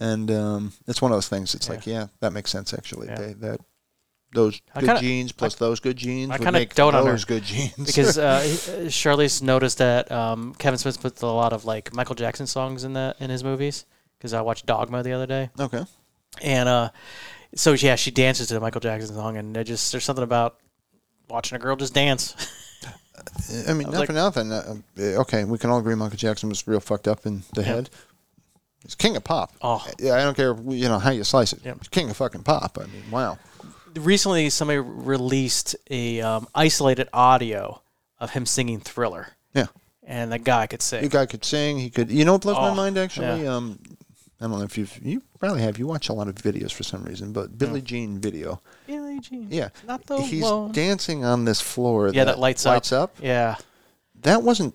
[SPEAKER 1] And um, it's one of those things. It's
[SPEAKER 2] Yeah.
[SPEAKER 1] like, yeah, that makes sense. Actually,
[SPEAKER 2] Yeah.
[SPEAKER 1] they, that those
[SPEAKER 2] I
[SPEAKER 1] good
[SPEAKER 2] kinda-
[SPEAKER 1] genes plus those good genes
[SPEAKER 2] I
[SPEAKER 1] would
[SPEAKER 2] kinda
[SPEAKER 1] make
[SPEAKER 2] dote on her
[SPEAKER 1] those good genes. *laughs*
[SPEAKER 2] because uh, he- uh, Charlize noticed that um, Kevin Smith puts a lot of like Michael Jackson songs in that in his movies. Because I watched Dogma the other day,
[SPEAKER 1] okay,
[SPEAKER 2] and uh, so yeah, she dances to the Michael Jackson song, and it just there's something about watching a girl just dance. *laughs*
[SPEAKER 1] I mean,
[SPEAKER 2] was
[SPEAKER 1] not
[SPEAKER 2] like-
[SPEAKER 1] for nothing. Uh, uh, okay, we can all agree Michael Jackson was real fucked up in the
[SPEAKER 2] Yeah.
[SPEAKER 1] head. He's king of pop.
[SPEAKER 2] Oh.
[SPEAKER 1] yeah, I don't care. You know how you slice it.
[SPEAKER 2] Yep.
[SPEAKER 1] He's king of fucking pop. I mean, wow.
[SPEAKER 2] recently somebody released a um, isolated audio of him singing Thriller,
[SPEAKER 1] Yeah,
[SPEAKER 2] and the guy could
[SPEAKER 1] the
[SPEAKER 2] sing.
[SPEAKER 1] guy could sing. He could. You know what blows my
[SPEAKER 2] Oh,
[SPEAKER 1] mind actually. Um, I don't know if you've you probably have you watch a lot of videos for some reason, but Billie Jean video.
[SPEAKER 2] Billie Jean,
[SPEAKER 1] Yeah,
[SPEAKER 2] not the
[SPEAKER 1] he's
[SPEAKER 2] one.
[SPEAKER 1] dancing on this floor.
[SPEAKER 2] yeah, that, lights,
[SPEAKER 1] up.
[SPEAKER 2] Yeah,
[SPEAKER 1] That wasn't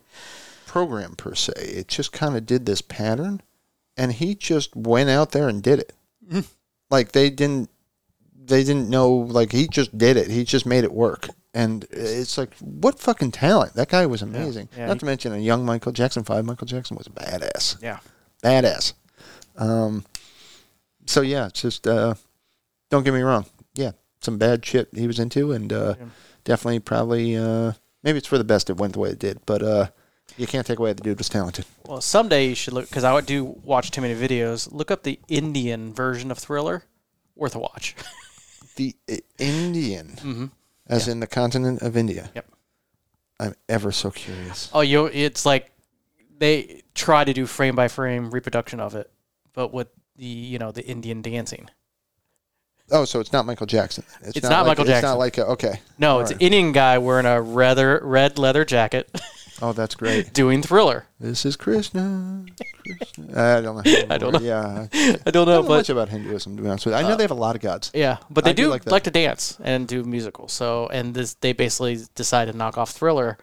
[SPEAKER 1] programmed per se. It just kind of did this pattern, and he just went out there and did it.
[SPEAKER 2] Mm.
[SPEAKER 1] like they didn't, they didn't know. Like he just did it. He just made it work. And it's like, what fucking talent! That guy was amazing.
[SPEAKER 2] Yeah,
[SPEAKER 1] Not
[SPEAKER 2] he-
[SPEAKER 1] to mention a young Michael Jackson. Five Michael Jackson was a badass
[SPEAKER 2] yeah,
[SPEAKER 1] badass. Um, so yeah, it's just uh, don't get me wrong. Yeah, some bad shit he was into, and uh,
[SPEAKER 2] Yeah.
[SPEAKER 1] definitely probably uh, maybe it's for the best it went the way it did. But uh, you can't take away the dude was talented.
[SPEAKER 2] Well, someday you should look because I do watch too many videos. Look up the Indian version of Thriller. Worth
[SPEAKER 1] *laughs*
[SPEAKER 2] a watch.
[SPEAKER 1] The uh, Indian,
[SPEAKER 2] Mm-hmm.
[SPEAKER 1] as in the continent of India.
[SPEAKER 2] Yep.
[SPEAKER 1] I'm ever so curious.
[SPEAKER 2] Oh, you it's like they try to do frame by frame reproduction of it, but with the you know the Indian dancing.
[SPEAKER 1] Oh, so it's not Michael Jackson.
[SPEAKER 2] It's not
[SPEAKER 1] like-
[SPEAKER 2] Michael
[SPEAKER 1] It's not
[SPEAKER 2] Jackson.
[SPEAKER 1] like a, okay.
[SPEAKER 2] No,
[SPEAKER 1] All
[SPEAKER 2] it's
[SPEAKER 1] right.
[SPEAKER 2] an Indian guy wearing a rather red leather jacket *laughs*
[SPEAKER 1] Oh, that's great.
[SPEAKER 2] doing Thriller.
[SPEAKER 1] This is Krishna. Krishna. I don't know.
[SPEAKER 2] *laughs* I don't know.
[SPEAKER 1] Yeah,
[SPEAKER 2] I
[SPEAKER 1] I
[SPEAKER 2] don't know,
[SPEAKER 1] don't know
[SPEAKER 2] but Uh,
[SPEAKER 1] much about Hinduism, to be honest with you. I know they have a lot of gods.
[SPEAKER 2] yeah, but they
[SPEAKER 1] I do
[SPEAKER 2] do
[SPEAKER 1] like
[SPEAKER 2] like,
[SPEAKER 1] that.
[SPEAKER 2] to dance and do musicals. So, and this they basically decided to knock off Thriller,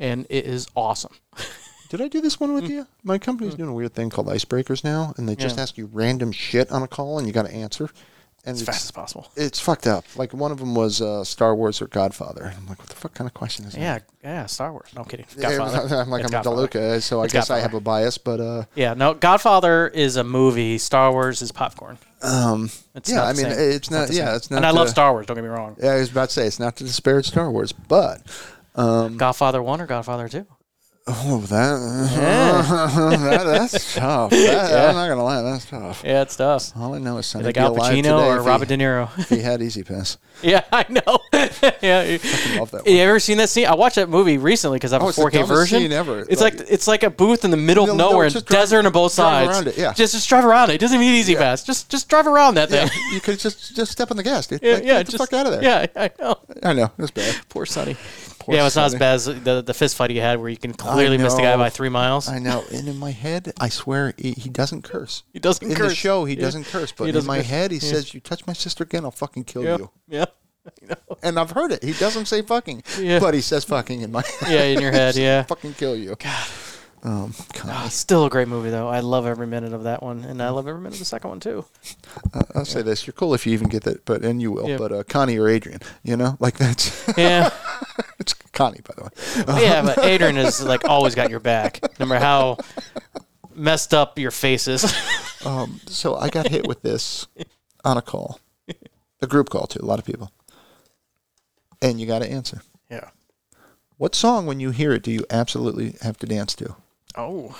[SPEAKER 2] and it is awesome. *laughs*
[SPEAKER 1] Did I do this one with you? My company's doing a weird thing called icebreakers now, and they just
[SPEAKER 2] Mm. Yeah.
[SPEAKER 1] ask you random shit on a call, and you got to answer. And
[SPEAKER 2] As
[SPEAKER 1] it's,
[SPEAKER 2] fast as possible.
[SPEAKER 1] it's fucked up. Like one of them was uh, Star Wars or Godfather. And I'm like, what the fuck kind of question is
[SPEAKER 2] Yeah, yeah, Star Wars. No *laughs* I'm kidding.
[SPEAKER 1] that? Yeah, *laughs*
[SPEAKER 2] Godfather.
[SPEAKER 1] I'm like,
[SPEAKER 2] It's
[SPEAKER 1] I'm
[SPEAKER 2] Godfather.
[SPEAKER 1] DeLuca, eh, so
[SPEAKER 2] It's
[SPEAKER 1] I guess I
[SPEAKER 2] Godfather.
[SPEAKER 1] have a bias, but uh,
[SPEAKER 2] Yeah, no, Godfather is a movie. Star Wars is popcorn.
[SPEAKER 1] um,
[SPEAKER 2] It's
[SPEAKER 1] yeah,
[SPEAKER 2] not
[SPEAKER 1] I
[SPEAKER 2] the
[SPEAKER 1] mean,
[SPEAKER 2] same.
[SPEAKER 1] it's not,
[SPEAKER 2] the
[SPEAKER 1] yeah,
[SPEAKER 2] same.
[SPEAKER 1] it's not.
[SPEAKER 2] And I
[SPEAKER 1] to-
[SPEAKER 2] love Star Wars. Don't get me wrong.
[SPEAKER 1] Yeah, I was about to say it's not to disparage Star Wars, but um,
[SPEAKER 2] Godfather one or Godfather two?
[SPEAKER 1] oh, that, *laughs* that that's
[SPEAKER 2] *laughs*
[SPEAKER 1] tough. That- I'm not gonna lie, that's tough.
[SPEAKER 2] Yeah, it's tough.
[SPEAKER 1] All I know is Sonny
[SPEAKER 2] Like
[SPEAKER 1] be
[SPEAKER 2] Al
[SPEAKER 1] alive today
[SPEAKER 2] Pacino or
[SPEAKER 1] if he-
[SPEAKER 2] Robert De
[SPEAKER 1] *laughs*
[SPEAKER 2] Niro. *laughs*
[SPEAKER 1] if he had Easy Pass.
[SPEAKER 2] yeah, I know. *laughs* yeah, you-
[SPEAKER 1] Love that one.
[SPEAKER 2] You ever seen that scene? I watched that movie recently because I have
[SPEAKER 1] Oh,
[SPEAKER 2] a
[SPEAKER 1] it's the
[SPEAKER 2] 4K
[SPEAKER 1] dumbest
[SPEAKER 2] version.
[SPEAKER 1] scene ever.
[SPEAKER 2] It's like, it's like a booth in the middle
[SPEAKER 1] No,
[SPEAKER 2] of
[SPEAKER 1] no,
[SPEAKER 2] nowhere,
[SPEAKER 1] just
[SPEAKER 2] and
[SPEAKER 1] drive-
[SPEAKER 2] desert on both
[SPEAKER 1] drive
[SPEAKER 2] sides.
[SPEAKER 1] around it, yeah.
[SPEAKER 2] Just just drive around it. It doesn't need easy pass. Just just drive around that thing.
[SPEAKER 1] Yeah, you could just just step on the gas, dude.
[SPEAKER 2] Yeah,
[SPEAKER 1] Like,
[SPEAKER 2] yeah,
[SPEAKER 1] get the
[SPEAKER 2] just
[SPEAKER 1] fuck out of there.
[SPEAKER 2] Yeah, I
[SPEAKER 1] *laughs*
[SPEAKER 2] know.
[SPEAKER 1] I know that's bad.
[SPEAKER 2] Poor Sonny. yeah, well, it's not as
[SPEAKER 1] Sonny.
[SPEAKER 2] bad as the the fist fight he had where you can clearly miss the guy
[SPEAKER 1] know.
[SPEAKER 2] by three miles.
[SPEAKER 1] I know. And in my head, I swear he, he doesn't curse.
[SPEAKER 2] He doesn't
[SPEAKER 1] in
[SPEAKER 2] curse.
[SPEAKER 1] the show, he
[SPEAKER 2] Yeah.
[SPEAKER 1] doesn't curse, but
[SPEAKER 2] He doesn't
[SPEAKER 1] in my
[SPEAKER 2] curse.
[SPEAKER 1] head, he
[SPEAKER 2] Yeah.
[SPEAKER 1] says, "You touch my sister again, I'll fucking kill
[SPEAKER 2] Yeah.
[SPEAKER 1] you."
[SPEAKER 2] Yeah.
[SPEAKER 1] And I've heard it. He doesn't say fucking,
[SPEAKER 2] Yeah.
[SPEAKER 1] but *laughs* he says fucking in my
[SPEAKER 2] Yeah, in your head, yeah.
[SPEAKER 1] fucking kill you. Um, God,
[SPEAKER 2] Ah, still a great movie though. I love every minute of that one, and I love every minute of the second
[SPEAKER 1] *laughs*
[SPEAKER 2] one too.
[SPEAKER 1] I- I'll say this: you're cool if you even get that, but and you will.
[SPEAKER 2] Yeah.
[SPEAKER 1] But uh, Connie or Adrian, you know, like that's *laughs*
[SPEAKER 2] Yeah,
[SPEAKER 1] it's Connie, by the way.
[SPEAKER 2] *laughs* yeah. But Adrian has like always got your back. No matter how messed up your face is. *laughs*
[SPEAKER 1] Um, so I got hit with this on a call, a group call to a lot of people, and you got to answer.
[SPEAKER 2] yeah.
[SPEAKER 1] What song, when you hear it, do you absolutely have to dance to?
[SPEAKER 2] Oh,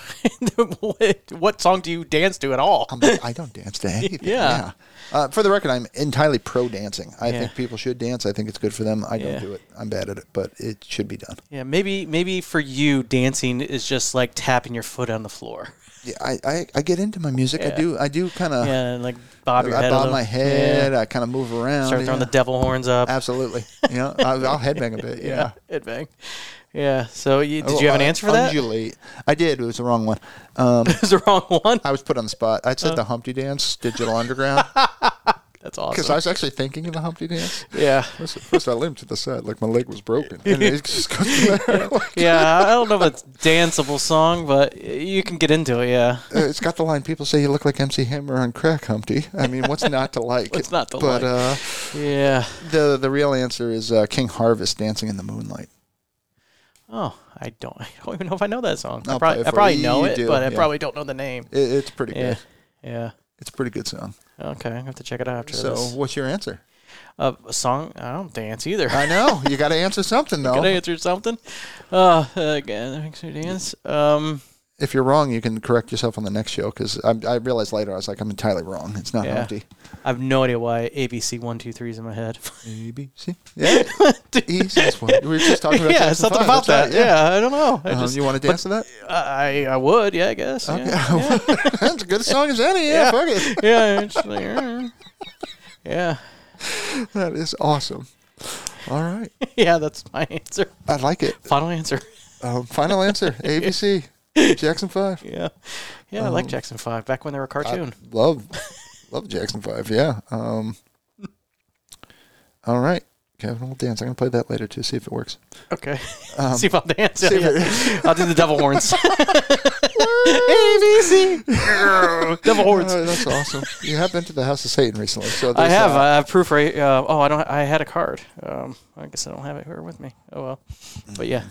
[SPEAKER 2] *laughs* what, what song do you dance to at all?
[SPEAKER 1] I'm like, I don't dance
[SPEAKER 2] *laughs*
[SPEAKER 1] to anything.
[SPEAKER 2] Yeah.
[SPEAKER 1] Uh, for the record, I'm entirely pro dancing. I
[SPEAKER 2] Yeah.
[SPEAKER 1] think people should dance. I think it's good for them. I
[SPEAKER 2] Yeah.
[SPEAKER 1] don't do it. I'm bad at it, but it should be done.
[SPEAKER 2] Yeah, maybe maybe for you, dancing is just like tapping your foot on the floor.
[SPEAKER 1] Yeah, I, I, I get into my music. I
[SPEAKER 2] Yeah.
[SPEAKER 1] do. I do kind of.
[SPEAKER 2] *laughs* Yeah, and like bob your
[SPEAKER 1] I
[SPEAKER 2] head. a
[SPEAKER 1] bob
[SPEAKER 2] little.
[SPEAKER 1] my head. I kind of move around.
[SPEAKER 2] Yeah. Start throwing
[SPEAKER 1] yeah.
[SPEAKER 2] the devil horns up. *laughs*
[SPEAKER 1] Absolutely. Yeah. I'll, I'll headbang a bit. Yeah.
[SPEAKER 2] head bang. Yeah. So you, did you have an
[SPEAKER 1] Uh,
[SPEAKER 2] answer for *laughs* that?
[SPEAKER 1] Undulate. I did. It was the wrong one. Um,
[SPEAKER 2] It was the wrong one.
[SPEAKER 1] I was put on the spot. I
[SPEAKER 2] Uh.
[SPEAKER 1] said the Humpty Dance, Digital Underground,
[SPEAKER 2] *laughs* That's
[SPEAKER 1] because
[SPEAKER 2] awesome.
[SPEAKER 1] I was actually thinking of the Humpty Dance.
[SPEAKER 2] yeah.
[SPEAKER 1] First, first I limped to the side, like my leg was broken, and it just goes
[SPEAKER 2] *laughs*
[SPEAKER 1] there, *laughs* like-
[SPEAKER 2] Yeah, I don't know if it's a danceable song, but you can get into it. Yeah,
[SPEAKER 1] Uh, it's got the line people say you look like MC Hammer on crack, Humpty. I mean, what's not to like?
[SPEAKER 2] What's not to
[SPEAKER 1] but,
[SPEAKER 2] like?
[SPEAKER 1] uh,
[SPEAKER 2] yeah.
[SPEAKER 1] the the real answer is uh, King Harvest dancing in the moonlight.
[SPEAKER 2] Oh, I don't. *laughs* I don't even know if I know that song. I
[SPEAKER 1] I'll play
[SPEAKER 2] probably,
[SPEAKER 1] it
[SPEAKER 2] I
[SPEAKER 1] for
[SPEAKER 2] probably
[SPEAKER 1] you.
[SPEAKER 2] know
[SPEAKER 1] You
[SPEAKER 2] it,
[SPEAKER 1] do,
[SPEAKER 2] but I
[SPEAKER 1] yeah.
[SPEAKER 2] probably don't know the name.
[SPEAKER 1] It, it's pretty
[SPEAKER 2] Yeah,
[SPEAKER 1] good.
[SPEAKER 2] yeah.
[SPEAKER 1] It's a pretty good song.
[SPEAKER 2] Okay, I have to check it out after
[SPEAKER 1] So,
[SPEAKER 2] this.
[SPEAKER 1] what's your answer?
[SPEAKER 2] Uh, a song? I don't dance either.
[SPEAKER 1] I know you got to answer something though.
[SPEAKER 2] *laughs* Can I answer something? Uh, again, thanks for dance. Um,
[SPEAKER 1] if you're wrong, you can correct yourself on the next show because I, I realized later I was like, I'm entirely wrong. It's not
[SPEAKER 2] Yeah.
[SPEAKER 1] Humpty.
[SPEAKER 2] I have no idea why ABC one two three is in my head. *laughs*
[SPEAKER 1] A B C. Yeah, easiest one. We were just talking about
[SPEAKER 2] *laughs* yeah,
[SPEAKER 1] dancing
[SPEAKER 2] something
[SPEAKER 1] fun.
[SPEAKER 2] about
[SPEAKER 1] That's
[SPEAKER 2] that.
[SPEAKER 1] right,
[SPEAKER 2] Yeah. I don't know. I
[SPEAKER 1] Um,
[SPEAKER 2] just
[SPEAKER 1] you want to dance to that?
[SPEAKER 2] I I would. Yeah, I guess. Yeah.
[SPEAKER 1] *laughs* That's a good song as any.
[SPEAKER 2] Yeah.
[SPEAKER 1] Yeah, fuck it. *laughs*
[SPEAKER 2] yeah. it's like, uh, yeah. *laughs*
[SPEAKER 1] That is awesome. All right,
[SPEAKER 2] Yeah, That's my answer.
[SPEAKER 1] I like it.
[SPEAKER 2] Final answer.
[SPEAKER 1] Um, final answer:
[SPEAKER 2] *laughs*
[SPEAKER 1] ABC, Jackson Five.
[SPEAKER 2] Yeah. Yeah. I
[SPEAKER 1] Um,
[SPEAKER 2] like Jackson Five back when they were a cartoon.
[SPEAKER 1] Love, love Jackson Five. Yeah. Um, all right, Kevin will dance. I'm gonna play that later too. See if it works. *laughs*
[SPEAKER 2] okay. *laughs* see if I'll dance. Yeah,
[SPEAKER 1] Um, see if
[SPEAKER 2] yeah. I'll do the
[SPEAKER 1] *laughs*
[SPEAKER 2] devil horns. *laughs* ABC. *laughs* devil horns.
[SPEAKER 1] Oh, that's awesome. You have been to the House of Satan recently, so
[SPEAKER 2] I
[SPEAKER 1] *laughs* there's
[SPEAKER 2] have.
[SPEAKER 1] that.
[SPEAKER 2] I have proof right. Uh, oh, I don't. I had a card. Um, I guess I don't have it here with me. Oh well. But yeah,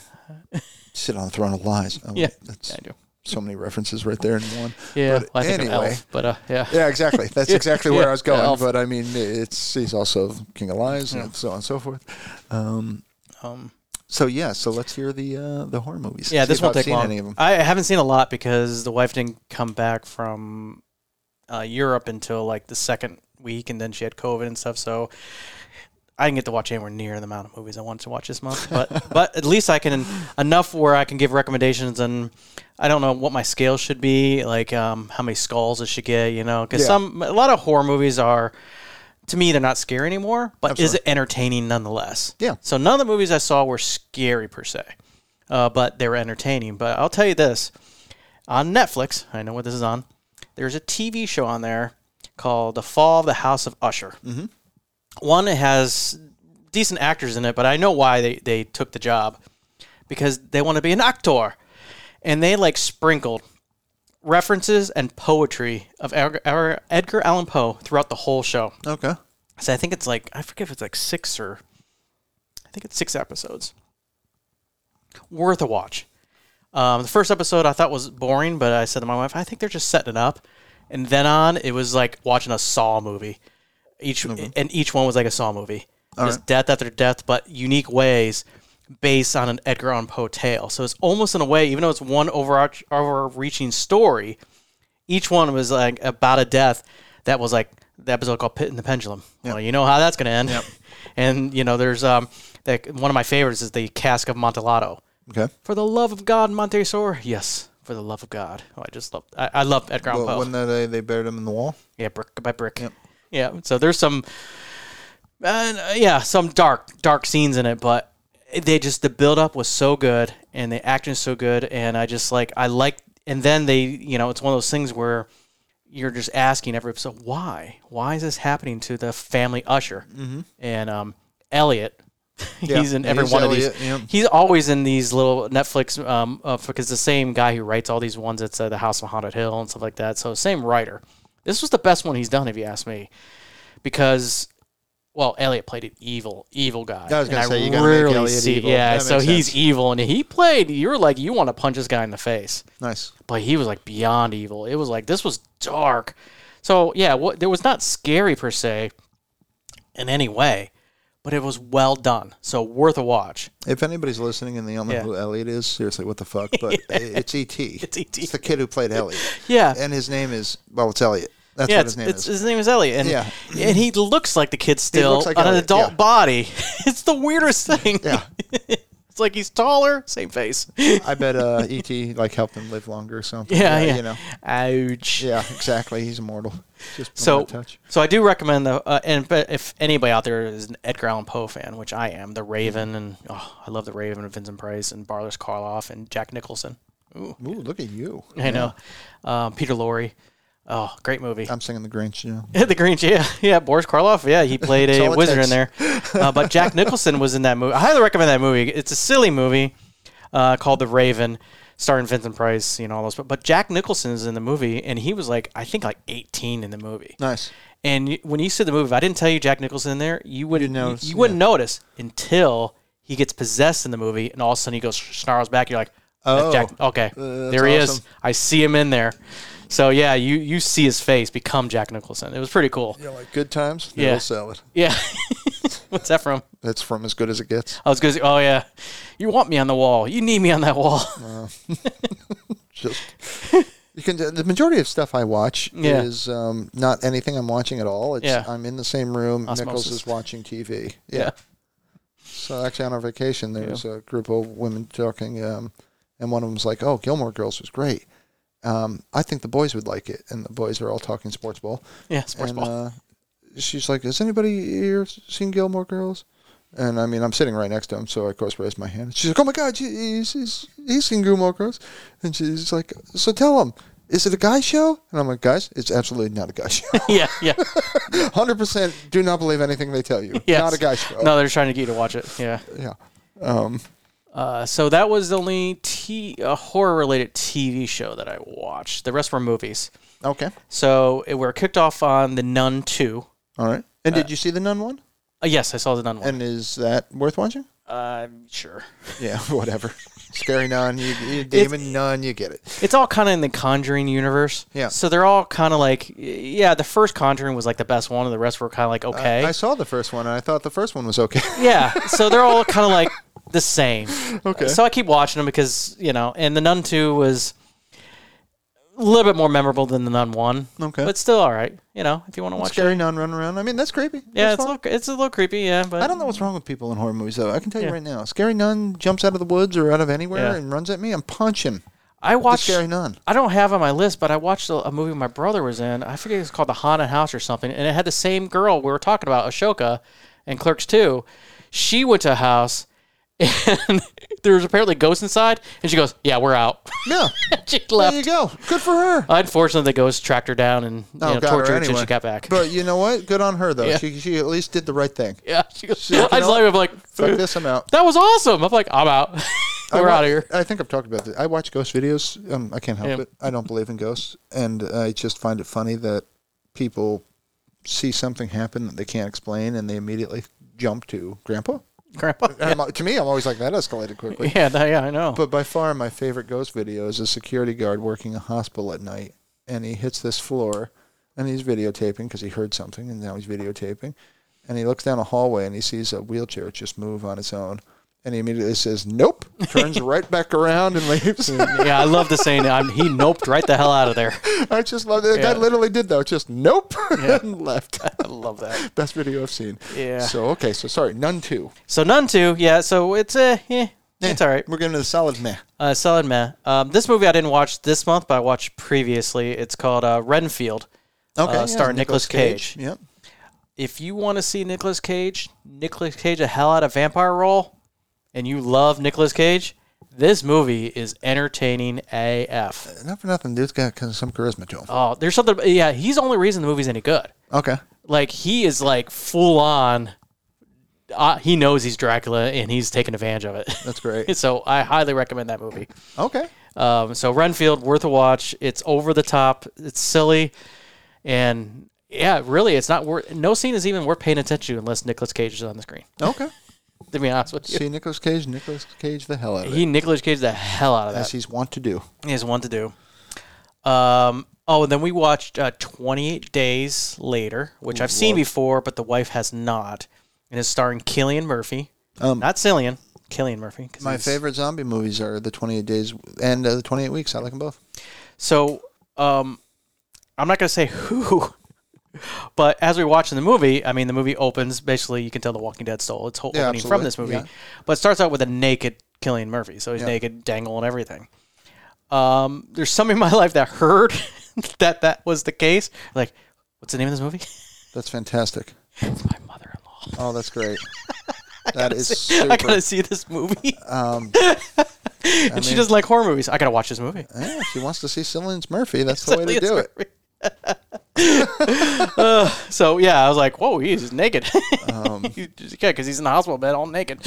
[SPEAKER 1] Mm. sit on the throne of lies. Oh,
[SPEAKER 2] yeah,
[SPEAKER 1] that's
[SPEAKER 2] yeah I do.
[SPEAKER 1] so many references right there in one.
[SPEAKER 2] Yeah,
[SPEAKER 1] But
[SPEAKER 2] well, I think I'm
[SPEAKER 1] anyway.
[SPEAKER 2] elf, but uh, yeah,
[SPEAKER 1] *laughs* Yeah, exactly. That's exactly where I was
[SPEAKER 2] Yeah,
[SPEAKER 1] going.
[SPEAKER 2] Elf.
[SPEAKER 1] but I mean, it's he's also King of Lies and so on and so forth. Um,
[SPEAKER 2] um,
[SPEAKER 1] so yeah, so let's hear the uh, the horror movies.
[SPEAKER 2] yeah.
[SPEAKER 1] See
[SPEAKER 2] This
[SPEAKER 1] if
[SPEAKER 2] won't
[SPEAKER 1] I've
[SPEAKER 2] take
[SPEAKER 1] seen
[SPEAKER 2] long.
[SPEAKER 1] Any of them.
[SPEAKER 2] I haven't seen a lot because the wife didn't come back from uh, Europe until like the second week, and then she had COVID and stuff. So I didn't get to watch anywhere near the amount of movies I wanted to watch this month. But but at least I can enough where I can give recommendations, and I don't know what my scale should be, like um, how many skulls it should get, you know, because
[SPEAKER 1] Yeah.
[SPEAKER 2] some a lot of horror movies are. To me, they're not scary anymore, but is
[SPEAKER 1] Absolutely.
[SPEAKER 2] it entertaining nonetheless?
[SPEAKER 1] Yeah.
[SPEAKER 2] So none of the movies I saw were scary per se, uh, but they were entertaining. But I'll tell you this: on Netflix, I know what this is on. There's a TV show on there called The Fall of the House of Usher. Mm-hmm. One it has decent actors in it, but I know why they, they took the job because they want to be an actor, and they like sprinkled references and poetry of Edgar, Edgar Allan Poe throughout the whole show.
[SPEAKER 1] Okay.
[SPEAKER 2] So I think it's like I forget if it's like six or I think it's six episodes. Worth a watch. Um, the first episode I thought was boring, but I said to my wife, I think they're just setting it up. And then on, it was like watching a Saw movie. Each and each one was like a Saw movie, just death after death, but unique ways based on an Edgar Allan Poe tale. So it's almost in a way, even though it's one overarch, overreaching story, each one was like about a death that was like the episode called Pit and the Pendulum. Well, you know how that's going to end. *laughs* and you know, there's um, that one of my favorites is the Cask of Amontillado.
[SPEAKER 1] Okay.
[SPEAKER 2] For the love of God, Montesor. Yes, for the love of God. Oh, I just love. I, I love Edgar Allan
[SPEAKER 1] Well,
[SPEAKER 2] Poe.
[SPEAKER 1] when they they buried him in the wall.
[SPEAKER 2] yeah, brick by brick. Yeah. So there's some, uh, yeah, some dark dark scenes in it, but they just the build up was so good and the acting is so good, and I just like I like. And then they, you know, it's one of those things where you're just asking every episode, why? Why is this happening to the family usher? Mm-hmm. And um, Elliot, *laughs*
[SPEAKER 1] Yeah.
[SPEAKER 2] He's in every
[SPEAKER 3] Here's
[SPEAKER 2] one of
[SPEAKER 3] Elliot,
[SPEAKER 2] these.
[SPEAKER 3] yeah.
[SPEAKER 2] He's always in these little Netflix um, uh, because the same guy who writes all these ones that's uh, the House on Haunted Hill and stuff like that. So same writer. This was the best one he's done, if you ask me, because well, Elliot played an evil, evil guy.
[SPEAKER 3] I was gonna
[SPEAKER 2] and
[SPEAKER 3] say, you gotta make Elliot evil.
[SPEAKER 2] yeah.
[SPEAKER 3] That
[SPEAKER 2] So
[SPEAKER 3] makes
[SPEAKER 2] he's
[SPEAKER 3] sense.
[SPEAKER 2] evil, and he played. You were like, you want to punch this guy in the face
[SPEAKER 1] Nice.
[SPEAKER 2] but he was like beyond evil. It was like this was dark. So yeah, what there was not scary per se in any way, but it was well done. So worth a watch.
[SPEAKER 1] If anybody's listening and they don't know
[SPEAKER 2] Yeah.
[SPEAKER 1] who Elliot is, seriously, what the *laughs* fuck? But i- it's E.T. It's E
[SPEAKER 2] E.T..
[SPEAKER 1] It's the kid who played Elliot.
[SPEAKER 2] Yeah.
[SPEAKER 1] And his name is, well, it's Elliot. That's
[SPEAKER 2] yeah,
[SPEAKER 1] what
[SPEAKER 2] it's-
[SPEAKER 1] his name
[SPEAKER 2] it's-
[SPEAKER 1] is.
[SPEAKER 2] his name is Elliot, and
[SPEAKER 1] Yeah.
[SPEAKER 2] and he looks like the kid still
[SPEAKER 1] looks like
[SPEAKER 2] on an
[SPEAKER 1] Elliot,
[SPEAKER 2] adult
[SPEAKER 1] yeah.
[SPEAKER 2] body. *laughs* it's the weirdest thing.
[SPEAKER 1] Yeah.
[SPEAKER 2] *laughs* it's like he's taller, same face.
[SPEAKER 1] I bet uh, E.T. like helped him live longer or something.
[SPEAKER 2] Yeah, yeah.
[SPEAKER 1] You know.
[SPEAKER 2] Ouch.
[SPEAKER 1] Yeah, exactly. He's immortal. Just put him
[SPEAKER 2] So,
[SPEAKER 1] in touch.
[SPEAKER 2] so I do recommend the uh, and but if anybody out there is an Edgar Allan Poe fan, which I am, The Raven and oh, I love The Raven and Vincent Price and Barlas Karloff and Jack Nicholson.
[SPEAKER 1] Ooh, look at you.
[SPEAKER 2] I know um, Peter Lorre. Oh, great movie.
[SPEAKER 1] I'm singing the Grinch. Yeah.
[SPEAKER 2] *laughs* the Grinch, yeah, yeah. Boris Karloff, yeah, he played
[SPEAKER 1] That's
[SPEAKER 2] a
[SPEAKER 1] all it
[SPEAKER 2] wizard in there. Uh, but Jack Nicholson was in that movie. I highly recommend that movie. It's a silly movie uh, called The Raven, starring Vincent Price, you know all those. But, but Jack Nicholson is in the movie, and he was like, I think like 18 in the movie.
[SPEAKER 1] Nice.
[SPEAKER 2] And you, when you see the movie, if I didn't tell you Jack Nicholson in there, you wouldn't you,
[SPEAKER 1] notice,
[SPEAKER 2] you wouldn't notice until he gets possessed in the movie, and all of a sudden he goes snarls back. You're like, "That's
[SPEAKER 1] Oh,
[SPEAKER 2] Jack, okay,
[SPEAKER 1] that's
[SPEAKER 2] there he is.
[SPEAKER 1] awesome.
[SPEAKER 2] I see him in there." So yeah, you you see his face become Jack Nicholson. It was pretty cool.
[SPEAKER 1] You know, like good times?
[SPEAKER 2] Yeah.
[SPEAKER 1] They'll sell it.
[SPEAKER 2] Yeah, *laughs* what's that from?
[SPEAKER 1] That's from as good as it gets.
[SPEAKER 2] I was going to say, oh yeah, you want me on the wall? You need me on that wall? *laughs*
[SPEAKER 1] just you can the majority of stuff I watch
[SPEAKER 2] Yeah.
[SPEAKER 1] is um, not anything I'm watching at all. It's
[SPEAKER 2] Yeah.
[SPEAKER 1] I'm in the same room. Nichols
[SPEAKER 2] Osmosis.
[SPEAKER 1] is watching TV.
[SPEAKER 2] *laughs*
[SPEAKER 1] Yeah. So actually, on our vacation, there was a group of women talking, um, and one of them's like, "Oh, Gilmore Girls was great. Um, I think the boys would like it." And the boys are all talking sports ball.
[SPEAKER 2] *laughs* yeah, sports
[SPEAKER 1] and,
[SPEAKER 2] ball.
[SPEAKER 1] Uh, she's like, "Has anybody here seen Gilmore Girls?" And I mean, I'm sitting right next to him, so I of course raised my hand. She's like, "Oh my God, she- he's he's, he's seen Gilmore Girls," and she's like, "So tell him." Is it a guy show? And I'm like, guys, it's absolutely not a guy *laughs* show.
[SPEAKER 2] *laughs* yeah, yeah,
[SPEAKER 1] 100% do not believe anything they tell you.
[SPEAKER 2] yes.
[SPEAKER 1] Not a guy show.
[SPEAKER 2] No, they're trying to get you to watch it. Yeah.
[SPEAKER 1] Yeah. Um,
[SPEAKER 2] Uh, so that was the only t- uh, horror related TV show that I watched. The rest were movies.
[SPEAKER 1] okay.
[SPEAKER 2] So it, we're kicked off on The Nun 2.
[SPEAKER 1] All right. And did you see the nun one?
[SPEAKER 2] Uh, yes, I saw The Nun one.
[SPEAKER 1] And is that worth watching?
[SPEAKER 2] Uh, sure.
[SPEAKER 1] Yeah, *laughs* whatever. Scary nun, you, you demon nun, you get it.
[SPEAKER 2] It's all kind of in the Conjuring universe.
[SPEAKER 1] Yeah.
[SPEAKER 2] So they're all kind of like, yeah, the first Conjuring was like the best one, and the rest were kind of like, okay.
[SPEAKER 1] Uh, I saw the first one, and I thought the first one was okay.
[SPEAKER 2] yeah. So they're all kind of like the same.
[SPEAKER 1] *laughs* Okay.
[SPEAKER 2] So I keep watching them because, you know, and The Nun 2 was a little bit more memorable than The Nun 1.
[SPEAKER 1] Okay.
[SPEAKER 2] But still all right, you know, if you want to watch it.
[SPEAKER 1] Scary nun running around. I mean, that's creepy.
[SPEAKER 2] Yeah,
[SPEAKER 1] That's
[SPEAKER 2] it's a,
[SPEAKER 1] fine.
[SPEAKER 2] little, it's a little creepy. Yeah, but
[SPEAKER 1] I don't know what's wrong with people in horror movies, though. I can tell you
[SPEAKER 2] Yeah.
[SPEAKER 1] right now, scary nun jumps out of the woods or out of anywhere
[SPEAKER 2] Yeah.
[SPEAKER 1] and runs at me. I'm punching.
[SPEAKER 2] I
[SPEAKER 1] The
[SPEAKER 2] watched.
[SPEAKER 1] scary nun.
[SPEAKER 2] I don't have on my list, but I watched a, a movie my brother was in. I forget it's called The Haunted House or something, and it had the same girl we were talking about, Ashoka, and Clerks Two. She went to a house, *laughs* and there was apparently ghosts inside, and she goes, "Yeah, we're out." *laughs*
[SPEAKER 1] Yeah,
[SPEAKER 2] she
[SPEAKER 1] there you
[SPEAKER 2] left. Uh,
[SPEAKER 1] go. Good for her.
[SPEAKER 2] Unfortunately, the ghost tracked her down and you
[SPEAKER 1] Oh,
[SPEAKER 2] know,
[SPEAKER 1] got her
[SPEAKER 2] tortured her until
[SPEAKER 1] anyway.
[SPEAKER 2] she got back.
[SPEAKER 1] But you know what? Good on her though.
[SPEAKER 2] Yeah.
[SPEAKER 1] She, she at least did the right thing.
[SPEAKER 2] *laughs* yeah, she goes.
[SPEAKER 1] like,
[SPEAKER 2] *laughs* I
[SPEAKER 1] "You
[SPEAKER 2] was
[SPEAKER 1] know
[SPEAKER 2] like, I'm like,
[SPEAKER 1] Fuck this, I'm out.
[SPEAKER 2] that was awesome. I'm like, I'm out. *laughs*
[SPEAKER 1] I
[SPEAKER 2] we're
[SPEAKER 1] wa-
[SPEAKER 2] out of here.
[SPEAKER 1] I think I've talked about this. I watch ghost videos. Um, I can't help
[SPEAKER 2] Yeah.
[SPEAKER 1] it. I don't believe in ghosts, and I just find it funny that people see something happen that they can't explain, and they immediately jump to grandpa.
[SPEAKER 2] Grandpa.
[SPEAKER 1] And I'm- to me, I'm always like that escalated quickly.
[SPEAKER 2] Yeah, no, yeah, I know.
[SPEAKER 1] But by far, my favorite ghost video is a security guard working a hospital at night, and he hits this floor, and he's videotaping because he heard something, and now he's videotaping, and he looks down a hallway and he sees a wheelchair just move on its own, and he immediately says, "Nope,"
[SPEAKER 2] *laughs*
[SPEAKER 1] turns right back around and leaves.
[SPEAKER 2] yeah, I love the saying. I'm, he noped right the hell out of there.
[SPEAKER 1] I just love that. That
[SPEAKER 2] Yeah.
[SPEAKER 1] literally did though, just nope, *laughs* and left.
[SPEAKER 2] *laughs* I love that.
[SPEAKER 1] Best video I've seen.
[SPEAKER 2] Yeah.
[SPEAKER 1] So okay, so sorry, none two.
[SPEAKER 2] So none two, yeah. So it's a, eh, it's all right.
[SPEAKER 1] We're getting to the solid meh.
[SPEAKER 2] Uh, solid meh. Um, this movie I didn't watch this month, but I watched previously. It's called uh, Renfield.
[SPEAKER 1] Okay,
[SPEAKER 2] uh,
[SPEAKER 1] yeah,
[SPEAKER 2] starring Nicolas
[SPEAKER 1] Nicolas
[SPEAKER 2] Cage.
[SPEAKER 1] Yep.
[SPEAKER 2] If you want to see Nicolas Cage, Nicolas Cage a hell out of vampire role, and you love Nicolas Cage, this movie is entertaining AF.
[SPEAKER 1] Not for nothing, dude's got kind of some charisma to him.
[SPEAKER 2] Oh, there's something. Yeah, Oh. he's the only reason the movie's any good.
[SPEAKER 1] Okay.
[SPEAKER 2] Like he is like full on uh, he knows he's Dracula and he's taking advantage of it.
[SPEAKER 1] That's great.
[SPEAKER 2] *laughs* so I highly recommend that movie. *laughs*
[SPEAKER 1] okay.
[SPEAKER 2] Um, so Renfield, worth a watch. It's over the top. It's silly, and yeah, really, it's not worth. No scene is even worth paying attention to unless Nicolas Cage is on the screen.
[SPEAKER 1] Okay.
[SPEAKER 2] To be honest with you,
[SPEAKER 1] See Nicolas Cage, Nicolas Cage the hell out of it.
[SPEAKER 2] he Nicolas Cage the hell out of
[SPEAKER 1] As
[SPEAKER 2] that.
[SPEAKER 1] he's wont to do.
[SPEAKER 2] He has one to do. Um. Oh, and then we watched uh, 28 Days Later, which I've seen before, but the wife has not, and it's starring Killian Murphy,
[SPEAKER 1] Um,
[SPEAKER 2] not Cillian, Killian Murphy. 'cause
[SPEAKER 1] My
[SPEAKER 2] he's-
[SPEAKER 1] favorite zombie movies are the 28 Days and uh, the 28 Weeks. I like them both.
[SPEAKER 2] So, um, I'm not gonna say who, *laughs* but as we watch in the movie, I mean, the movie opens basically. You can tell The Walking Dead stole its whole
[SPEAKER 1] Yeah,
[SPEAKER 2] opening
[SPEAKER 1] absolutely.
[SPEAKER 2] from this movie,
[SPEAKER 1] Yeah.
[SPEAKER 2] but it starts out with a naked Killian Murphy, so he's naked, dangling everything. Um, there's some in my *laughs* life that heard that that was the case. Like, what's the name of this movie? *laughs*
[SPEAKER 1] That's fantastic.
[SPEAKER 2] it's my mother-in-law.
[SPEAKER 1] Oh, that's
[SPEAKER 2] *laughs*
[SPEAKER 1] great. That is
[SPEAKER 2] I
[SPEAKER 1] super.
[SPEAKER 2] gotta see this movie,
[SPEAKER 1] *laughs*
[SPEAKER 2] *laughs*
[SPEAKER 1] Um,
[SPEAKER 2] and she doesn't like horror movies. I gotta watch this movie.
[SPEAKER 1] *laughs* yeah, if she wants to see Cillian Murphy. That's
[SPEAKER 2] *laughs*
[SPEAKER 1] the way to
[SPEAKER 2] Cillian
[SPEAKER 1] do it.
[SPEAKER 2] *laughs* Uh, So yeah, I was like, whoa, he's naked.
[SPEAKER 1] Um,
[SPEAKER 2] *laughs* yeah, because he's in the hospital bed all naked.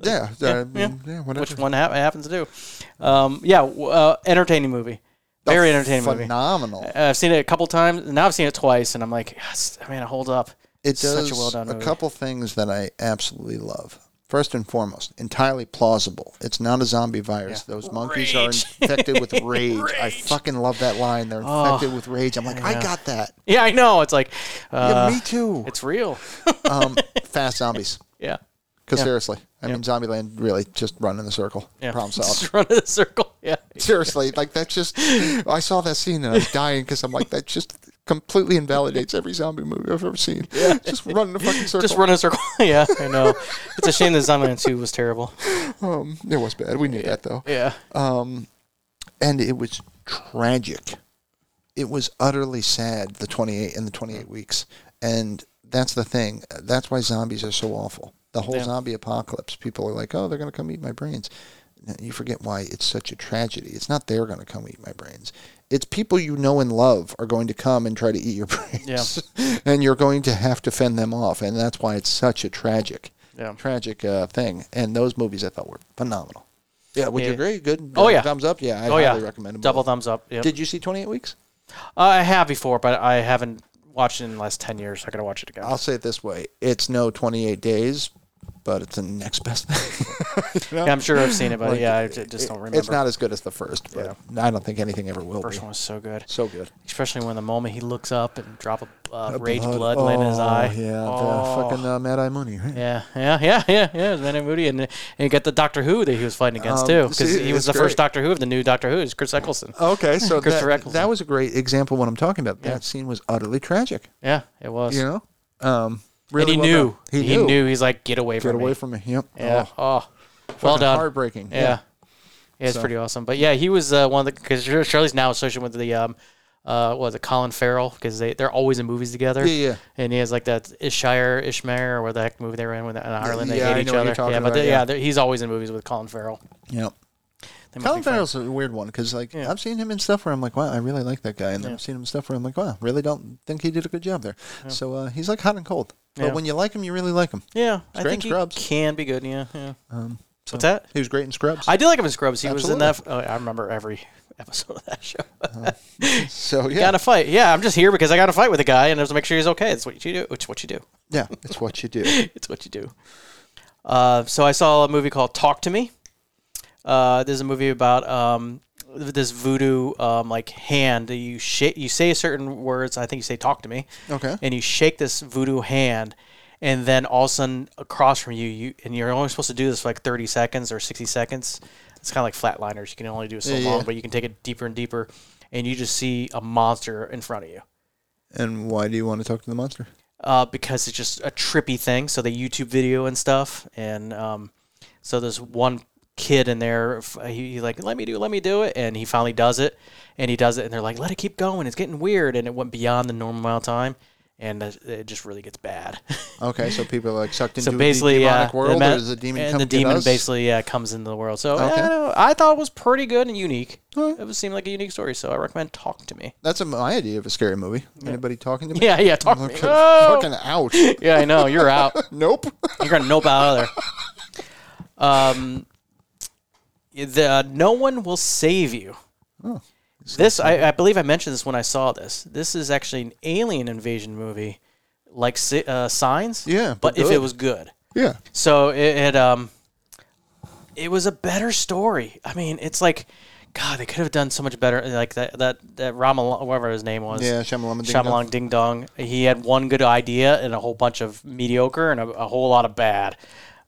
[SPEAKER 1] Yeah, I mean, yeah, whatever.
[SPEAKER 2] Which one hap- happens to do? Um, yeah, w- uh, entertaining movie. Very entertaining movie.
[SPEAKER 1] Phenomenal.
[SPEAKER 2] Uh, I've seen it a couple times. Now I've seen it twice, and I'm like, yes, man, it holds up.
[SPEAKER 1] It does
[SPEAKER 2] Such a well-done
[SPEAKER 1] a
[SPEAKER 2] movie.
[SPEAKER 1] couple things that I absolutely love. First and foremost, entirely plausible. It's not a zombie virus. Those monkeys are
[SPEAKER 2] Rage.
[SPEAKER 1] infected with rage. I fucking love that line. They're infected with rage. I'm like, I got that.
[SPEAKER 2] Oh. Yeah, I know. It's like,
[SPEAKER 1] Yeah,
[SPEAKER 2] uh,
[SPEAKER 1] me too.
[SPEAKER 2] it's real. *laughs*
[SPEAKER 1] Um, fast zombies.
[SPEAKER 2] yeah,
[SPEAKER 1] Because seriously, I mean, Zombieland really just run in a circle.
[SPEAKER 2] yeah. *laughs*
[SPEAKER 1] Problem solved.
[SPEAKER 2] Just run in a circle. Yeah.
[SPEAKER 1] seriously, like that's just. I saw that scene and I was dying because I'm like, that just completely invalidates every zombie movie I've ever seen. Just run in a fucking circle.
[SPEAKER 2] Just run in a circle. *laughs* yeah, I know. It's a shame that Zombieland 2 was terrible.
[SPEAKER 1] um, it was bad. We knew that though.
[SPEAKER 2] Yeah.
[SPEAKER 1] and it was tragic. It was utterly sad. The twenty eight and the twenty eight weeks, and that's the thing. That's why zombies are so awful. The whole
[SPEAKER 2] Yeah.
[SPEAKER 1] zombie apocalypse. People are like, oh, they're gonna come eat my brains. No, You forget why it's such a tragedy. It's not they're gonna come eat my brains. It's people you know and love are going to come and try to eat your *laughs* brains, and you're going to have to fend them off. And that's why it's such a tragic,
[SPEAKER 2] Yeah.
[SPEAKER 1] tragic uh, thing. And those movies I thought were phenomenal. Yeah, would you
[SPEAKER 2] Yeah.
[SPEAKER 1] agree? Good.
[SPEAKER 2] Oh,
[SPEAKER 1] Uh,
[SPEAKER 2] yeah.
[SPEAKER 1] Thumbs up. Yeah, I
[SPEAKER 2] oh,
[SPEAKER 1] highly
[SPEAKER 2] yeah.
[SPEAKER 1] recommend them.
[SPEAKER 2] Double
[SPEAKER 1] both.
[SPEAKER 2] thumbs up. Yep.
[SPEAKER 1] Did you see 28 Weeks?
[SPEAKER 2] Uh, I have before, but I haven't watched it in the last 10 years. so I got to watch it again.
[SPEAKER 1] I'll say it this way: it's no 28 days, but it's the next best thing. *laughs*
[SPEAKER 2] yeah, I'm sure I've seen it, but
[SPEAKER 1] Like,
[SPEAKER 2] yeah, I j- just don't
[SPEAKER 1] it-
[SPEAKER 2] remember.
[SPEAKER 1] It's not as good as the first, but I don't think anything ever will
[SPEAKER 2] first
[SPEAKER 1] be.
[SPEAKER 2] one was so good.
[SPEAKER 1] So good.
[SPEAKER 2] Especially when the moment he looks up and drop a uh,
[SPEAKER 1] The
[SPEAKER 2] rage blood, land in his
[SPEAKER 1] oh,
[SPEAKER 2] eye.
[SPEAKER 1] Yeah,
[SPEAKER 2] Oh.
[SPEAKER 1] the fucking uh, Mad Eye Mooney. Right?
[SPEAKER 2] Yeah, yeah, yeah, yeah, yeah. It was Manny Moody, and and you got the Doctor Who that he was fighting against
[SPEAKER 1] Um,
[SPEAKER 2] too, because
[SPEAKER 1] see,
[SPEAKER 2] he
[SPEAKER 1] it's
[SPEAKER 2] was the first
[SPEAKER 1] great. Oh.
[SPEAKER 2] Doctor Who of the new Doctor Who. Is Chris Eccleston?
[SPEAKER 1] Okay, so
[SPEAKER 2] *laughs* Christopher
[SPEAKER 1] that,
[SPEAKER 2] Eccleston.
[SPEAKER 1] that was a great example. of What I'm talking about. That scene was utterly tragic.
[SPEAKER 2] Yeah, it was.
[SPEAKER 1] You know, um,
[SPEAKER 2] and
[SPEAKER 1] really
[SPEAKER 2] he
[SPEAKER 1] well
[SPEAKER 2] knew.
[SPEAKER 1] done.
[SPEAKER 2] He, knew. He's like, get away
[SPEAKER 1] Get
[SPEAKER 2] from
[SPEAKER 1] away
[SPEAKER 2] me.
[SPEAKER 1] from me. Yep.
[SPEAKER 2] yeah.
[SPEAKER 1] Oh,
[SPEAKER 2] Oh, well
[SPEAKER 1] fucking
[SPEAKER 2] done.
[SPEAKER 1] Heartbreaking.
[SPEAKER 2] Yeah. Yeah, it's
[SPEAKER 1] So-
[SPEAKER 2] pretty awesome. But yeah, he was uh, one of the because Shirley's now associated with the um, uh, what is it, Colin Farrell? Because they they're always in movies together.
[SPEAKER 1] Yeah, yeah.
[SPEAKER 2] And he has like that Ishire, Ishmael, or what the heck movie they were in with in Ireland. They
[SPEAKER 1] yeah, I
[SPEAKER 2] hate each
[SPEAKER 1] know what you're
[SPEAKER 2] other.
[SPEAKER 1] talking
[SPEAKER 2] Yeah, but
[SPEAKER 1] about,
[SPEAKER 2] they-
[SPEAKER 1] yeah.
[SPEAKER 2] yeah, they're he's always in movies with Colin Farrell.
[SPEAKER 1] Yep.
[SPEAKER 2] They must
[SPEAKER 1] Colin
[SPEAKER 2] be friends.
[SPEAKER 1] Farrell's a weird one because like
[SPEAKER 2] Yeah.
[SPEAKER 1] I've seen him in stuff where I'm like, wow, I really like that guy, and then I've seen him in stuff where I'm like, wow, really don't think he did a good job there. So uh, he's like hot and cold, but
[SPEAKER 2] Yeah.
[SPEAKER 1] when you like him, you really like him.
[SPEAKER 2] Yeah, I
[SPEAKER 1] great
[SPEAKER 2] think
[SPEAKER 1] in
[SPEAKER 2] he
[SPEAKER 1] Scrubs.
[SPEAKER 2] can be good. Yeah, yeah.
[SPEAKER 1] Um, so
[SPEAKER 2] What's that?
[SPEAKER 1] He was great in Scrubs.
[SPEAKER 2] I did like him in Scrubs. He was in
[SPEAKER 1] Absolutely.
[SPEAKER 2] that. oh, I remember every *laughs* episode of that show.
[SPEAKER 1] so yeah,
[SPEAKER 2] Got to fight. Yeah, I'm just here because I got to fight with a guy and I have to make sure he's okay. That's what you do. It's what you do.
[SPEAKER 1] *laughs* yeah, it's what you do.
[SPEAKER 2] *laughs* it's what you do. Uh, so I saw a movie called Talk to Me. Uh, there's a movie about um, this voodoo um, like hand. that You shake, you say certain words. I think you say "talk to me,"
[SPEAKER 1] Okay.
[SPEAKER 2] and you shake this voodoo hand, and then all of a sudden, across from you, you and you're only supposed to do this for like 30 seconds or 60 seconds. It's kind of like flatliners. You can only do it so
[SPEAKER 1] Yeah, yeah.
[SPEAKER 2] long, but you can take it deeper and deeper, and you just see a monster in front of you
[SPEAKER 1] And why do you want to talk to the monster?
[SPEAKER 2] uh, because it's just a trippy thing. So they YouTube video and stuff, and um, so there's one kid in there. f- He, he like, let me do, it, let me do it, and he finally does it, and he does it, and they're like, let it keep going. It's getting weird, and it went beyond the normal amount of time. and that- it just really gets bad. *laughs*
[SPEAKER 1] Okay, so people are like sucked into
[SPEAKER 2] so basically,
[SPEAKER 1] a de-
[SPEAKER 2] yeah,
[SPEAKER 1] demonic world,
[SPEAKER 2] ma-
[SPEAKER 1] or does the demon
[SPEAKER 2] and
[SPEAKER 1] come
[SPEAKER 2] the
[SPEAKER 1] get
[SPEAKER 2] demon
[SPEAKER 1] us?
[SPEAKER 2] basically yeah comes into the world. So I,
[SPEAKER 1] Okay.
[SPEAKER 2] don't know, I thought it was pretty good and unique.
[SPEAKER 1] Alright.
[SPEAKER 2] It would seem like a unique story. So I recommend Talk to Me. *laughs*
[SPEAKER 1] That's a, my idea of a scary movie. Anybody talking *laughs* to me?
[SPEAKER 2] Yeah, yeah, Talk to Me.
[SPEAKER 1] Fucking,
[SPEAKER 2] Oh!
[SPEAKER 1] fucking out.
[SPEAKER 2] *laughs* Yeah, I know you're out.
[SPEAKER 1] *laughs* nope. *laughs*
[SPEAKER 2] You're gonna nope out of there. Um, the no one will save you.
[SPEAKER 1] Oh.
[SPEAKER 2] This I, I believe I mentioned this when I saw this. This is actually an alien invasion movie, like Si- uh, Signs.
[SPEAKER 1] Yeah,
[SPEAKER 2] but
[SPEAKER 1] but
[SPEAKER 2] if it
[SPEAKER 1] good.
[SPEAKER 2] was good, *laughs*
[SPEAKER 1] yeah.
[SPEAKER 2] so it, it um, it was a better story. I mean, it's like, God, they could have done so much better. Like that that that Ramal, whatever his name was,
[SPEAKER 1] Yeah, Shyamalan. Ding Dong.
[SPEAKER 2] Shyamalan Ding Dong. He had one good idea and a whole bunch of mediocre and a, a whole lot of bad.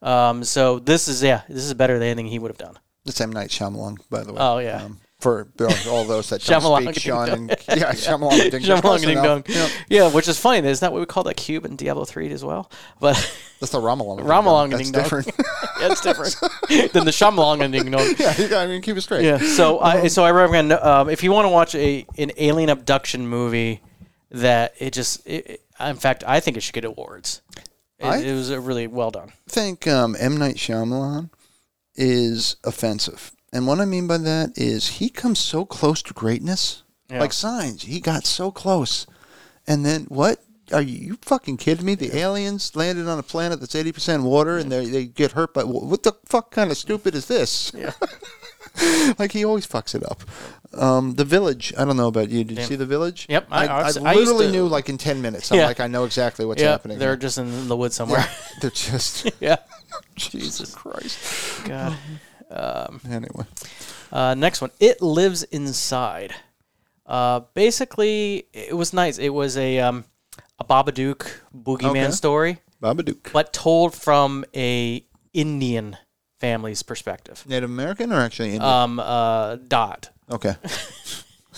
[SPEAKER 2] Um, so this is yeah, this is better than anything he would have done.
[SPEAKER 1] The same night Shyamalan, by the way.
[SPEAKER 2] Oh, yeah.
[SPEAKER 1] Um, for you know, all those that don't
[SPEAKER 2] Shyamalan
[SPEAKER 1] speak
[SPEAKER 2] Ding
[SPEAKER 1] Sean and yeah, Shyamalan Ding Dong.
[SPEAKER 2] *laughs* Shyamalan
[SPEAKER 1] Close
[SPEAKER 2] Ding
[SPEAKER 1] enough.
[SPEAKER 2] Dong.
[SPEAKER 1] Yep.
[SPEAKER 2] Yeah, which is funny. Isn't that what we call that cube in Diablo Three as well? But *laughs*
[SPEAKER 1] That's the Ramalan. Ding Dong.
[SPEAKER 2] Ramalong
[SPEAKER 1] That's
[SPEAKER 2] Ding Dong.
[SPEAKER 1] different. *laughs*
[SPEAKER 2] yeah, it's different than the Shyamalan Ding Dong.
[SPEAKER 1] yeah, you got, I mean, keep it straight.
[SPEAKER 2] Yeah. So I so I recommend um, if you want to watch a an alien abduction movie that it just it, it- in fact I think it should get awards. It,
[SPEAKER 1] I-
[SPEAKER 2] it was a really well done.
[SPEAKER 1] think um, M. Night Shyamalan is offensive. And what I mean by that is he comes so close to greatness.
[SPEAKER 2] Yeah.
[SPEAKER 1] Like signs, he got so close. And then what? Are you, you fucking kidding me? The aliens landed on a planet that's 80% water and they they get hurt by. wh- What the fuck kind of stupid is this?
[SPEAKER 2] Yeah.
[SPEAKER 1] *laughs* like he always fucks it up. Um, the village. I don't know about you. Did you see the village?
[SPEAKER 2] Yep,
[SPEAKER 1] I,
[SPEAKER 2] I- I
[SPEAKER 1] I,
[SPEAKER 2] was- I used
[SPEAKER 1] literally
[SPEAKER 2] to-
[SPEAKER 1] knew like in ten minutes. I'm
[SPEAKER 2] Yeah.
[SPEAKER 1] like, I know exactly what's
[SPEAKER 2] Yeah,
[SPEAKER 1] happening.
[SPEAKER 2] they're
[SPEAKER 1] here. *laughs*
[SPEAKER 2] just in the woods somewhere.
[SPEAKER 1] they're
[SPEAKER 2] *laughs*
[SPEAKER 1] just
[SPEAKER 2] Yeah.
[SPEAKER 1] Jesus *laughs* Christ.
[SPEAKER 2] God.
[SPEAKER 1] Anyway,
[SPEAKER 2] Uh, next one. It lives inside. Uh, basically, it was nice. It was a um, a Babadook boogeyman
[SPEAKER 1] Okay.
[SPEAKER 2] story,
[SPEAKER 1] Babadook.
[SPEAKER 2] but told from a Indian family's perspective.
[SPEAKER 1] Native American or actually Indian?
[SPEAKER 2] Um, uh, dot.
[SPEAKER 1] okay. *laughs*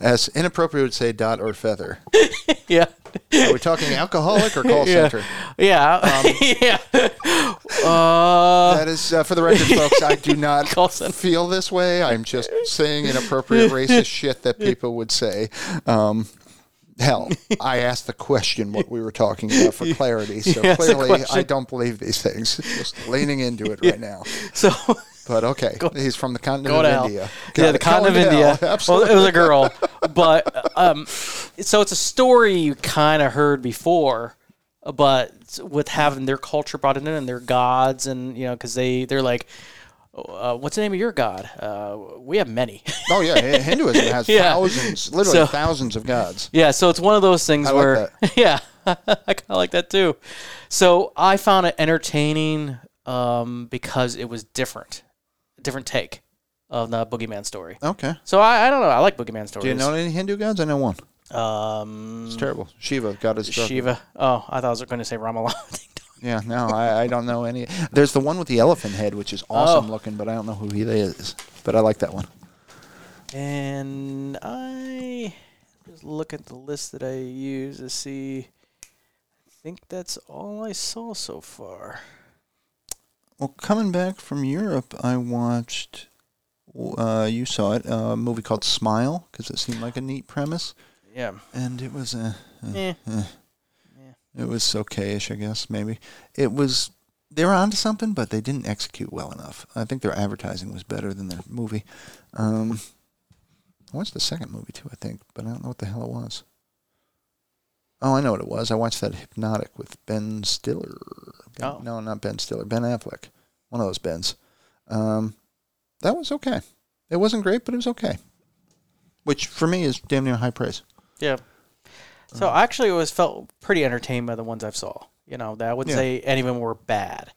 [SPEAKER 1] As inappropriate would say, dot or feather.
[SPEAKER 2] Yeah.
[SPEAKER 1] Are we
[SPEAKER 2] *laughs*
[SPEAKER 1] talking alcoholic or call center?
[SPEAKER 2] Yeah. *laughs* yeah. Uh, *laughs*
[SPEAKER 1] That is, uh, for the record, folks, I do not
[SPEAKER 2] Call center.
[SPEAKER 1] feel this way. I'm just saying
[SPEAKER 2] *laughs*
[SPEAKER 1] inappropriate racist shit that people would say. Um, hell,
[SPEAKER 2] *laughs*
[SPEAKER 1] I asked the question what we were talking about for clarity. So
[SPEAKER 2] You asked the
[SPEAKER 1] clearly, I
[SPEAKER 2] question.
[SPEAKER 1] don't believe these things. Just leaning into it
[SPEAKER 2] *laughs*
[SPEAKER 1] right now.
[SPEAKER 2] so.
[SPEAKER 1] But okay, he's from the
[SPEAKER 2] Go
[SPEAKER 1] continent
[SPEAKER 2] to
[SPEAKER 1] of
[SPEAKER 2] hell.
[SPEAKER 1] India.
[SPEAKER 2] Yeah,
[SPEAKER 1] Got
[SPEAKER 2] the
[SPEAKER 1] it. Going
[SPEAKER 2] continent
[SPEAKER 1] to
[SPEAKER 2] of
[SPEAKER 1] hell,
[SPEAKER 2] India. Well,
[SPEAKER 1] Absolutely.
[SPEAKER 2] it was a girl,
[SPEAKER 1] *laughs*
[SPEAKER 2] but um, so it's a story you kind of heard before, but with having their culture brought in and their gods, and you know, because they they're like, uh, what's the name of your god? Uh, we have many. *laughs*
[SPEAKER 1] Oh yeah, Hi- Hinduism has
[SPEAKER 2] Yeah.
[SPEAKER 1] thousands, literally
[SPEAKER 2] So-
[SPEAKER 1] thousands of gods.
[SPEAKER 2] Yeah, so it's one of those things
[SPEAKER 1] like
[SPEAKER 2] where *laughs* yeah, I kind of like that too. So I found it entertaining um, because it was different, different take of the boogeyman story.
[SPEAKER 1] Okay.
[SPEAKER 2] So I, I don't know. I like boogeyman stories.
[SPEAKER 1] Do you know any Hindu gods? I know one.
[SPEAKER 2] Um,
[SPEAKER 1] It's terrible. Shiva, god is drug.
[SPEAKER 2] Shiva. Oh, I thought I was going to say Ramallah. *laughs*
[SPEAKER 1] Yeah, no, I, I don't know any. There's the one with the elephant head, which is
[SPEAKER 2] Oh.
[SPEAKER 1] awesome looking, but I don't know who he is. But I like that one.
[SPEAKER 2] and I just look at the list that I use to see. I think that's all I saw so far.
[SPEAKER 1] Well, coming back from Europe, I watched. Uh, you saw it, a movie called Smile, because it seemed like a neat premise,
[SPEAKER 2] Yeah.
[SPEAKER 1] and it was a.
[SPEAKER 2] Eh.
[SPEAKER 1] It was okayish, I guess. Maybe it was. They were onto something, but they didn't execute well enough. I think their advertising was better than their movie. Um, I watched the second movie too, I think, but I don't know what the hell it was. Oh, I know what it was. I watched that Hypnotic with Ben Stiller. Ben-
[SPEAKER 2] Oh.
[SPEAKER 1] No, not Ben Stiller. Ben Affleck. One of those Bens. Um, that was okay. It wasn't great, but it was okay. Which for me is damn near high praise.
[SPEAKER 2] Yeah. So I actually was felt pretty entertained by the ones I've saw. You know, that I wouldn't
[SPEAKER 1] Yeah.
[SPEAKER 2] say any of them were bad.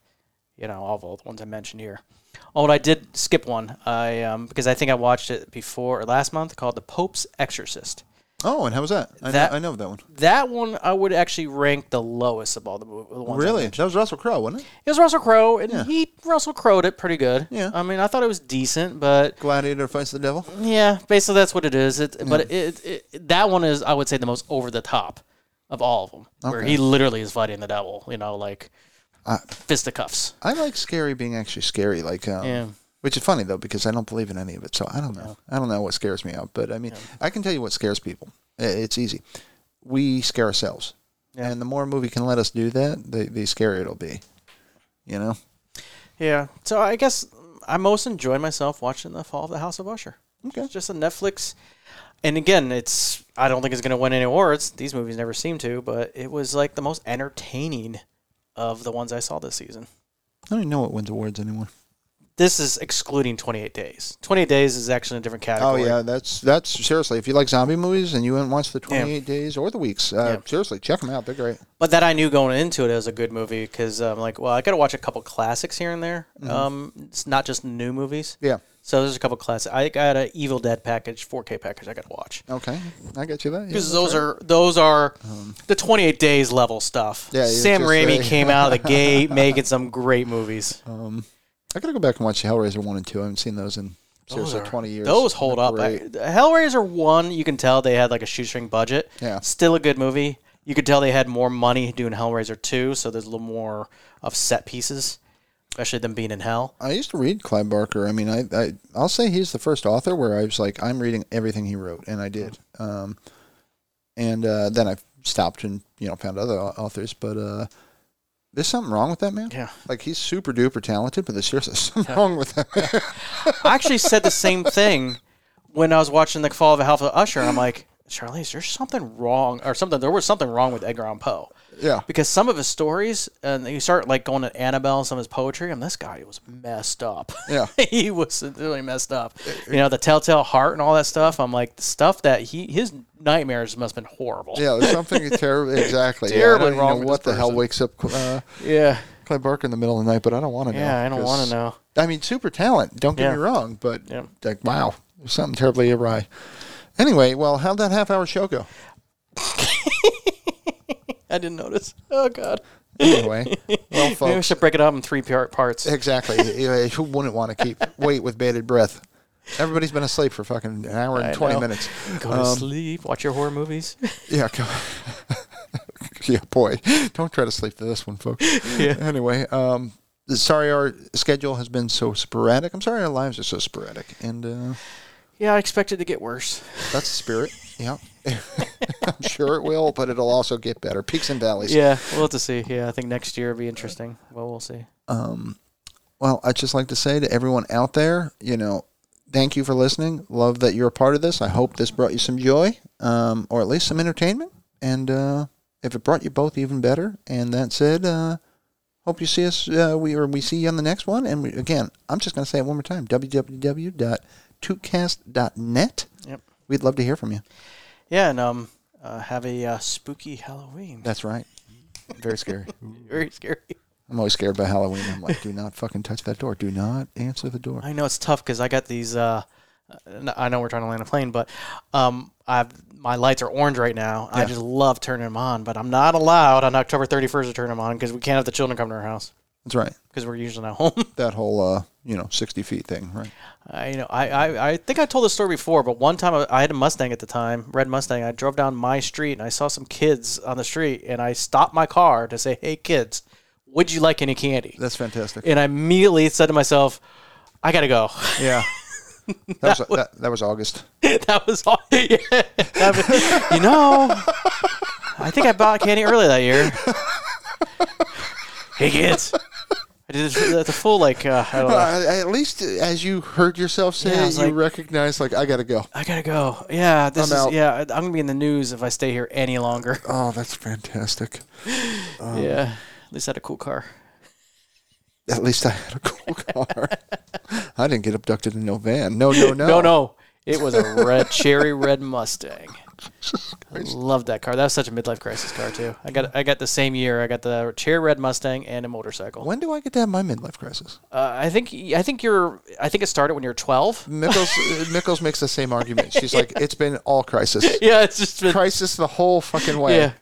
[SPEAKER 2] You know, all the ones I mentioned here. Oh, and I did skip one. I um, because I think I watched it before last month called The Pope's Exorcist.
[SPEAKER 1] Oh, and how was that? I,
[SPEAKER 2] That-
[SPEAKER 1] know, I know that one.
[SPEAKER 2] That one I would actually rank the lowest of all the, mov- the ones. I
[SPEAKER 1] Really?
[SPEAKER 2] mentioned.
[SPEAKER 1] That was Russell Crowe, wasn't it?
[SPEAKER 2] It was Russell Crowe, and
[SPEAKER 1] Yeah.
[SPEAKER 2] he Russell Crowed it pretty good.
[SPEAKER 1] Yeah.
[SPEAKER 2] I mean, I thought it was decent, but
[SPEAKER 1] Gladiator fights the devil.
[SPEAKER 2] yeah, basically that's what it is. It, But it, it, that one is, I would say, the most over the top of all of them, where
[SPEAKER 1] Okay.
[SPEAKER 2] he literally is fighting the devil. You know, like fisticuffs.
[SPEAKER 1] I like scary being actually scary, like um,
[SPEAKER 2] Yeah.
[SPEAKER 1] which is funny though because I don't believe in any of it, so I don't know. I don't know what scares me out, but I mean, I can tell you what scares people. I- It's easy. we scare ourselves.
[SPEAKER 2] Yeah.
[SPEAKER 1] And the more a movie can let us do that, the, the scarier it'll be. You know?
[SPEAKER 2] Yeah. So I guess I most enjoy myself watching the Fall of the House of Usher.
[SPEAKER 1] Okay.
[SPEAKER 2] It's just a Netflix. And again, it's I don't think it's going to win any awards. These movies never seem to, but it was like the most entertaining of the ones I saw this season.
[SPEAKER 1] I don't even know what wins awards anymore.
[SPEAKER 2] This is excluding 28 Days. 28 Days is actually in a different
[SPEAKER 1] Oh
[SPEAKER 2] category.
[SPEAKER 1] yeah, that's that's seriously. If you like zombie movies and you haven't watched the Twenty Eight Days or the Weeks, uh,
[SPEAKER 2] Yeah.
[SPEAKER 1] seriously, check them out. They're great.
[SPEAKER 2] But that I knew going into it as a good movie because I'm like, well, I got to watch a couple classics here and there. Um, it's not just new movies.
[SPEAKER 1] Mm-hmm. Yeah.
[SPEAKER 2] So there's a couple classics. I got an Evil Dead package, 4K package I got to watch.
[SPEAKER 1] Okay, I got you that. Yeah,
[SPEAKER 2] because those are those are the 28 days level stuff.
[SPEAKER 1] Um, Yeah, you
[SPEAKER 2] Sam
[SPEAKER 1] just
[SPEAKER 2] Raimi
[SPEAKER 1] say- Oh,
[SPEAKER 2] came
[SPEAKER 1] *laughs*
[SPEAKER 2] out of the gate making some great movies.
[SPEAKER 1] I gotta go back and watch Hellraiser one and two. I haven't seen those in
[SPEAKER 2] Those
[SPEAKER 1] seriously
[SPEAKER 2] are-
[SPEAKER 1] twenty years.
[SPEAKER 2] Those hold
[SPEAKER 1] They're
[SPEAKER 2] up. I,
[SPEAKER 1] great.
[SPEAKER 2] Hellraiser one, you can tell they had like a shoestring budget.
[SPEAKER 1] Yeah.
[SPEAKER 2] still a good movie. You could tell they had more money doing Hellraiser two, so there's a little more of set pieces, especially them being in hell.
[SPEAKER 1] I used to read Clive Barker. I mean, I, I I'll say he's the first author where I was like, I'm reading everything he wrote, and I did. Um, and uh, then I stopped and you know found other au- authors, but uh, there's something wrong with that man.
[SPEAKER 2] Yeah.
[SPEAKER 1] like he's super duper talented, but there's seriously *laughs* something wrong with that. Man.
[SPEAKER 2] I actually said the same thing when I was watching the Fall of the House of Usher, and I'm like, Charlize, there's something wrong, or something. There was something wrong with Edgar Allan Poe.
[SPEAKER 1] yeah,
[SPEAKER 2] because some of his stories and you start like going to Annabelle and some of his poetry and this guy was messed up.
[SPEAKER 1] Yeah.
[SPEAKER 2] *laughs* he was really messed up. You know, the telltale heart and all that stuff. I'm like the stuff that he his nightmares must have been horrible.
[SPEAKER 1] yeah, there's
[SPEAKER 2] *laughs*
[SPEAKER 1] something terrible. Exactly, yeah,
[SPEAKER 2] Terribly
[SPEAKER 1] I don't even
[SPEAKER 2] wrong
[SPEAKER 1] Know
[SPEAKER 2] with
[SPEAKER 1] what the
[SPEAKER 2] this
[SPEAKER 1] hell
[SPEAKER 2] person.
[SPEAKER 1] wakes up uh,
[SPEAKER 2] Yeah.
[SPEAKER 1] Clive Barker in the middle of the night? But I don't want to know.
[SPEAKER 2] Yeah, I don't wanna
[SPEAKER 1] 'cause-
[SPEAKER 2] know.
[SPEAKER 1] I mean, super talent. Don't get
[SPEAKER 2] Yeah.
[SPEAKER 1] me wrong, but
[SPEAKER 2] Yeah.
[SPEAKER 1] like, wow, there's something terribly awry. Anyway, well, how'd that half-hour show go?
[SPEAKER 2] I didn't notice. Oh god.
[SPEAKER 1] Anyway,
[SPEAKER 2] *laughs*
[SPEAKER 1] well,
[SPEAKER 2] Maybe we
[SPEAKER 1] folks,
[SPEAKER 2] should break it up in three par- parts.
[SPEAKER 1] exactly. Anyway, Who wouldn't want to keep wait with bated breath? Everybody's been asleep for fucking an hour and
[SPEAKER 2] I
[SPEAKER 1] twenty
[SPEAKER 2] know.
[SPEAKER 1] minutes.
[SPEAKER 2] Go to
[SPEAKER 1] um,
[SPEAKER 2] sleep, watch your horror movies.
[SPEAKER 1] Yeah. Go. *laughs* yeah, boy. Don't try to sleep to this one,
[SPEAKER 2] *laughs*
[SPEAKER 1] folks. Anyway, um, sorry our schedule has been so sporadic. I'm sorry our lives are so sporadic. And uh,
[SPEAKER 2] *laughs* yeah, I expected to get worse.
[SPEAKER 1] that's the spirit. yeah. *laughs* I'm sure it will, but it'll also get better. Peaks and valleys.
[SPEAKER 2] Yeah, we'll have to see. Yeah, I think next year will be interesting. Well, we'll see.
[SPEAKER 1] Well, I'd just like to say to everyone out there, you know, thank you for listening. Love that you're a part of this. I hope this brought you some joy um, or at least some entertainment. And uh, if it brought you both, even better. And that said, uh, hope you see us, uh, we, or we see you on the next one. And we, again, I'm just going to say it one more time www.tootcast.net.
[SPEAKER 2] Yep.
[SPEAKER 1] We'd love to hear from you.
[SPEAKER 2] Yeah, and um, uh, have a uh, spooky Halloween.
[SPEAKER 1] That's right. Very scary.
[SPEAKER 2] Very scary.
[SPEAKER 1] I'm always scared by Halloween. I'm like, do not fucking touch that door. Do not answer the door.
[SPEAKER 2] I know it's tough because I got these. Uh, n- I know we're trying to land a plane, but um, I've my lights are orange right now. I just love turning them on, but I'm not allowed on October 31st to turn them on because we can't have the children come to our house
[SPEAKER 1] That's right.
[SPEAKER 2] because we're usually not *laughs* home.
[SPEAKER 1] That whole, uh, you know, 60 feet thing, right?
[SPEAKER 2] I you know I, I I think I told this story before, but one time I, I had a Mustang at the time, red Mustang. I drove down my street and I saw some kids on the street, and I stopped my car to say, "Hey, kids, would you like any candy?"
[SPEAKER 1] That's fantastic.
[SPEAKER 2] And I immediately said to myself, "I gotta go." *laughs*
[SPEAKER 1] Yeah. That, was, that, that was August.
[SPEAKER 2] *laughs* that was all. Yeah. That was- you know, I think I bought candy early that year. Hey kids, I did this- that's a full like uh, I don't know.
[SPEAKER 1] Uh, at least as you heard yourself say
[SPEAKER 2] Yeah, I
[SPEAKER 1] it,
[SPEAKER 2] was
[SPEAKER 1] you
[SPEAKER 2] like-
[SPEAKER 1] recognize, like, I got to go.
[SPEAKER 2] I gotta go. Yeah, this
[SPEAKER 1] I'm
[SPEAKER 2] is
[SPEAKER 1] out.
[SPEAKER 2] yeah. I- I'm gonna be in the news if I stay here any
[SPEAKER 1] *laughs*
[SPEAKER 2] longer.
[SPEAKER 1] Oh, that's fantastic. Uh-huh.
[SPEAKER 2] yeah, at least I had a cool car.
[SPEAKER 1] At least I had a
[SPEAKER 2] *laughs*
[SPEAKER 1] cool car. I didn't get abducted in no van. No, no, no.
[SPEAKER 2] No, no, it was a red cherry red Mustang. I loved that car. That was such a midlife crisis car too. I got I got the same year. I got the cherry red Mustang and a motorcycle.
[SPEAKER 1] When do I get to have my midlife crisis?
[SPEAKER 2] Uh, I think I think you're I think it started when you were 12.
[SPEAKER 1] Mickles, uh, Mickles makes the same argument. She's like, it's been all
[SPEAKER 2] *laughs*
[SPEAKER 1] crisis.
[SPEAKER 2] *laughs* Yeah, it's just been,
[SPEAKER 1] Crisis the whole fucking way.
[SPEAKER 2] yeah.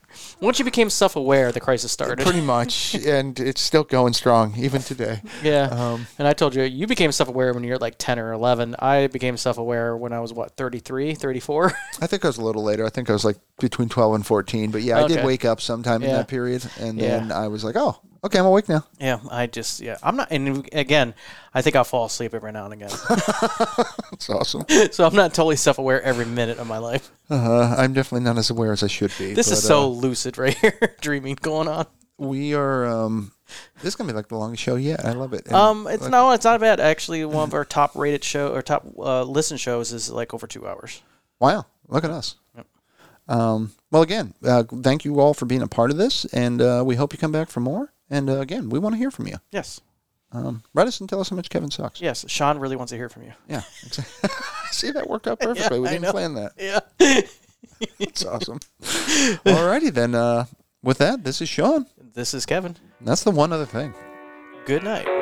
[SPEAKER 2] Once you became self-aware, the crisis started. *laughs*
[SPEAKER 1] Pretty much. And it's still going strong, even today.
[SPEAKER 2] yeah. and I told you you became self-aware when you were like 10 or 11. I became self-aware when I was what 33, 34. *laughs*
[SPEAKER 1] I think I was a little later. I think I was like between 12 and 14. But yeah, I did
[SPEAKER 2] Okay.
[SPEAKER 1] wake up sometime in
[SPEAKER 2] Yeah.
[SPEAKER 1] that period. And
[SPEAKER 2] Yeah.
[SPEAKER 1] then I was like, oh, Okay, I'm awake now. *laughs*
[SPEAKER 2] Yeah, I just yeah, I'm not. And again, I think I'll fall asleep every now and *laughs* again,
[SPEAKER 1] That's awesome.
[SPEAKER 2] so I'm not totally self-aware every minute of my life.
[SPEAKER 1] Uh, I'm definitely not as aware as I should be.
[SPEAKER 2] This is
[SPEAKER 1] but,
[SPEAKER 2] so
[SPEAKER 1] uh,
[SPEAKER 2] lucid right *laughs* here, dreaming going on.
[SPEAKER 1] we are. Um, this is gonna be like the longest show yet. I love it. And
[SPEAKER 2] Um, it's
[SPEAKER 1] like-
[SPEAKER 2] no, it's not bad. Actually, one of our top-rated show or top uh, listen shows is like over two hours.
[SPEAKER 1] Wow, look at us. Um, well, again, uh, thank you all for being a part of this, and uh, we hope you come back for more. And uh, again, we want to hear from you.
[SPEAKER 2] Yes,
[SPEAKER 1] Um, write us and tell us how much Kevin sucks.
[SPEAKER 2] yes. Sean really wants to hear from you.
[SPEAKER 1] *laughs* Yeah. exactly. See, that worked out perfectly. we
[SPEAKER 2] I
[SPEAKER 1] didn't
[SPEAKER 2] know.
[SPEAKER 1] plan that.
[SPEAKER 2] Yeah.
[SPEAKER 1] It's awesome. Alrighty then. Uh, with that, this is Sean.
[SPEAKER 2] this is Kevin.
[SPEAKER 1] That's the one other thing.
[SPEAKER 2] Good night.